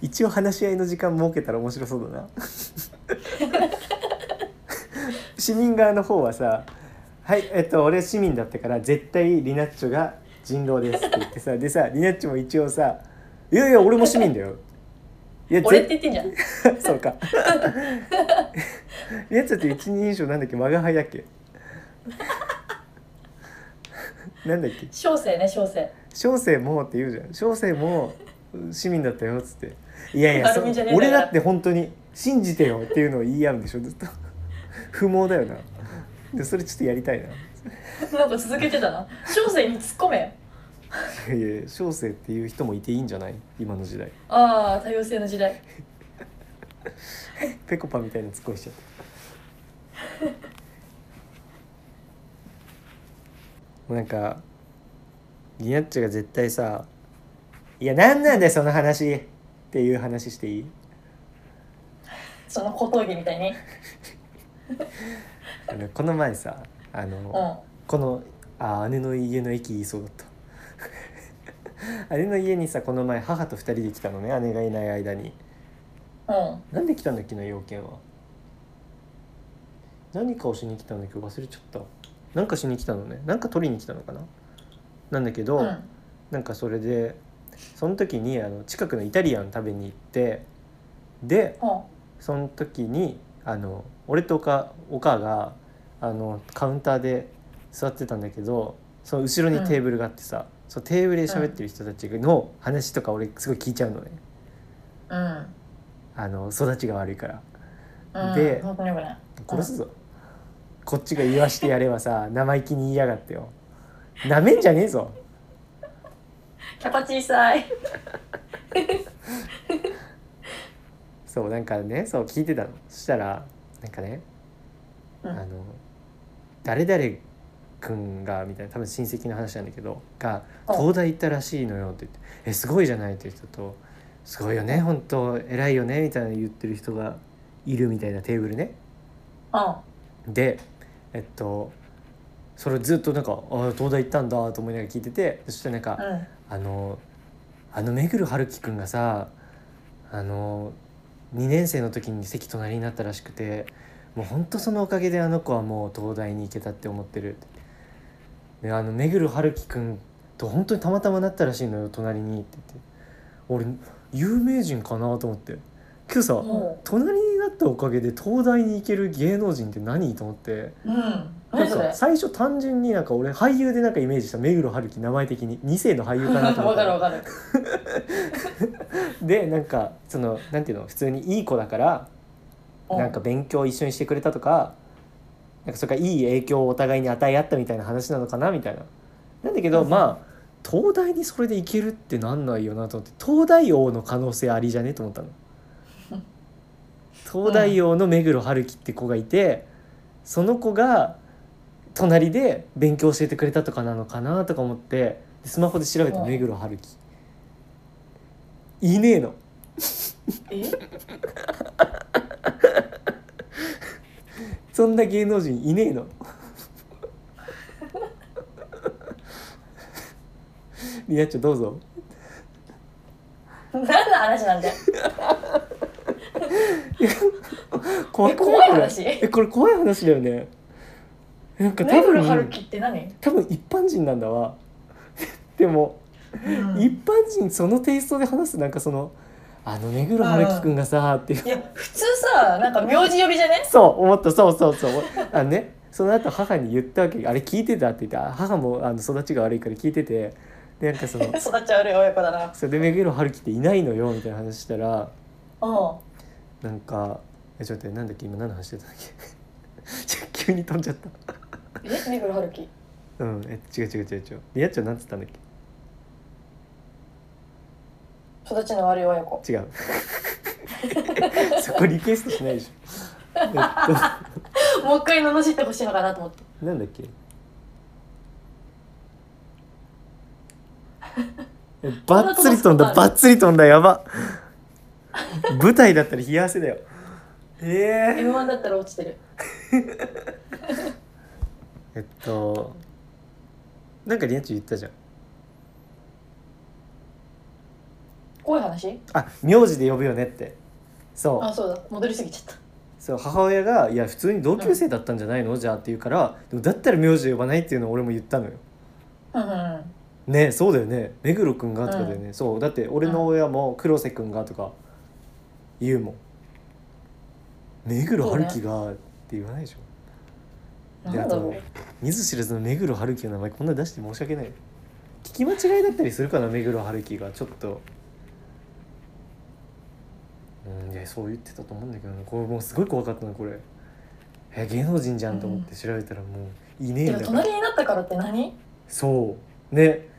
一応話し合いの時間設けたら面白そうだな 市民側の方はさ「はいえっと俺市民だったから絶対リナッチョが人狼です」って言ってさでさリナッチョも一応さ「いやいや俺も市民だよ」いや俺っ絶て言ってんじゃん そうか。やつって一人称なんだっけ、マガハだっけ。 なんだっけ、小生ね小生小生もって言うじゃん、小生も市民だったよっつって。いやいや、そ丸みじゃねえんだ俺からだって本当に信じてよっていうのを言い合うんでしょ、ずっと。不毛だよな。で、それちょっとやりたいな。なんか続けてたな小生に突っ込めよいやいや、小生っていう人もいていいんじゃない、今の時代。ああ多様性の時代ペコパみたいなツッコミしちゃった。もうなんかギナッチョが絶対さ「いや何なんだよその話」っていう話していいその小峠みたいにうあのこの前さあんの、このあ姉の家の駅言いそうだった姉の家にさこの前母と2人で来たのね姉がいない間にうんなんで来たんだっけな要件は何かをしに来たんだけど忘れちゃったなんかしに来たのねなんか取りに来たのかななんだけど、うんなんかそれでその時にあの近くのイタリアン食べに行ってでうんその時にあの俺とおかおかがあのカウンターで座ってたんだけどその後ろにテーブルがあってさ、そのテーブルで喋ってる人たちの話とか俺すごい聞いちゃうのねうんあの育ちが悪いから。うんで本当によくない殺すぞ、こっちが言わしてやればさ生意気に言いやがってよなめんじゃねえぞキャパ小さいそうなんかねそう聞いてたのそしたらなんかね、うんあの誰々君がみたいな多分親戚の話なんだけどがうん東大行ったらしいのよって言って「えすごいじゃない」って人と「すごいよね本当偉いよね」みたいな言ってる人がいるみたいなテーブルね。うんでえっとそれをずっとなんか「ああ東大行ったんだ」と思いながら聞いててそしてなんか、うんあのあの目黒春樹くんがさあの2年生の時に席隣になったらしくてもうほんとそのおかげであの子はもう東大に行けたって思ってるであの目黒春樹くんと本当にたまたまなったらしいのよ隣にって言って俺有名人かなと思って今日さも隣になったおかげで東大に行ける芸能人って何と思ってううんな何んそかれ最初単純になんか俺俳優でなんかイメージした目黒春樹名前的に2世の俳優かなと 思わっかるたのわかるでなんかそのなんていうの普通にいい子だからうんなんか勉強を一緒にしてくれたとかなんかそれからいい影響をお互いに与え合ったみたいな話なのかなみたいな。なんだけど、まあ東大にそれでいけるってなんないよなと思って東大王の可能性ありじゃねと思ったの。東大王の目黒春樹って子がいてその子が隣で勉強教えてくれたとかなのかなとか思ってでスマホで調べたうん目黒春樹。いねえの。えそんな芸能人いねえ の。りなっちゃんどうぞ。何の話なんだよ怖いえ怖い話えこれ怖い話だよね。なんか多目黒春分樹って何、多分一般人なんだわ。 でも、うん一般人そのテイストで話すなんかそのあの目黒春樹くんがさっていういや普通さなんか名字呼びじゃねそう思ったそうそうそうあのねその後母に言ったわけあれ聞いてたって言ってあ母もあの育ちが悪いから聞いててでなん かその育ち悪い親子だなそれで目黒春樹っていないのよみたいな話したらうんなんかえちょっと待ってなんだっけ今何の話してたんだっけ ちょ急に飛んじゃっえ目黒春樹たうんえ違う違う違う違うでやっちゃん何つったんだっ育ちの悪い親子け違う そこリクエストしないでしょえっもう一回罵ってほしいのかなと思ってとなんだっけえバッツリ飛んだバッツリ飛んだやば舞台だったら冷や汗だよええ m 1だったら落ちてるえっとなんかりなち言ったじゃん怖い話あ名字で呼ぶよねってそあうそうだ戻りすぎちゃったそう母親が「いや普通に同級生だったんじゃないのじゃあ」って言うから「でもだったら名字で呼ばない」っていうのを俺も言ったのよ。うんうんうんねえそうだよね目黒くんがとかだよね、そうだって俺の親も黒瀬くんがとか言うもん目黒春樹がって言わないでしょ、でなんだろう見ず知らずの目黒春樹の名前こんな出して申し訳ない聞き間違いだったりするかな目黒春樹がちょっとうんいやそう言ってたと思うんだけどねこれもうすごい怖かったなこれえ芸能人じゃんと思って調べたらもういねえでんだもから隣になったからって何そうね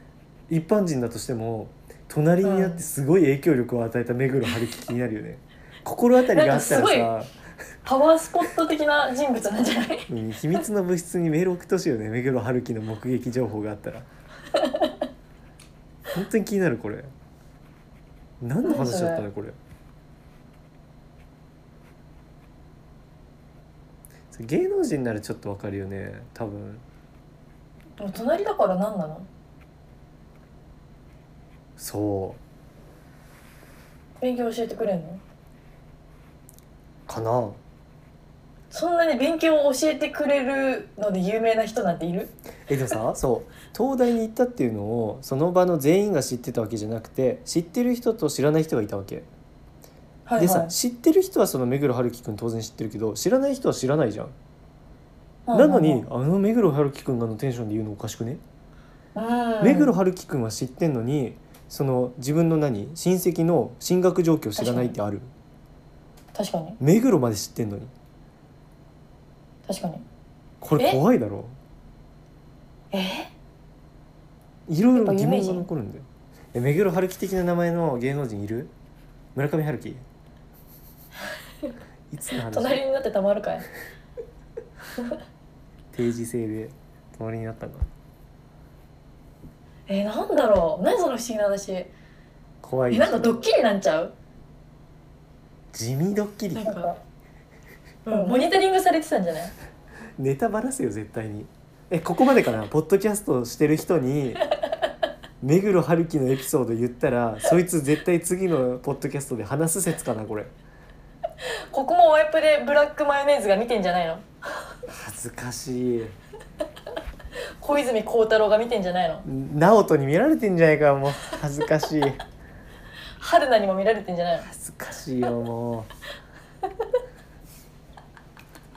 一般人だとしても隣になってすごい影響力を与えた目黒春樹気になるよね心当たりがあったらなさ、パワースポット的な人物なんじゃないうん秘密の物質にメール送ってほしいよね目黒春樹の目撃情報があった ら本当に気になるこれ何の話だったのこれそれ芸能人ならちょっとわかるよね多分で も隣だから何なのそう勉強教えてくれんのかなそんなに勉強を教えてくれるので有名な人なんているえでもさ そう東大に行ったっていうのをその場の全員が知ってたわけじゃなくて知ってる人と知らない人がいたわけ、はいはいでさ知ってる人はその目黒春樹くん当然知ってるけど知らない人は知らないじゃん、はいなはいのはいにあの目黒春樹くんがのテンションで言うのおかしくね、うん目黒春樹くんは知ってんのにその自分の何親戚の進学状況知らないってある確かに目黒まで知ってんのに確かにこれえ怖いだろえいろいやろっぱ疑有名問人が残るんだよえ目黒春樹的な名前の芸能人いる村上春 樹いつの話隣になってたまるかい定時制で隣になったんだえなんだろう何その不思議な話え怖いなんかドッキリなんちゃう地味ドッキリなんか、うん、モニタリングされてたんじゃないネタバラせよ絶対にえここまでかなポッドキャストしてる人 に目黒春樹のエピソード言ったらそいつ絶対次のポッドキャストで話す説かなこれここもワイプでブラックマヨネーズが見てんじゃないの恥ずかしい小泉孝太郎が見てんじゃないの直人に見られてんじゃないかもう恥ずかしい春菜にも見られてんじゃないの恥ずかしいよもう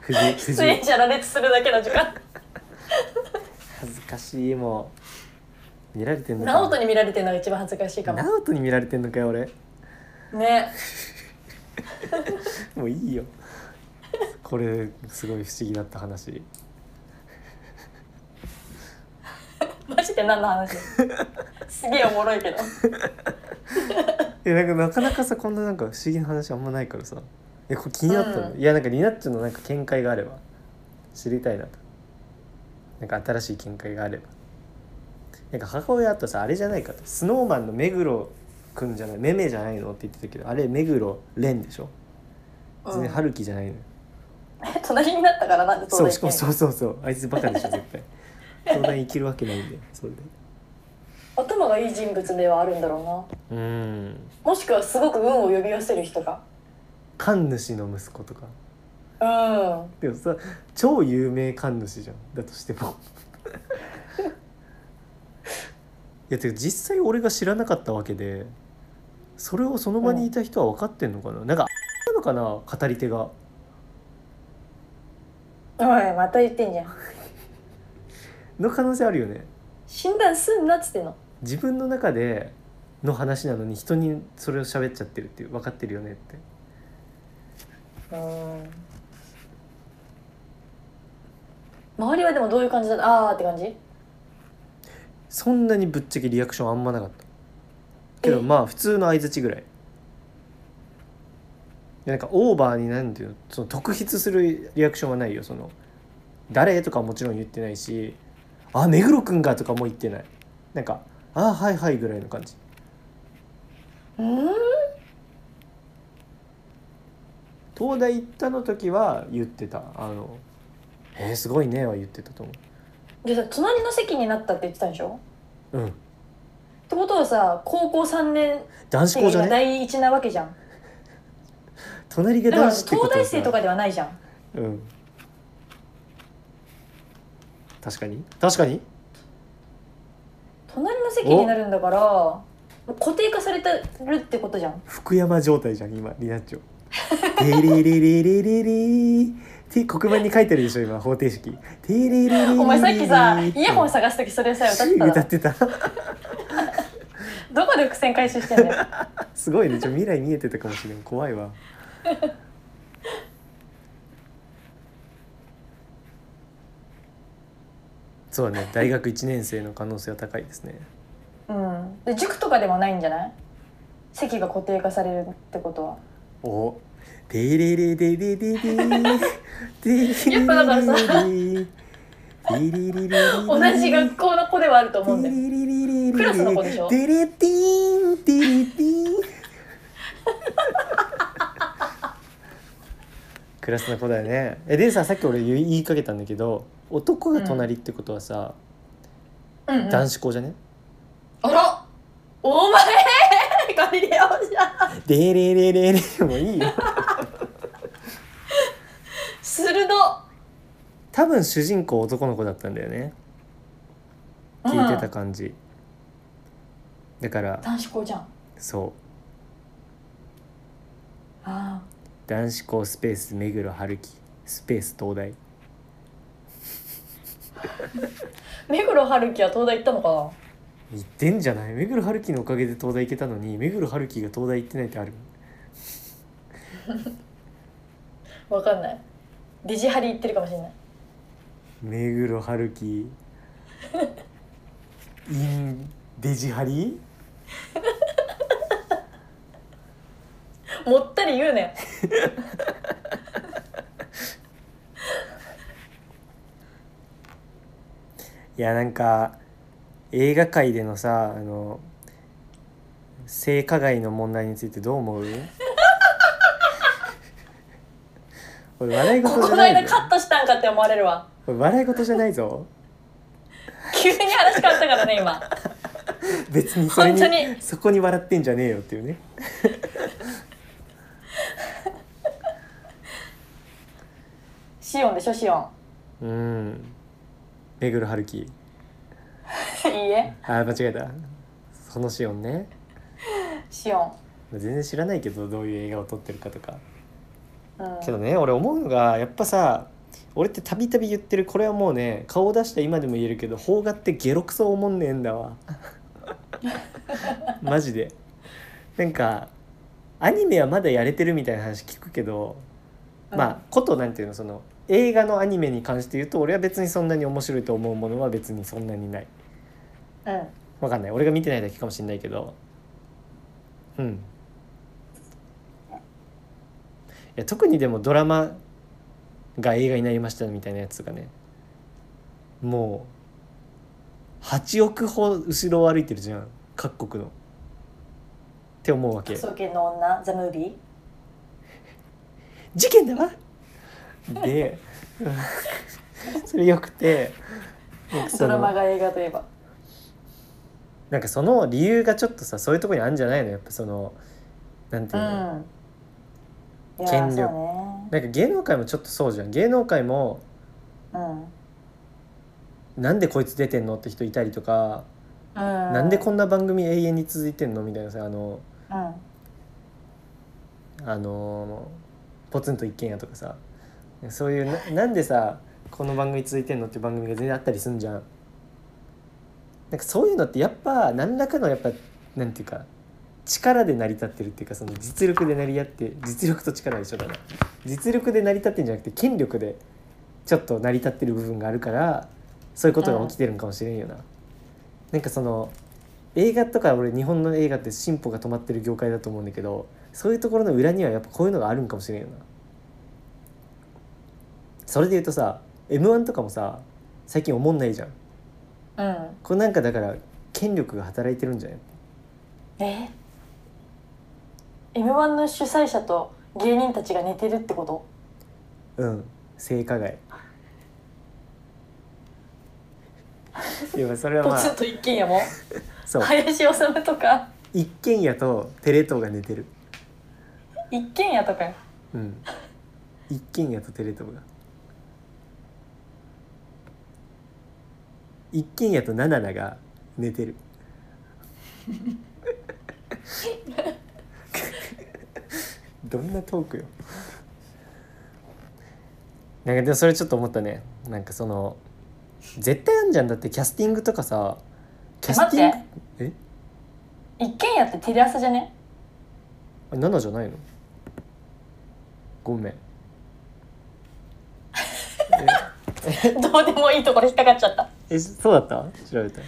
藤井出藤井演者羅列するだけの時間恥ずかしいもう見られてんのか直人に見られてるのが一番恥ずかしいかも直人に見られてんのかよ俺ねもういいよこれすごい不思議だった話マジで何の話すげえおもろいけどいやなんかなかなかさこんななんか不思議な話あんまないからさえこれ気になったの、うんいやなんかリナッチョのなんか見解があれば知りたいなとなんか新しい見解があればなんか母親あとさあれじゃないかとスノーマンの目黒くんじゃないめめじゃないのって言ってたけどあれ目黒蓮でしょ全然春樹じゃないのよ、隣になったからなんでそうだしかもそうそうそうあいつバカでしょ絶 対東大生きるわけないんでそれで頭がいい人物ではあるんだろううんなもしくはすごく運を呼び寄せる人が神主の息子とかうんでもさ超有名神主じゃんだとしてもいやてか実際俺が知らなかったわけでそれをその場にいた人は分かってんのかな、なんかなのかな語り手がおいまた言ってんじゃんの可能性あるよね診断すんなっつってんの自分の中での話なのに人にそれを喋っちゃってるっていう分かってるよねってうん周りはでもどういう感じだったあーって感じそんなにぶっちゃけリアクションあんまなかったけどえまあ普通の相づちぐらいいやなんかオーバーになんていうのその特筆するリアクションはないよその「誰?」とかもちろん言ってないし「あ目黒くんか」とかも言ってないなんか「あはいはい」ぐらいの感じうん東大行ったの時は言ってた「あのえー、すごいね」は言ってたと思でさ隣の席になったって言ってたんでしょううんってことはさ高校3年男子校生じゃがね第一なわけじゃん隣がだから男子ってこ東とは大さ生とかではないじゃんうん確かに確かに隣の席になるんだからもう固定化されてるってことじゃん福山状態じゃん今リナッチョテレレレレレレーて黒板に書いてるでしょ今方程式テレレレレレレお前さっきさイヤホンさ探す時それさ歌ってた歌らってたどこで伏線回収してん だよすごいねちょ未来見えてたかもしれん怖いわそうだね大学1年生の可能性は高いですねうんで塾とかでもないんじゃない席が固定化されるってことはおテレレレレレレテレレレやっぱだからさレテレレレレ同じ学校の子ではあると思うんだよククラスの子でしょテレティーンテレティーンクラスの子だよねえでささっき俺言い言いかけたんだけど男が隣ってことはさ、うんうん男子校じゃねあらお前ガリレオじゃんデレレレレもういいよ鋭多分主人公男の子だったんだよねうん聞いてた感じ、だから男子校じゃんそうあ男子校スペース目黒春樹スペース東大ー目黒春樹は東大行ったのかな言ってんじゃない目黒春樹のおかげで東大行けたのに目黒春樹が東大行ってないってあるわかんないデジハリ行ってるかもしれない目黒春樹 インデジハリもったり言うなよいやなんか映画界でのさあの性加害の問題についてどう 思う俺笑い事こじゃこのない間ぞカットしたんかって思われるわ俺笑い事じゃないぞ急に話変わったからね今別にそれに本当にそこに笑ってんじゃねえよっていうねシオンでしょシオンうん目黒春樹いいえあー間違えたそのシオンねシオン全然知らないけどどういう映画を撮ってるかとかうんけどね俺思うのがやっぱさ俺ってたびたび言ってるこれはもうね顔を出した今でも言えるけど邦画ってゲロクソおもんねえんだ わマジでなんかアニメはまだやれてるみたいな話聞くけどまあことなんていうのその映画のアニメに関して言うと俺は別にそんなに面白いと思うものは別にそんなにないうんわかんない俺が見てないだけかもしれないけどうんいや特にでもドラマが映画になりましたみたいなやつがねもう8億歩後ろを歩いてるじゃん各国の。って思うわけ科。捜研の女ザムービー事件だわで それよくて僕そドのラマが映画といえばなんかその理由がちょっとさそういうところにあるんじゃないのやっぱそのなんてういんうの、いや権力そうねなんか芸能界もちょっとそうじゃん芸能界もうんなんでこいつ出てんのって人いたりとか、ななんでんこんな番組永遠に続いてんのみたいなさあのうんあのポツンと一軒家とかさそういうななんでさこの番組続いてんのっていう番組が全然あったりすんじゃん。なんかそういうのってやっぱ何らかのやっぱなんていうか力で成り立ってるっていうかその実力で成り立って実力と力は一緒だな実力で成り立ってんじゃなくて権力でちょっと成り立ってる部分があるからそういうことが起きてるんかもしれんよな。なんかその映画とか俺日本の映画って進歩が止まってる業界だと思うんだけどそういうところの裏にはやっぱこういうのがあるんかもしれんよな。それで言うとさ m 1とかもさ最近思んないじゃん。うんこれなんかだから権力が働いてるんじゃないえ M1 の主催者と芸人たちが寝てるってことうん性加害いやそれはポまツンあと一軒家もそう林修とか一軒家とテレ東が寝てる一軒家とかようん一軒家とテレ東が一軒家とナナナが寝てるどんなトークよなんかでもそれちょっと思ったねなんかその絶対あんじゃんだってキャスティングとかさキャスティングえ一軒家ってテレ朝じゃねあナナじゃないのごめんえどうでもいいところ引っかかっちゃったえそうだった調べた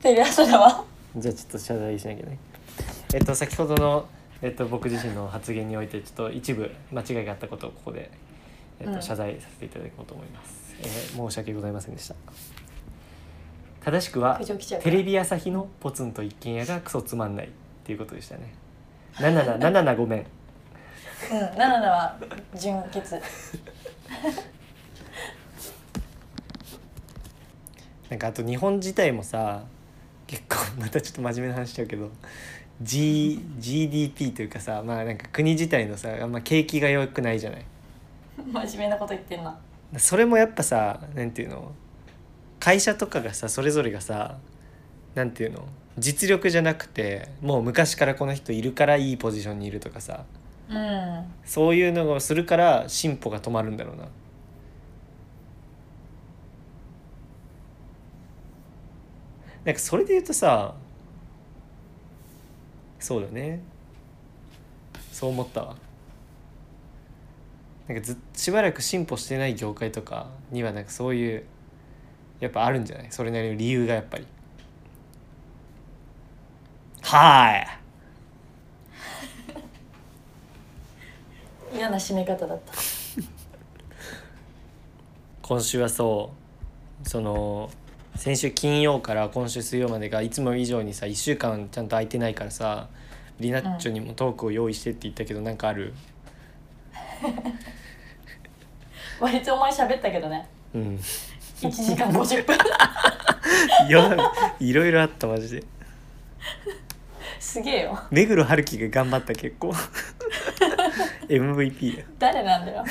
テレ朝だわじゃあちょっと謝罪しなきゃねえっと先ほどの、えっと、僕自身の発言においてちょっと一部間違いがあったことをここで、えっうと、ん謝罪させていただこうと思います、えー申し訳ございませんでした正しくは苦情来ちゃうかテらレビ朝日のポツンと一軒家がクソつまんないっていうことでしたねななななななごめんうんナナナは純潔なんかあと日本自体もさ結構またちょっと真面目な話しちゃうけど G GDP というかさまあなんか国自体のさあんま景気が良くないじゃない真面目なこと言ってんなそれもやっぱさなんていうの会社とかがさそれぞれがさなんていうの実力じゃなくてもう昔からこの人いるからいいポジションにいるとかさうんそういうのをするから進歩が止まるんだろうななんかそれで言うとさそうだねそう思ったわなんかずっしばらく進歩してない業界とかにはなんかそういうやっぱあるんじゃないそれなりの理由がやっぱりはーい嫌な締め方だった今週はそうその先週金曜から今週水曜までがいつも以上にさ1週間ちゃんと空いてないからさリナッチョにもトークを用意してって言ったけど、なんかある割とお前喋ったけどねうん1時間50分 いやいろいろあったマジですげえよ目黒春樹が頑張った結構 MVP だよ誰なんだよ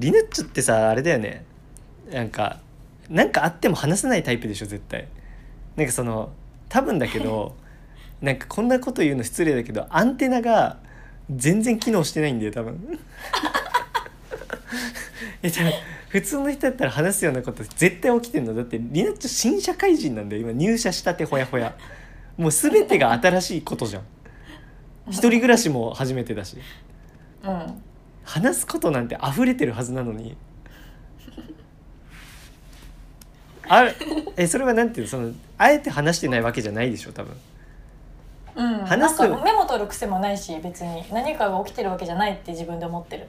リナッチョってさあれだよねなんかなんかあっても話せないタイプでしょ絶対なんかその多分だけどなんかこんなこと言うの失礼だけどアンテナが全然機能してないんだよ多分え多分普通の人だったら話すようなこと絶対起きてんのだってリナッチョ新社会人なんだよ今入社したてほやほやもう全てが新しいことじゃん一人暮らしも初めてだしうん話すことなんて溢れてるはずなのにあるえそれはなんていうのそのあえて話してないわけじゃないでしょ多分うん、話すとなんかメモ取る癖もないし別に何かが起きてるわけじゃないって自分で思ってる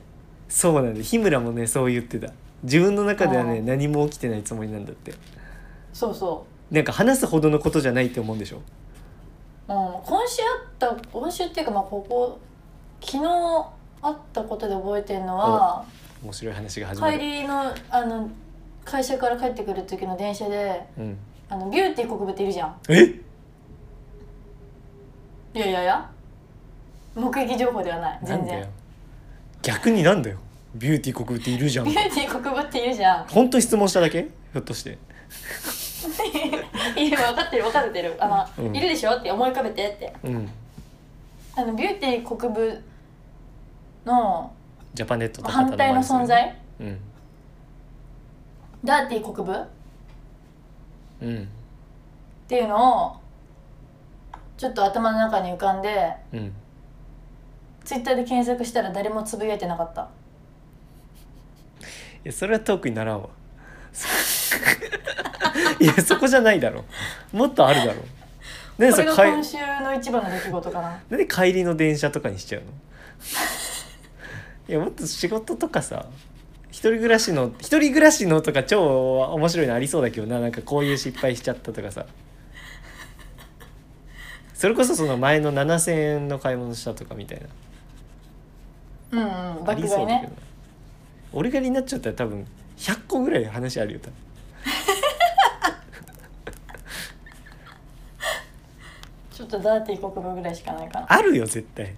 そうなんだよ日村もねそう言ってた自分の中ではねあー何も起きてないつもりなんだってそうそなんか話すほどのことじゃないって思うんでしょう、うん、今週あった今週っていうかまあここ昨日あったことで覚えてるのは面白い話が始ま帰るりのあの会社から帰ってくる時の電車でうんあのビューティー国分っているじゃんえいやいやいや目撃情報ではないな全んだよ然逆になんだよビューティー国分っているじゃんビューティー国分っているじ ゃん本当に質問しただけひょっとしていや分かってる分かってるあの、うんいるでしょって思い浮かべてってうんあのビューティー国分のジャパネットと反対の存在うんダーティー国分っうんていうのをちょっと頭の中に浮かんでうんツイッターで検索したら誰もつぶやいてなかったいやそれはトークにならんわ いやそこじゃないだろもっとあるだろなんでこそれれがかい今週の一番の出来事かななんで帰りの電車とかにしちゃうのいやもっと仕事とかさ一人暮らしの一人暮らしのとか超面白いのありそうだけどななんかこういう失敗しちゃったとかさそれこそその前の7,000円の買い物したとかみたいなうんうんあ爆りそ買いうだけねどな俺がになっちゃったら多分100個ぐらい話あるよ多分ちょっとダーティー国分ぐらいしかないかなあるよ絶対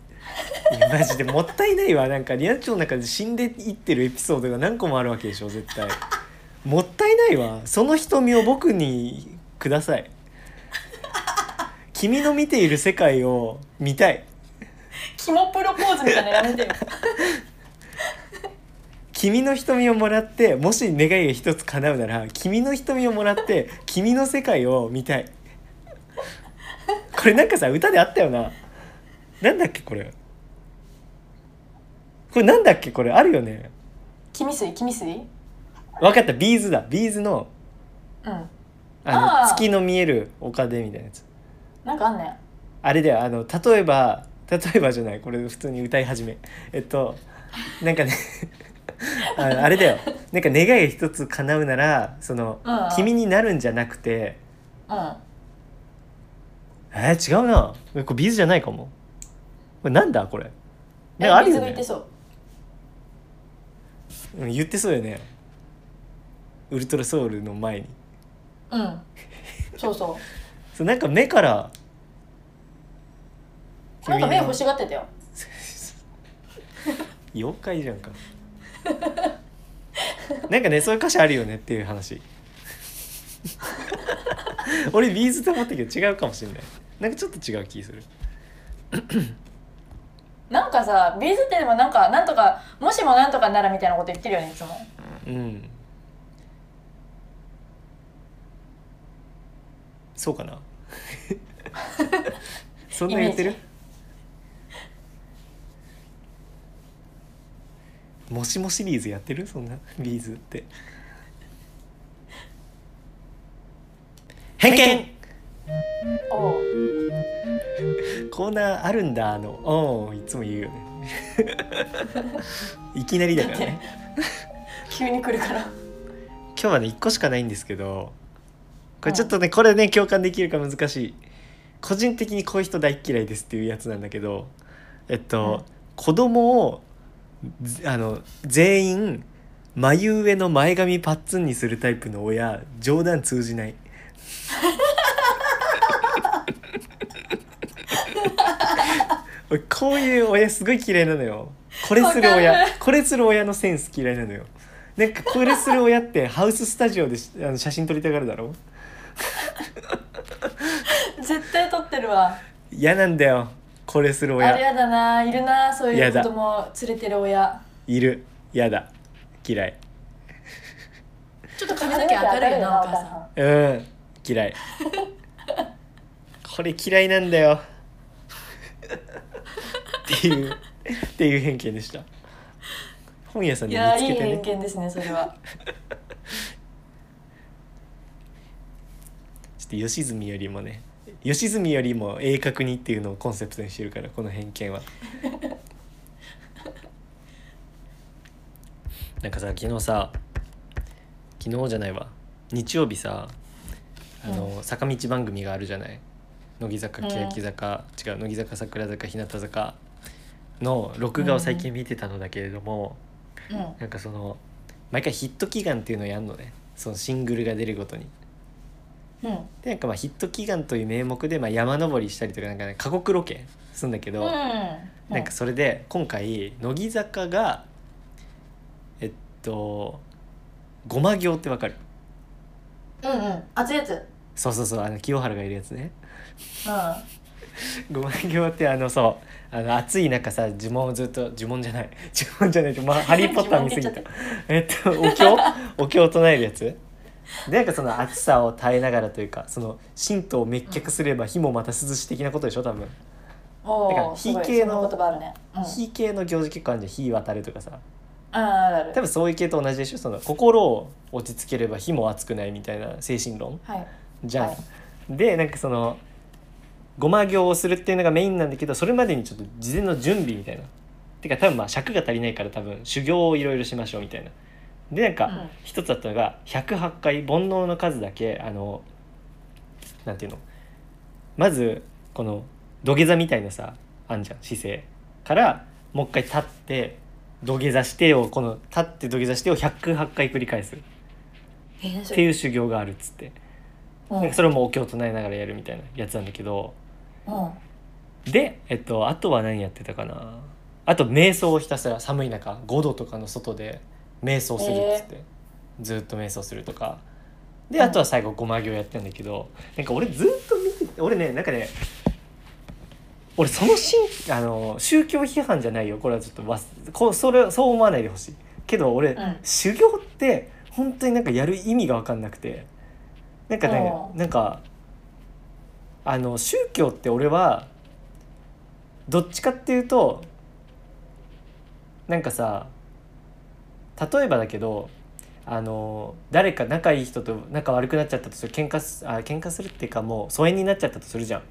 いやマジでもったいないわなんかリアチョの中で死んでいってるエピソードが何個もあるわけでしょ絶対もったいないわその瞳を僕にください君の見ている世界を見たいキモプロポーズみたいなのやめてよ君の瞳をもらってもし願いが一つ叶うなら君の瞳をもらって君の世界を見たいこれなんかさ歌であったよななんだっけこれこれなんだっけこれあるよね君水君水うんわかったビーズだビーズのああのー月の見える丘でみたいなやつなんかあんねんあれだよあの例えば例えばじゃないこれ普通に歌い始めえっとなんかねあのあれだよなんか願いが一つ叶うならその、うんうん君になるんじゃなくてうんえー、違うなえこれビーズじゃないかもこれなんだこれなんかあるよ水がいねてそううん、言ってそうよねウルトラソウルの前にうんそうそそうなんか目からうなんか目君の欲しがってたよ妖怪じゃんか なんかねそういう歌詞あるよねっていう 話俺ビーズと思ったけど違うかもしれないなんかちょっと違う気するなんかさビーズってでもなんかなんとかもしもなんとかならみたいなこと言ってるよねいつもうんそうかな そんな言ってイるメもしもシリーズやってるそんなビーズって偏見おうコーナーあるんだあのおーいつも言うよね いきなりだからね急に来るから今日はね1個しかないんですけどこれちょっとね、これね共感できるか難しい個人的にこういう人大っ嫌いですっていうやつなんだけどえっと、子供をずあの全員眉上の前髪パッツンにするタイプの親冗談通じない俺こういう親すごい嫌いなのよこれするわか親るこれする親のセンス嫌いなのよなんかこれする親ってハウススタジオでしあの写真撮りたがるだろ絶対撮ってるわ嫌なんだよこれするあれ親やだないるなそういやうだ子供を連れてる親いる嫌だ嫌いちょっと髪の毛明るいよなお母さんうん嫌いこれ嫌いなんだよっていうっていう偏見でした本屋さんいでや見ついけいてね偏見ですねそれはちょっと吉住よりもね吉住よりも鋭角にっていうのをコンセプトにしてるからこの偏 見はなんかさ昨日さ昨日じゃないわ日曜日さあの、坂道番組があるじゃない乃木坂うん欅坂、違う乃木坂桜坂日向坂の録画を最近見てたのだけれども、うんなんかその毎回ヒット祈願っていうのをやるのねそのシングルが出るごとに。うんでなんかまあヒット祈願という名目でまあ山登りしたりとかなんか、ね、過酷ロケするんだけど、うんなんかそれで今回乃木坂がえっとごま行ってわかるうんうん熱いやつうんそうそうそうあの清原がいるやつね ごま行ってあのそうあの暑い中さ呪文をずっと呪文じゃない 呪文じゃないって、まあ、ハリー・ポッター見すぎた呪文言っちえっとお経お経 を唱えるやつでなんかその暑さを耐えながらというかその神道を滅却すれば火もまた涼し的なことでしょ多分。おだからーすごい非系のそんな言葉あるねうん火系の行事結構あるじゃん火渡るとかさあーあるある多分そういう系と同じでしょその心を落ち着ければ火も熱くないみたいな精神論はいじゃん、はいでなんかそのごま行をするっていうのがメインなんだけどそれまでにちょっと事前の準備みたいなてか多分まあ尺が足りないから多分修行をいろいろしましょうみたいなでなんうんか一つだったのが108回煩悩の数だけあのなんていうのまずこの土下座みたいなさあんじゃん姿勢からもう一回立って土下座してをこの立って土下座してを108回繰り返すっえー何そてれいう修行があるっつってうんなんかそれもお経を唱えながらやるみたいなやつなんだけどうんで、えっと、あとは何やってたかなあと瞑想をひたすら寒い中5度とかの外で瞑想するっつって、ずっと瞑想するとかでうんあとは最後ごま行やってんだけど、なんか俺ずっと見てて俺ねなんかね俺そのしんあの宗教批判じゃないよこれはちょっとわこうそれそう思わないでほしいけど俺、ん修行って本当になんかやる意味が分かんなくてなんかねうんなんかあの宗教って俺はどっちかっていうとなんかさ例えばだけどあの誰か仲いい人と仲悪くなっちゃったとする喧嘩すあ喧嘩するっていうかもう疎遠になっちゃったとするじゃん。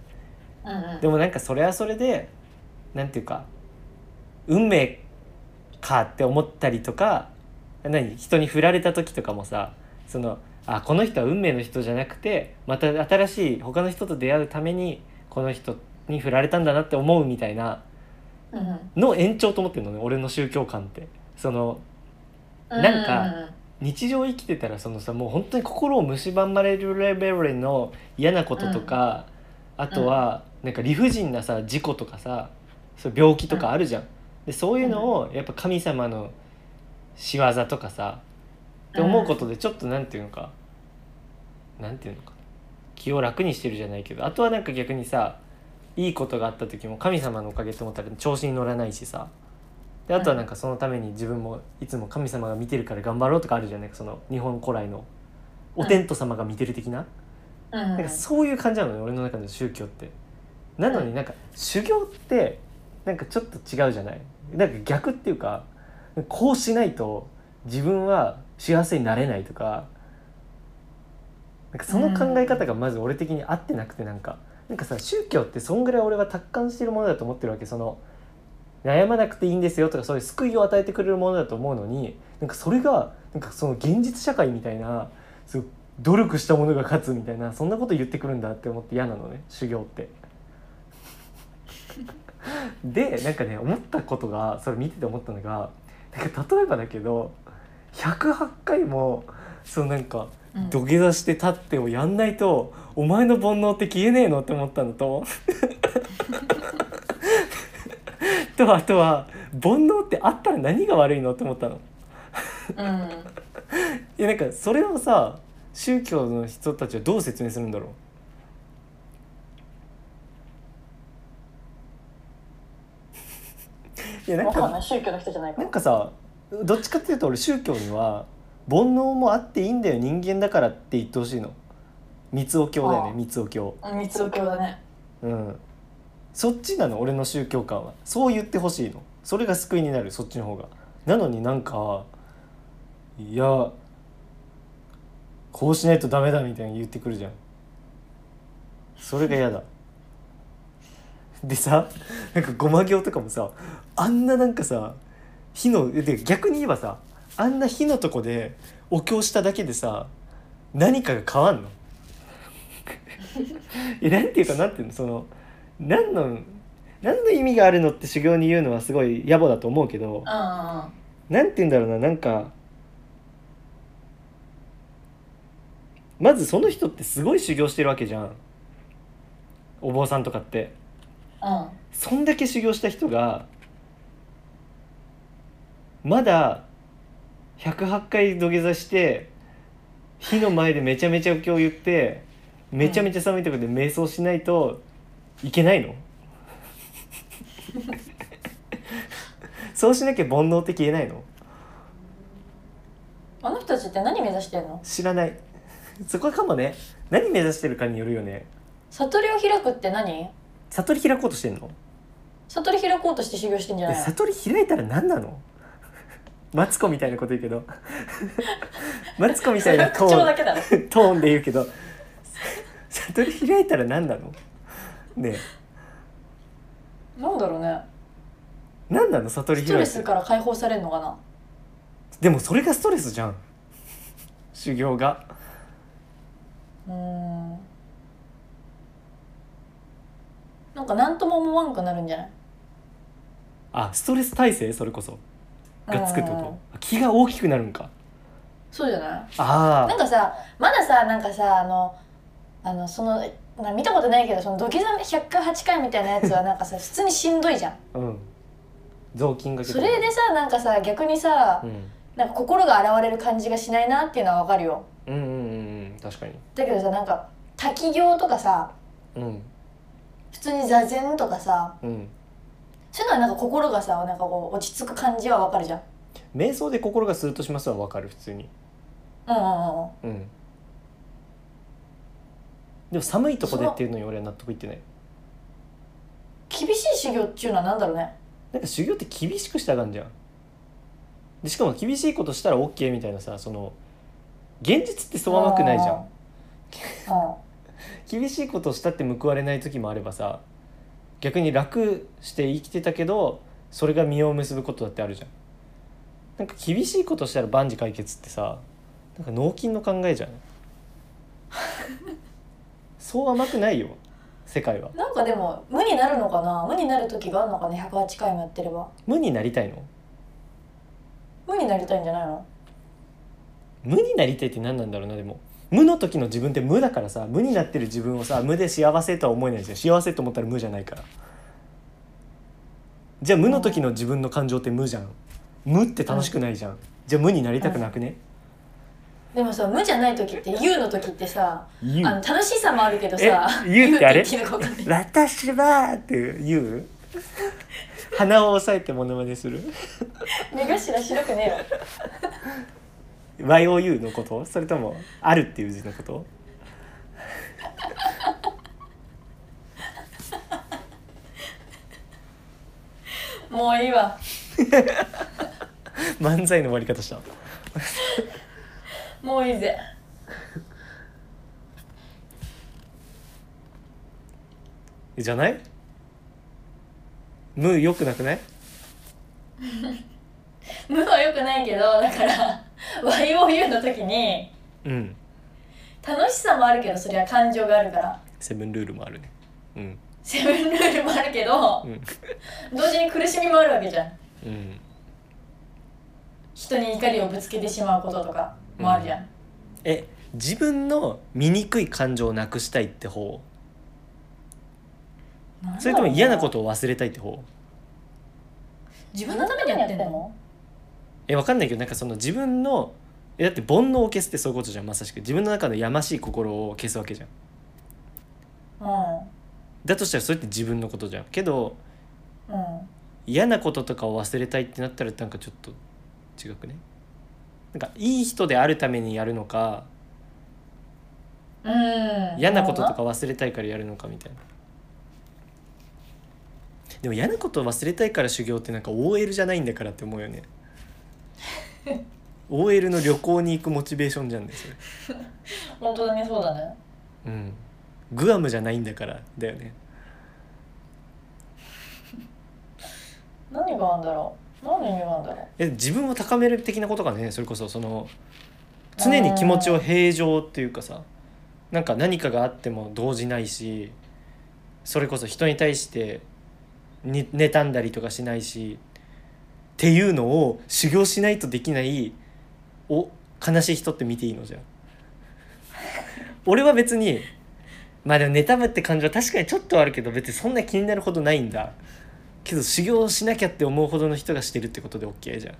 うんうんでもなんかそれはそれでなんていうか運命かって思ったりとか何人に振られた時とかもさそのあこの人は運命の人じゃなくてまた新しい他の人と出会うためにこの人に振られたんだなって思うみたいなうんうんの延長と思ってるのね俺の宗教観って。そのなんかうんうんうん日常生きてたらそのさもう本当に心を蝕まれるレベルの嫌なこととか、あとはなんか理不尽なさ事故とかさそう病気とかあるじゃん。でそういうのをやっぱ神様の仕業とかさって思うことでちょっとなんていうのか、なんていうのか気を楽にしてるじゃないけどあとはなんか逆にさいいことがあった時も神様のおかげって思ったら調子に乗らないしさであとはなんかそのために自分もいつも神様が見てるから頑張ろうとかあるじゃないかその日本古来のお天道様が見てる的な,、うんなんかそういう感じなのね俺の中の宗教って。なのになんか修行ってなんかちょっと違うじゃないなんか逆っていうかこうしないと自分は幸せになれないとかなんかその考え方がまず俺的に合ってなくてなんか、なんかさ宗教ってそんぐらい俺は達観してるものだと思ってるわけその悩まなくていいんですよとかそういう救いを与えてくれるものだと思うのになんかそれがなんかその現実社会みたいなすごい努力したものが勝つみたいなそんなこと言ってくるんだって思って嫌なのね修行って。でなんかね思ったことがそれ見てて思ったのがなんか例えばだけど108回もそのなんかうん土下座して立ってをやんないとお前の煩悩って消えねえのって思ったの ととあとは煩悩ってあったら何が悪いのって思ったの。うんいやなんかそれをさ宗教の人たちはどう説明するんだろ ういやなんわかんかない宗教の人じゃないかならんかさどっちかっていうと俺宗教には煩悩もあっていいんだよ人間だからって言ってほしいの密教だよあねあ密教うん三つ教だねうんそっちなの俺の宗教観はそう言ってほしいのそれが救いになるそっちの方がなのになんかいやこうしないとダメだみたいに言ってくるじゃんそれが嫌だでさなんかごま行とかもさあんななんかさ火のえてか逆に言えばさあんな火のとこでお経しただけでさ何かが変わんの えなんていうかなんていうのその何の何の意味があるのって修行に言うのはすごい野暮だと思うけどあなんて言うんだろうななんかまずその人ってすごい修行してるわけじゃんお坊さんとかってあそんだけ修行した人がまだ108回土下座して火の前でめちゃめちゃお経を言ってめちゃめちゃ寒いところで瞑想しないといけないの、そうしなきゃ煩悩って消えないのあの人たちって何目指してんの知らないそこかもね何目指してるかによるよね悟りを開くって何悟り開こうとしてんの悟り開こうとして修行してんじゃえないの悟り開いたら何なのマツコみたいなこと言う けどマツコみたいなト口調だーけだろントーンで言うけど悟り開いたら何なのねなんだろうねえ何なの悟りスト開レいスてから解放されるのかなでもそれがストレスじゃん修行がうーんなんか何とも思わんくなるんじゃないあストレス耐性それこそがつくってうんうんうこんと気が大きくなるんかそうじゃないあなあんかさまださなんかさあのあのそのな見たことないけどその土下座100回8回みたいなやつはなんかさ 普通にしんどいじゃんうん雑巾がけそとかれでさなんかさ逆にさうんなんか心が洗われる感じがしないなっていうのはわかるようんうんうんうん確かにだけどさなんか滝行とかさうん普通に座禅とかさうんそういうのはなんか心がさなんかこう落ち着く感じはわかるじゃん瞑想で心がスーッとしますはわかる普通にうんうんうんうんうんでも寒いとこでっていうのに俺は納得いってない厳しい修行っていうのはなんだろうねなんか修行って厳しくしたがんじゃんでしかも厳しいことしたら OK みたいなさその現実ってそう甘くないじゃんうん厳しいことをしたって報われない時もあればさ逆に楽して生きてたけどそれが実を結ぶことだってあるじゃんなんか厳しいことしたら万事解決ってさなんか脳筋の考えじゃないそう甘くないよ世界はなんかでも無になるのかな無になる時があるのかね108回もやってれば無になりたいの無になりたいんじゃないの無になりたいって何なんだろうなでも無の時の自分って無だからさ無になってる自分をさ無で幸せとは思えないじゃん幸せと思ったら無じゃないからじゃあ無の時の自分の感情って無じゃん無って楽しくないじゃん、じゃあ無になりたくなくね、でもさ無じゃない時って有の時ってさ言あのう楽しさもあるけどさえ有ってあれ有言うのかわかんない私はって言う鼻を押さえてモノマネする目頭白くね YOU のことそれとも「ある」っていう字のことえよもういいわ漫才の終わり方したもういいぜじゃない無良くなくない無は良くないけどだから YOU の時にうん楽しさもあるけどそれは感情があるからセブンルールもあるねうんセブンルールもあるけどうん同時に苦しみもあるわけじゃんうん人に怒りをぶつけてしまうこととかもあるじゃん、え自分の醜い感情をなくしたいって方んだろうねそれとも嫌なことを忘れたいって方自自分分ののたためめににややっっててんんののえわかんないけどなんかその自分のえだって煩悩を消すってそういうことじゃんまさしく自分の中のやましい心を消すわけじゃんうだとしたらそれって自分のことじゃんけどんうん嫌なこととかを忘れたいってなったらなんかちょっと違くねなんかいい人であるためにやるのかうん嫌なこととか忘れたいからやるのかみたいなでも嫌なことを忘れたいから修行ってなんか OL じゃないんだからって思うよね OL の旅行に行くモチベーションじゃんねそれ本当だねそうだねうんグアムじゃないんだからだよね何があんだろう何の意味があんだろうえ自分を高める的なことがねそれこそその常に気持ちを平常っていうかさなんか何かがあっても動じないしそれこそ人に対してに妬んだりとかしないしっていうのを修行しないとできないお悲しい人って見ていいのじゃあ 俺は別にまあでも妬むって感情は確かにちょっとはあるけど別にそんな気になるほどないんだけど修行しなきゃって思うほどの人がしてるってことで OK じゃんで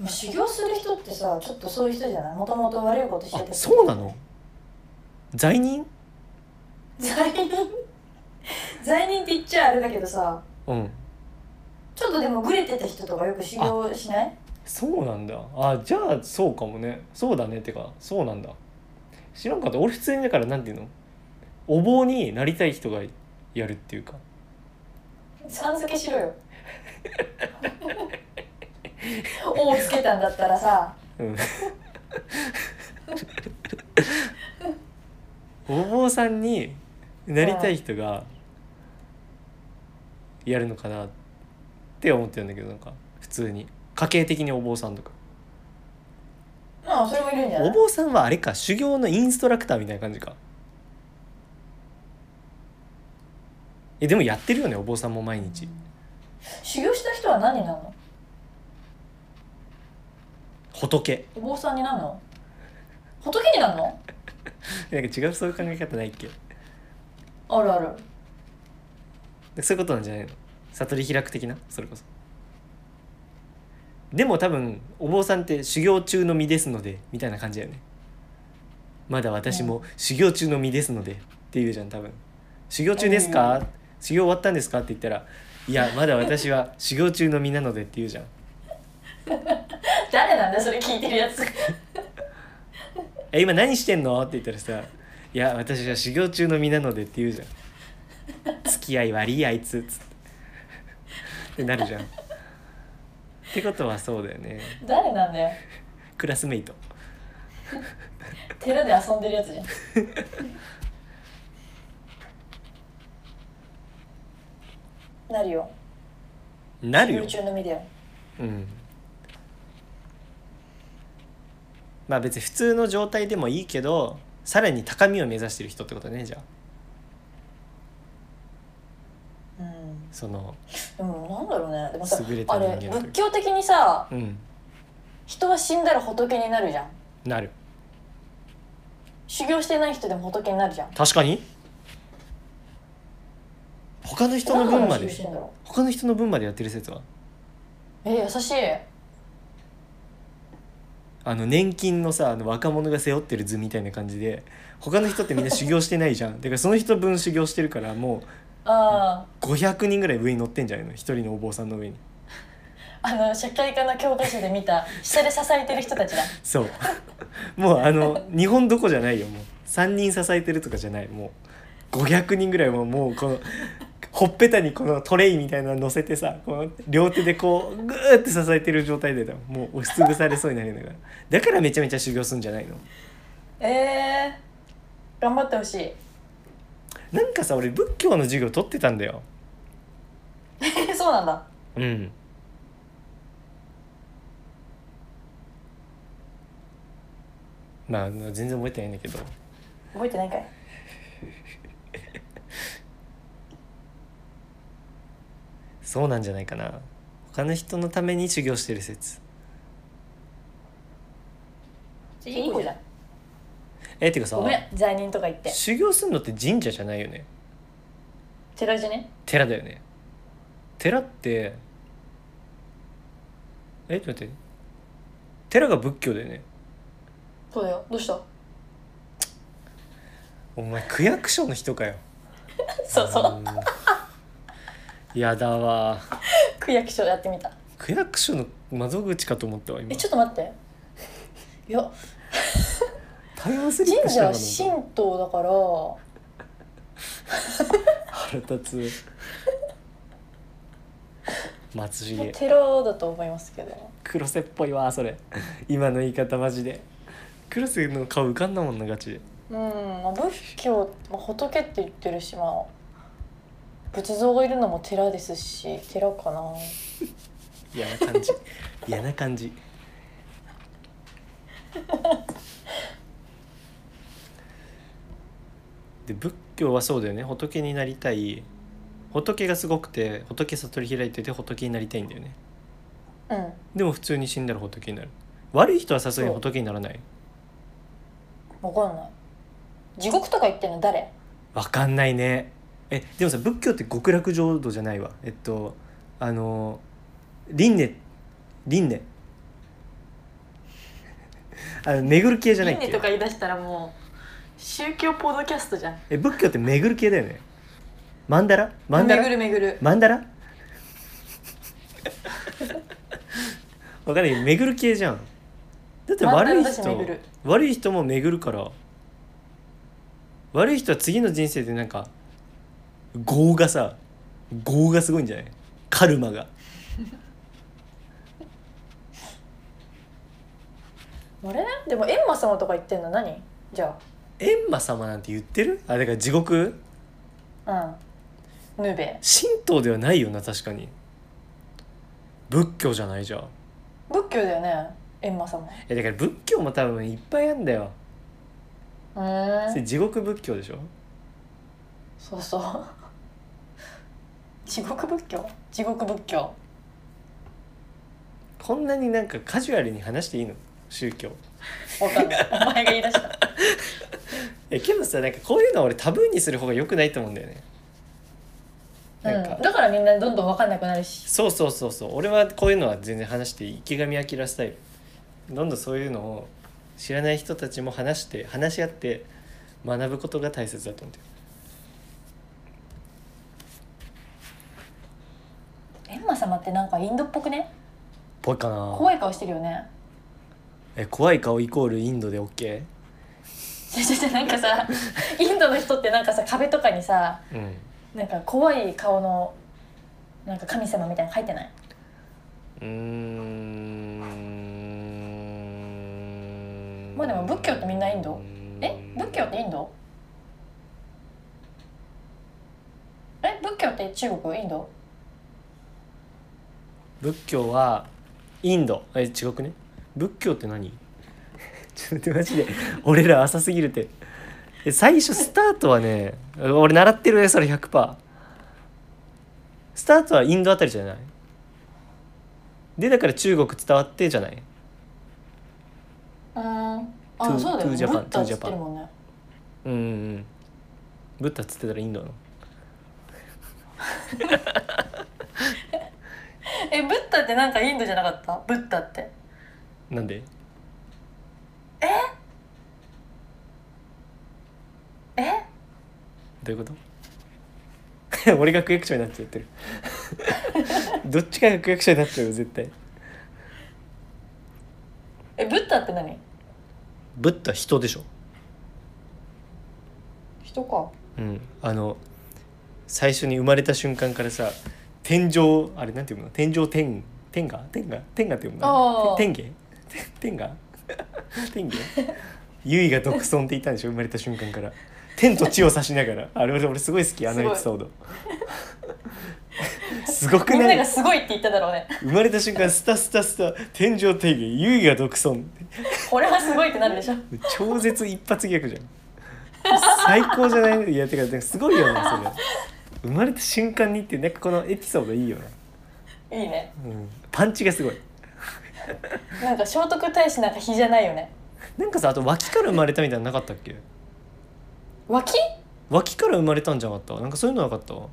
も修行する人ってさちょっとそういう人じゃないもともと悪いことしてあてそうなの罪人罪人罪人って言っちゃあれだけどさうんちょっとでもグレてた人とかよく修行しないそうなんだあじゃあそうかもねそうだねってかそうなんだ知らんかった俺普通にだからなんていうのお坊になりたい人がやるっていうかさん付けしろ よ王つけたんだったらさうん お坊さんになりたい人がやるのかなって思ってるんだけどなんか普通に家系的にお坊さんとかまあそれもいるんじゃなおい坊さんはあれか修行のインストラクターみたいな感じかえでもやってるよねお坊さんも毎日修行した人は何になるの仏お坊さんになるの仏になるのなんか違うそういう考え方ないっけあるあるでそういうことなんじゃないの悟り開く的なそれこそでも多分お坊さんって修行中の身ですのでみたいな感じだよねまだ私も修行中の身ですのでって言うじゃん多分修行中ですか、修行終わったんですかって言ったらいやまだ私は修行中の身なのでって言うじゃん誰なんだよそれ聞いてるやつえ今何してんの?」って言ったらさ「いや私は修行中の身なので」って言うじゃん「付き合い悪いあいつ」つってってなるじゃん。ってことはそうだよね誰なんだよクラスメイト寺で遊んでるやつじ ゃんなるよなる空よ。中の身だようんまあ別に普通の状態でもいいけどさらに高みを目指してる人ってことねじゃあうんそのでもなんだろうねでもさ優れたあ人間れというか仏教的にさうん人は死んだら仏になるじゃんなる修行してない人でも仏になるじゃん確かに他の人の分ま何の話をでしてんだろ他の人の分までやってる説はうえ優しいあの年金のさあの若者が背負ってる図みたいな感じで他の人ってみんな修行してないじゃんだからその人分修行してるからもあう500人ぐらい上に乗ってんじゃないの一人のお坊さんの上にああの社会科の教科書で見た下で支えてる人たちだそう もうあの日本どこじゃないよもう3人支えてるとかじゃないもう500人ぐらいももうこのほっぺたにこのトレイみたいなの乗せてさこの両手でこうグーって支えてる状態でだよもう押しつぶされそうになりながらだからめちゃめちゃ修行するんじゃないのええー、頑張ってほしいなんかさ俺仏教の授業取ってたんだよそうなんだうんまあ全然覚えてないんだけど覚えてないんかいそうなんじゃないかな他の人のために修行してる説いい子じゃんえっていうかさごめん罪人とか言って修行するのって神社じゃないよね寺じゃね寺だよね寺ってえちょっと待って寺が仏教だよねそうだよどうしたお前区役所の人かよ そうそううんやだわ区役所やってみた区役所の窓口かと思ったわ今えちょっと待っていやタイムスリップ神した社かはと思っ神道だからた腹立つ 松重テロだと思いますけど黒瀬っぽいわそれ今の言い方マジで黒瀬の顔浮かんだもんなガチでうん、まあ、仏教、まあ、仏って言ってるしまあ仏像がいるのも寺ですし寺かな嫌な 感じ嫌な感じで仏教はそうだよね仏になりたい仏がすごくて仏悟り開いてて仏になりたいんだよねうんでも普通に死んだら仏になる悪い人はさすがに仏にならないわかんない地獄とか言ってんの誰わかんないねえでもさ仏教って極楽浄土じゃないわえっとあの輪廻輪廻 あの巡る系じゃないっいいけねとか言い出したらもう宗教ポードキャストじゃんえ仏教って巡る系だよねマンダラマンダ巡ラる巡るマンダラわかんないけど巡る系じゃんだって悪いマンダラだし巡人る悪い人も巡るから悪い人は次の人生でなんか業がさ業がすごいんじゃないカルマがあれでもエンマ様とか言ってんの何じゃエンマ様なんて言ってるあだから地獄あうんヌベ神道ではないよな確かに仏教じゃないじゃん仏教だよねエンマ様えだから仏教も多分いっぱいあんだようそーれん地獄仏教でしょそうそう 地獄仏教地獄仏教こんなになんかカジュアルに話していいの宗教わかんないお前が言い出したえけどさなんかこういうのは俺タブーにする方が良くないと思うんだよねなんか、うん、だからみんなどんどん分かんなくなるしそうそうそうそう俺はこういうのは全然話していい池上彰スタイルどんどんそういうのを知らない人たちも話して話し合って学ぶことが大切だと思ってるエンマ様ってなんかインドっぽくねぽいかな怖い顔してるよねえ怖い顔イコールインドで OK? じゃじゃじゃなんかさインドの人ってなんかさ壁とかにさうんなんか怖い顔のなんか神様みたいなの書いてないうーんまあでも仏教ってみんなインドえ仏教ってインドえ仏教って中国インド仏教はインドえ違くね仏教って何 ちょっと待ってマジで俺ら浅すぎるってえ最初スタートはね俺習ってるよそれ100%スタートはインドあたりじゃないでだから中国伝わってじゃないうんあ To- そうだよ to ブ Japan, ッダ to っつってるもんねうんうんうんブッダっつってたらインドなのえブッダってなんかインドじゃなかったブッダってなんでえどういうこと 俺が区役所になっちゃってる どっちかが区役所になっちゃうよ絶対えブッダって何ブッダ人でしょ人かうん、あの最初に生まれた瞬間からさ天井あれなんていうの天井天天下天下天下って読むあのー天下天下天下ゆいが独尊って言ったんでしょ生まれた瞬間から天と地を指しながらあれ俺俺すごい好きあのエピソードすごくみんなないがすごいって言っただろうね生まれた瞬間スタスタスタ天井天下ゆいが独尊これはすごいってなるでしょ超絶一発ギャグじゃん最高じゃないいやてかなんかすごいよねそれ生まれた瞬間にってなんかこのエピソードいいよね、いいねうん、パンチがすごいなんか聖徳太子なんか比じゃないよねなんかさあと脇から生まれたみたいなのなかったっけ脇脇から生まれたんじゃなかったなんかそういうのなかったなん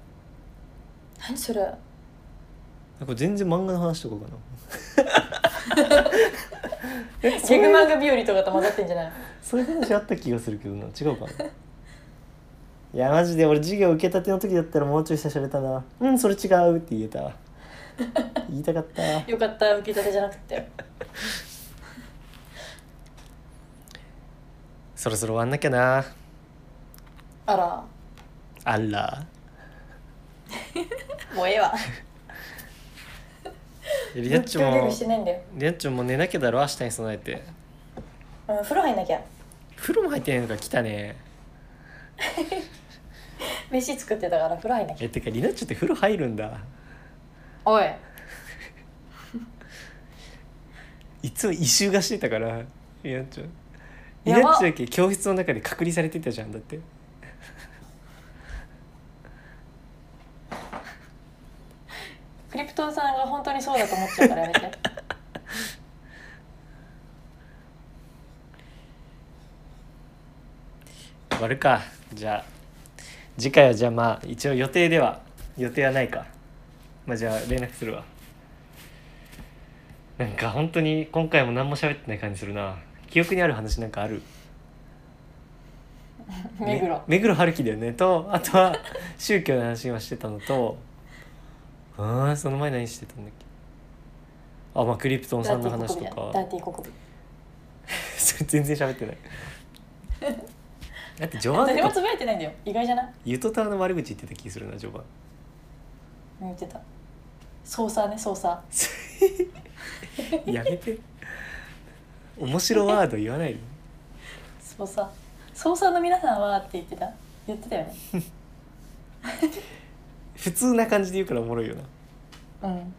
何それか全然漫画の話とかかな えそギうャグいう漫画日和とかと混ざってんじゃないそういう話あった気がするけどな違うかないやマジで俺授業受けたての時だったらもうちょい久しぶりだなうんそれ違うって言えたわ言いたかったわよかった受けたてじゃなくてそろそろ終わんなきゃなあらあらもうええわリリナッチョデビューもしてないんだよ、リナッチョも寝なきゃだろ明日に備えてうん、風呂入んなきゃ風呂も入ってないのか来たね飯作ってたから風呂入んなきゃえてかリナッチョって風呂入るんだおいいつも異臭がしてたからリナッチョリナやばッチョだけ教室の中で隔離されてたじゃんだってクリプトンさんが本当にそうだと思っちゃうからやめ て終わるかじゃあ次回はじゃあまあ一応予定では予定はないかまあじゃあ連絡するわなんか本当に今回も何も喋ってない感じするな記憶にある話なんかある 目黒、ね目黒春樹だよねとあとは宗教の話をしてたのとうーんその前何してたんだっけあまあクリプトンさダんーのテ話ィー国と部だかよダーティー国部それ 全然喋ってないだって序盤誰ともかつぶやいてないんだよ意外じゃないゆとたわの悪口言ってた気するな序盤見てた操作ね操作やめて面白ワード言わないで操作操作の皆さんはって言ってた言ってたよね普通な感じで言うからおもろいよなうん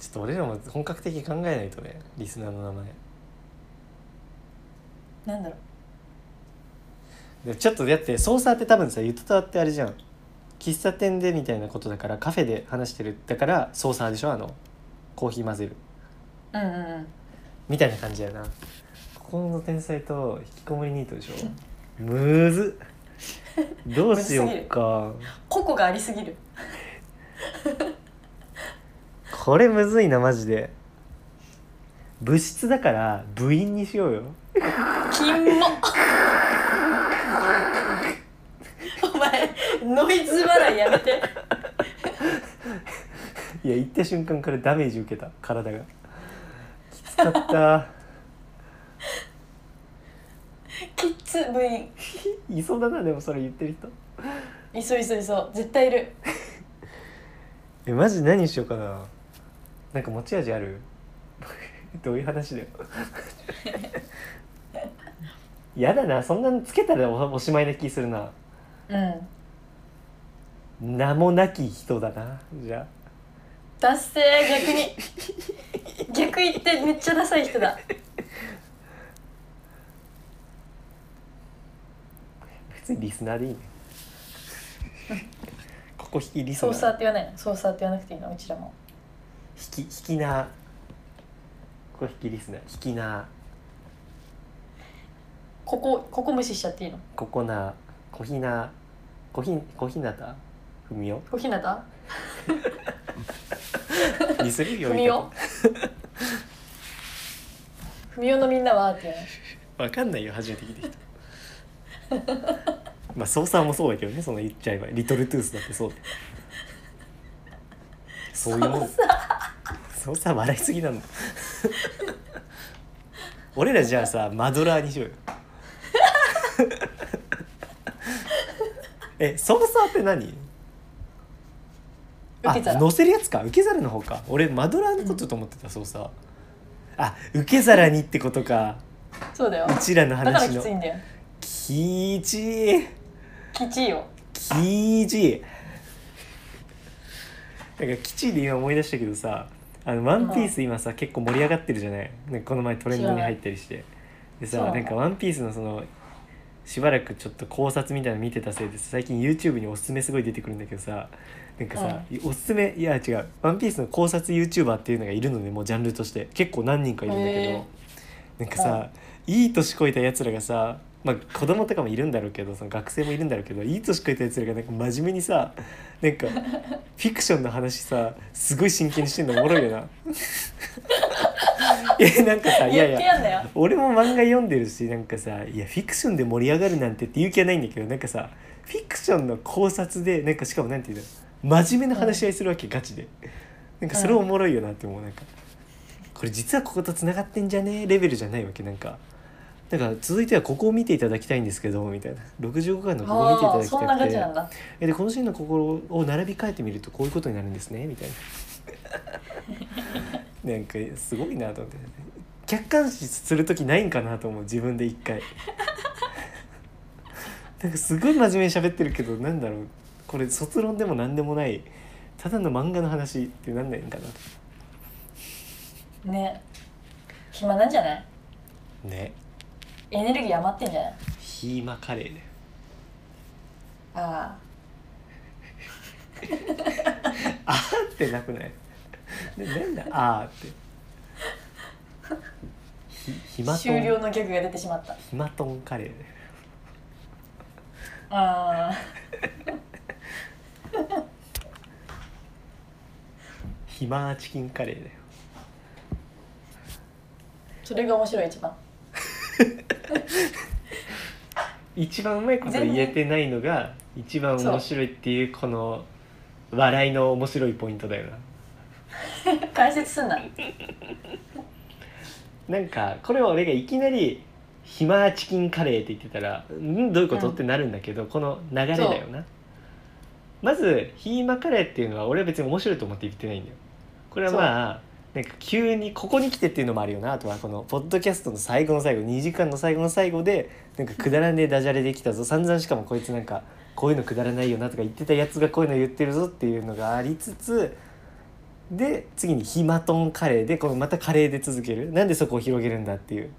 ちょっと俺らも本格的に考えないとねリスナーの名前なんだろうでちょっとだってソーサーって多分さゆとたわってあれじゃん喫茶店でみたいなことだからカフェで話してるだからソーサーでしょあのコーヒー混ぜるうんうんうんみたいな感じやな心の天才と引きこもりニートでしょむーずっどうしようか個々がありすぎるこれむずいなマジで部室だから部員にしようよキモ お前ノイズ笑いやめていや行った瞬間からダメージ受けた体がきつかったキッズ部員いそうだなでもそれ言ってる人いそういそういそう絶対いるえマジ何しようかななんか持ち味あるどういう話だよやだなそんなのつけたらおおしまいな気するなうん名もなき人だなじゃあ達成逆に逆言ってめっちゃダサい人だ普通にリスナーでい いねここ引きリスソナーサーーって言わないのソーサーって言わなくていいのうちらも引き引きなここ引きリスナー引きなここここ無視しちゃっていいのここな小ひな小ひ小ひなたふみお小日向にするよふみおふみおのみんなはって言うのわかんないよ初めて聞いてきたまあ操作もそうだけどねその言っちゃえばリトルトゥースだってそうそういうもん操作笑いすぎなの俺らじゃあさマドラーにしようよえ操作って何受けあ皿乗せるやつか受け皿の方か俺マドラーのことと思ってた、操作あ受け皿にってことかそうだようちらのだから話きのついんだよきーちーきちいよきーちーなんかきちーで今思い出したけどさあの「ワンピース今さ、結構盛り上がってるじゃないなんかこの前トレンドに入ったりしてでそさうなのなんか「ワンピースのそのしばらくちょっと考察みたいなの見てたせいでさ最近 YouTube におすすめすごい出てくるんだけどさなんかさ、おすすめいや違う「ワンピースの考察 YouTuber っていうのがいるのねもうジャンルとして結構何人かいるんだけへどなんかさ、いい年こいたやつらがさまあ子供とかもいるんだろうけどその学生もいるんだろうけどいい年こいたやつらがなんか真面目にさなんかフィクションの話さすごい真剣にしてんのおもろいよな。いやなんかさいやい言やってやんなよ俺も漫画読んでるしなんかさいやフィクションで盛り上がるなんてっていう気はないんだけどなんかさフィクションの考察でなんかしかもなんていうの真面目な話し合いするわけ、ガチでなんかそれおもろいよなって思うなんかこれ実はこことつながってんじゃねえレベルじゃないわけなんかなんか続いてはここを見ていただきたいんですけどみたいな65巻のここを見ていあたあだきそんたなくガてチなんだえでこのシーンの心を並び替えてみるとこういうことになるんですねみたい ななんかすごいなと思って客観視する時ないんかなと思う自分で一 回なんかすごい真面目に喋ってるけどなんだろうこれ卒論でも何でもないただの漫画の話ってなんないんかなね暇なんじゃないねエネルギー余ってんじゃないヒーマカレーでああーってなくないねなんだあー ってひ暇あと終ん了のギャグが出てしまった暇とんカレーであ暇チキンカレーだよーそれが面白い一番一番うまいこと言えてないのが一番面白いっていうこの笑いの面白いポイントだよ解説すんなななんかこれは俺がいきなり「暇チキンカレー」って言ってたら「んどういうこと?」うんってなるんだけどこの流れだよなまず「ヒーマカレー」っていうのは俺は別に面白いと思って言ってないんだよこれはまあなんか急にここに来てっていうのもあるよなあとはこのポッドキャストの最後の最後2時間の最後の最後でなんかくだらねえダジャレできたぞ散々しかもこいつなんかこういうのくだらないよなとか言ってたやつがこういうの言ってるぞっていうのがありつつで次に「ヒマトンカレーで」このまたカレーで続けるなんでそこを広げるんだっていう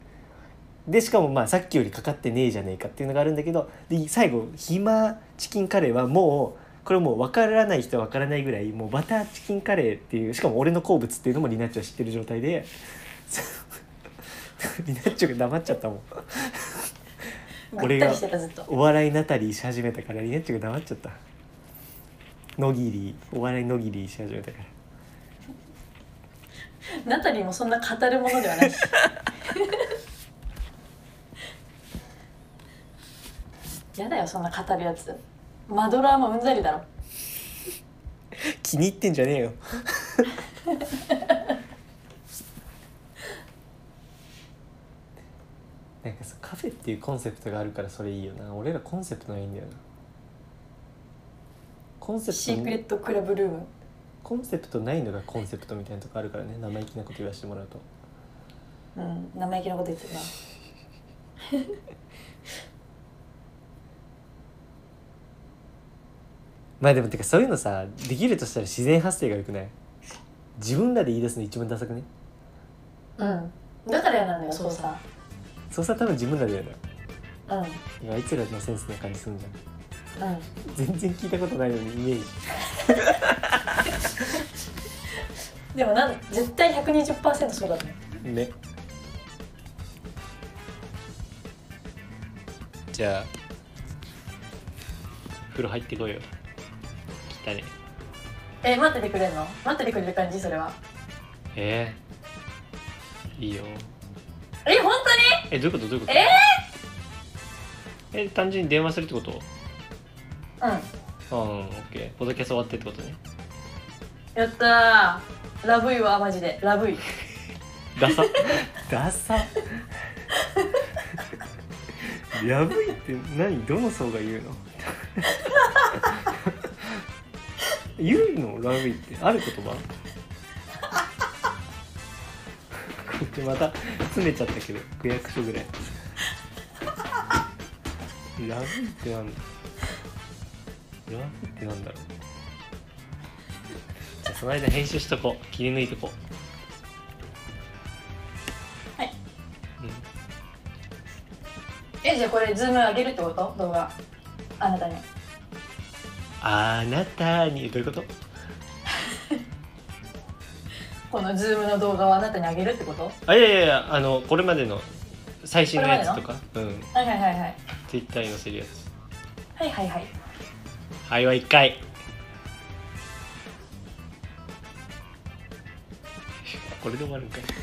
でしかもまあさっきよりかかってねえじゃねえかっていうのがあるんだけどで最後「ヒマチキンカレー」はもうこれもう分からない人は分からないぐらいもうバターチキンカレーっていうしかも俺の好物っていうのもリナッチは知ってる状態で リナッチョが黙っちゃったもん。ぐ俺っがたりしてたずっとお笑いナタリーし始めたからリナッチが黙っちゃったのぎりお笑いのぎりし始めたからナタリーもそんな語るものではないし やだよそんな語るやつマドラーもうんざりだろ気に入ってんじゃねえよ なんかさカフェっていうコンセプトがあるからそれいいよな俺らコンセプトないんだよなコンセシープクトレットクラブルームコンセプトないのがコンセプトみたいなとこあるからね生意気なこと言わせてもらうとうん生意気なこと言ってるなまあでもてかそういうのさできるとしたら自然発生がよくない自分らで言い出すの一番ダサくねうんだから嫌なんだよそうさそうさ多分自分らでやるのようんうんいやあいつらのセンスな感じするんじゃん全然聞いたことないのにイメージでもなん絶対120%そうだねねじゃあ風呂入ってこいよ来たねえ待っててくれるの待っててくれる感じそれはえー、いいよえ本当にえどういうことどういうことええ単純に電話するってことうんうんオッケーポッドキャスト終わってってことねやったーラブイはマジでラブイダサダサやぶいって何どの層が言うの言うのラブイってある言葉こっちまた詰めちゃったけど区役所ぐらいラブイってなんだラブイってなんだろうじゃあその間編集しとこう切り抜いとこうえじゃあこれズーム上げるってこと動画あなたにあなたにどういうことこのズームの動画をあなたにあげるってことあいやいやいやあのこれまでの最新のやつとかうんはいはいはいはいツイッターに載せるやつはいはいはいはいは1回これで終わるんかい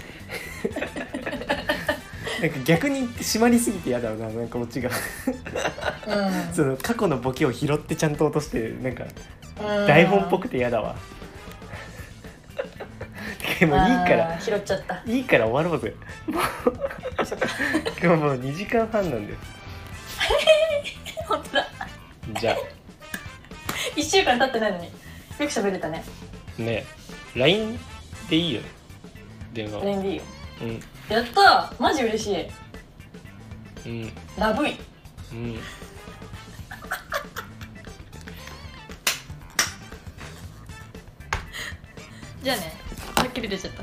なんか逆に締まりすぎて嫌だよななんかオチがその過去のボケを拾ってちゃんと落としてなんかうん台本っぽくて嫌だ わでもいいからあー拾っちゃったいいから終わろうぜもう今日もう2時間半なんだよ本当だじゃ1週間経ってないのによく喋れたねあね LINE でいいよね電話 LINE でいいようんやったマジ嬉しいうんラブイうんじゃあねはっきり出ちゃった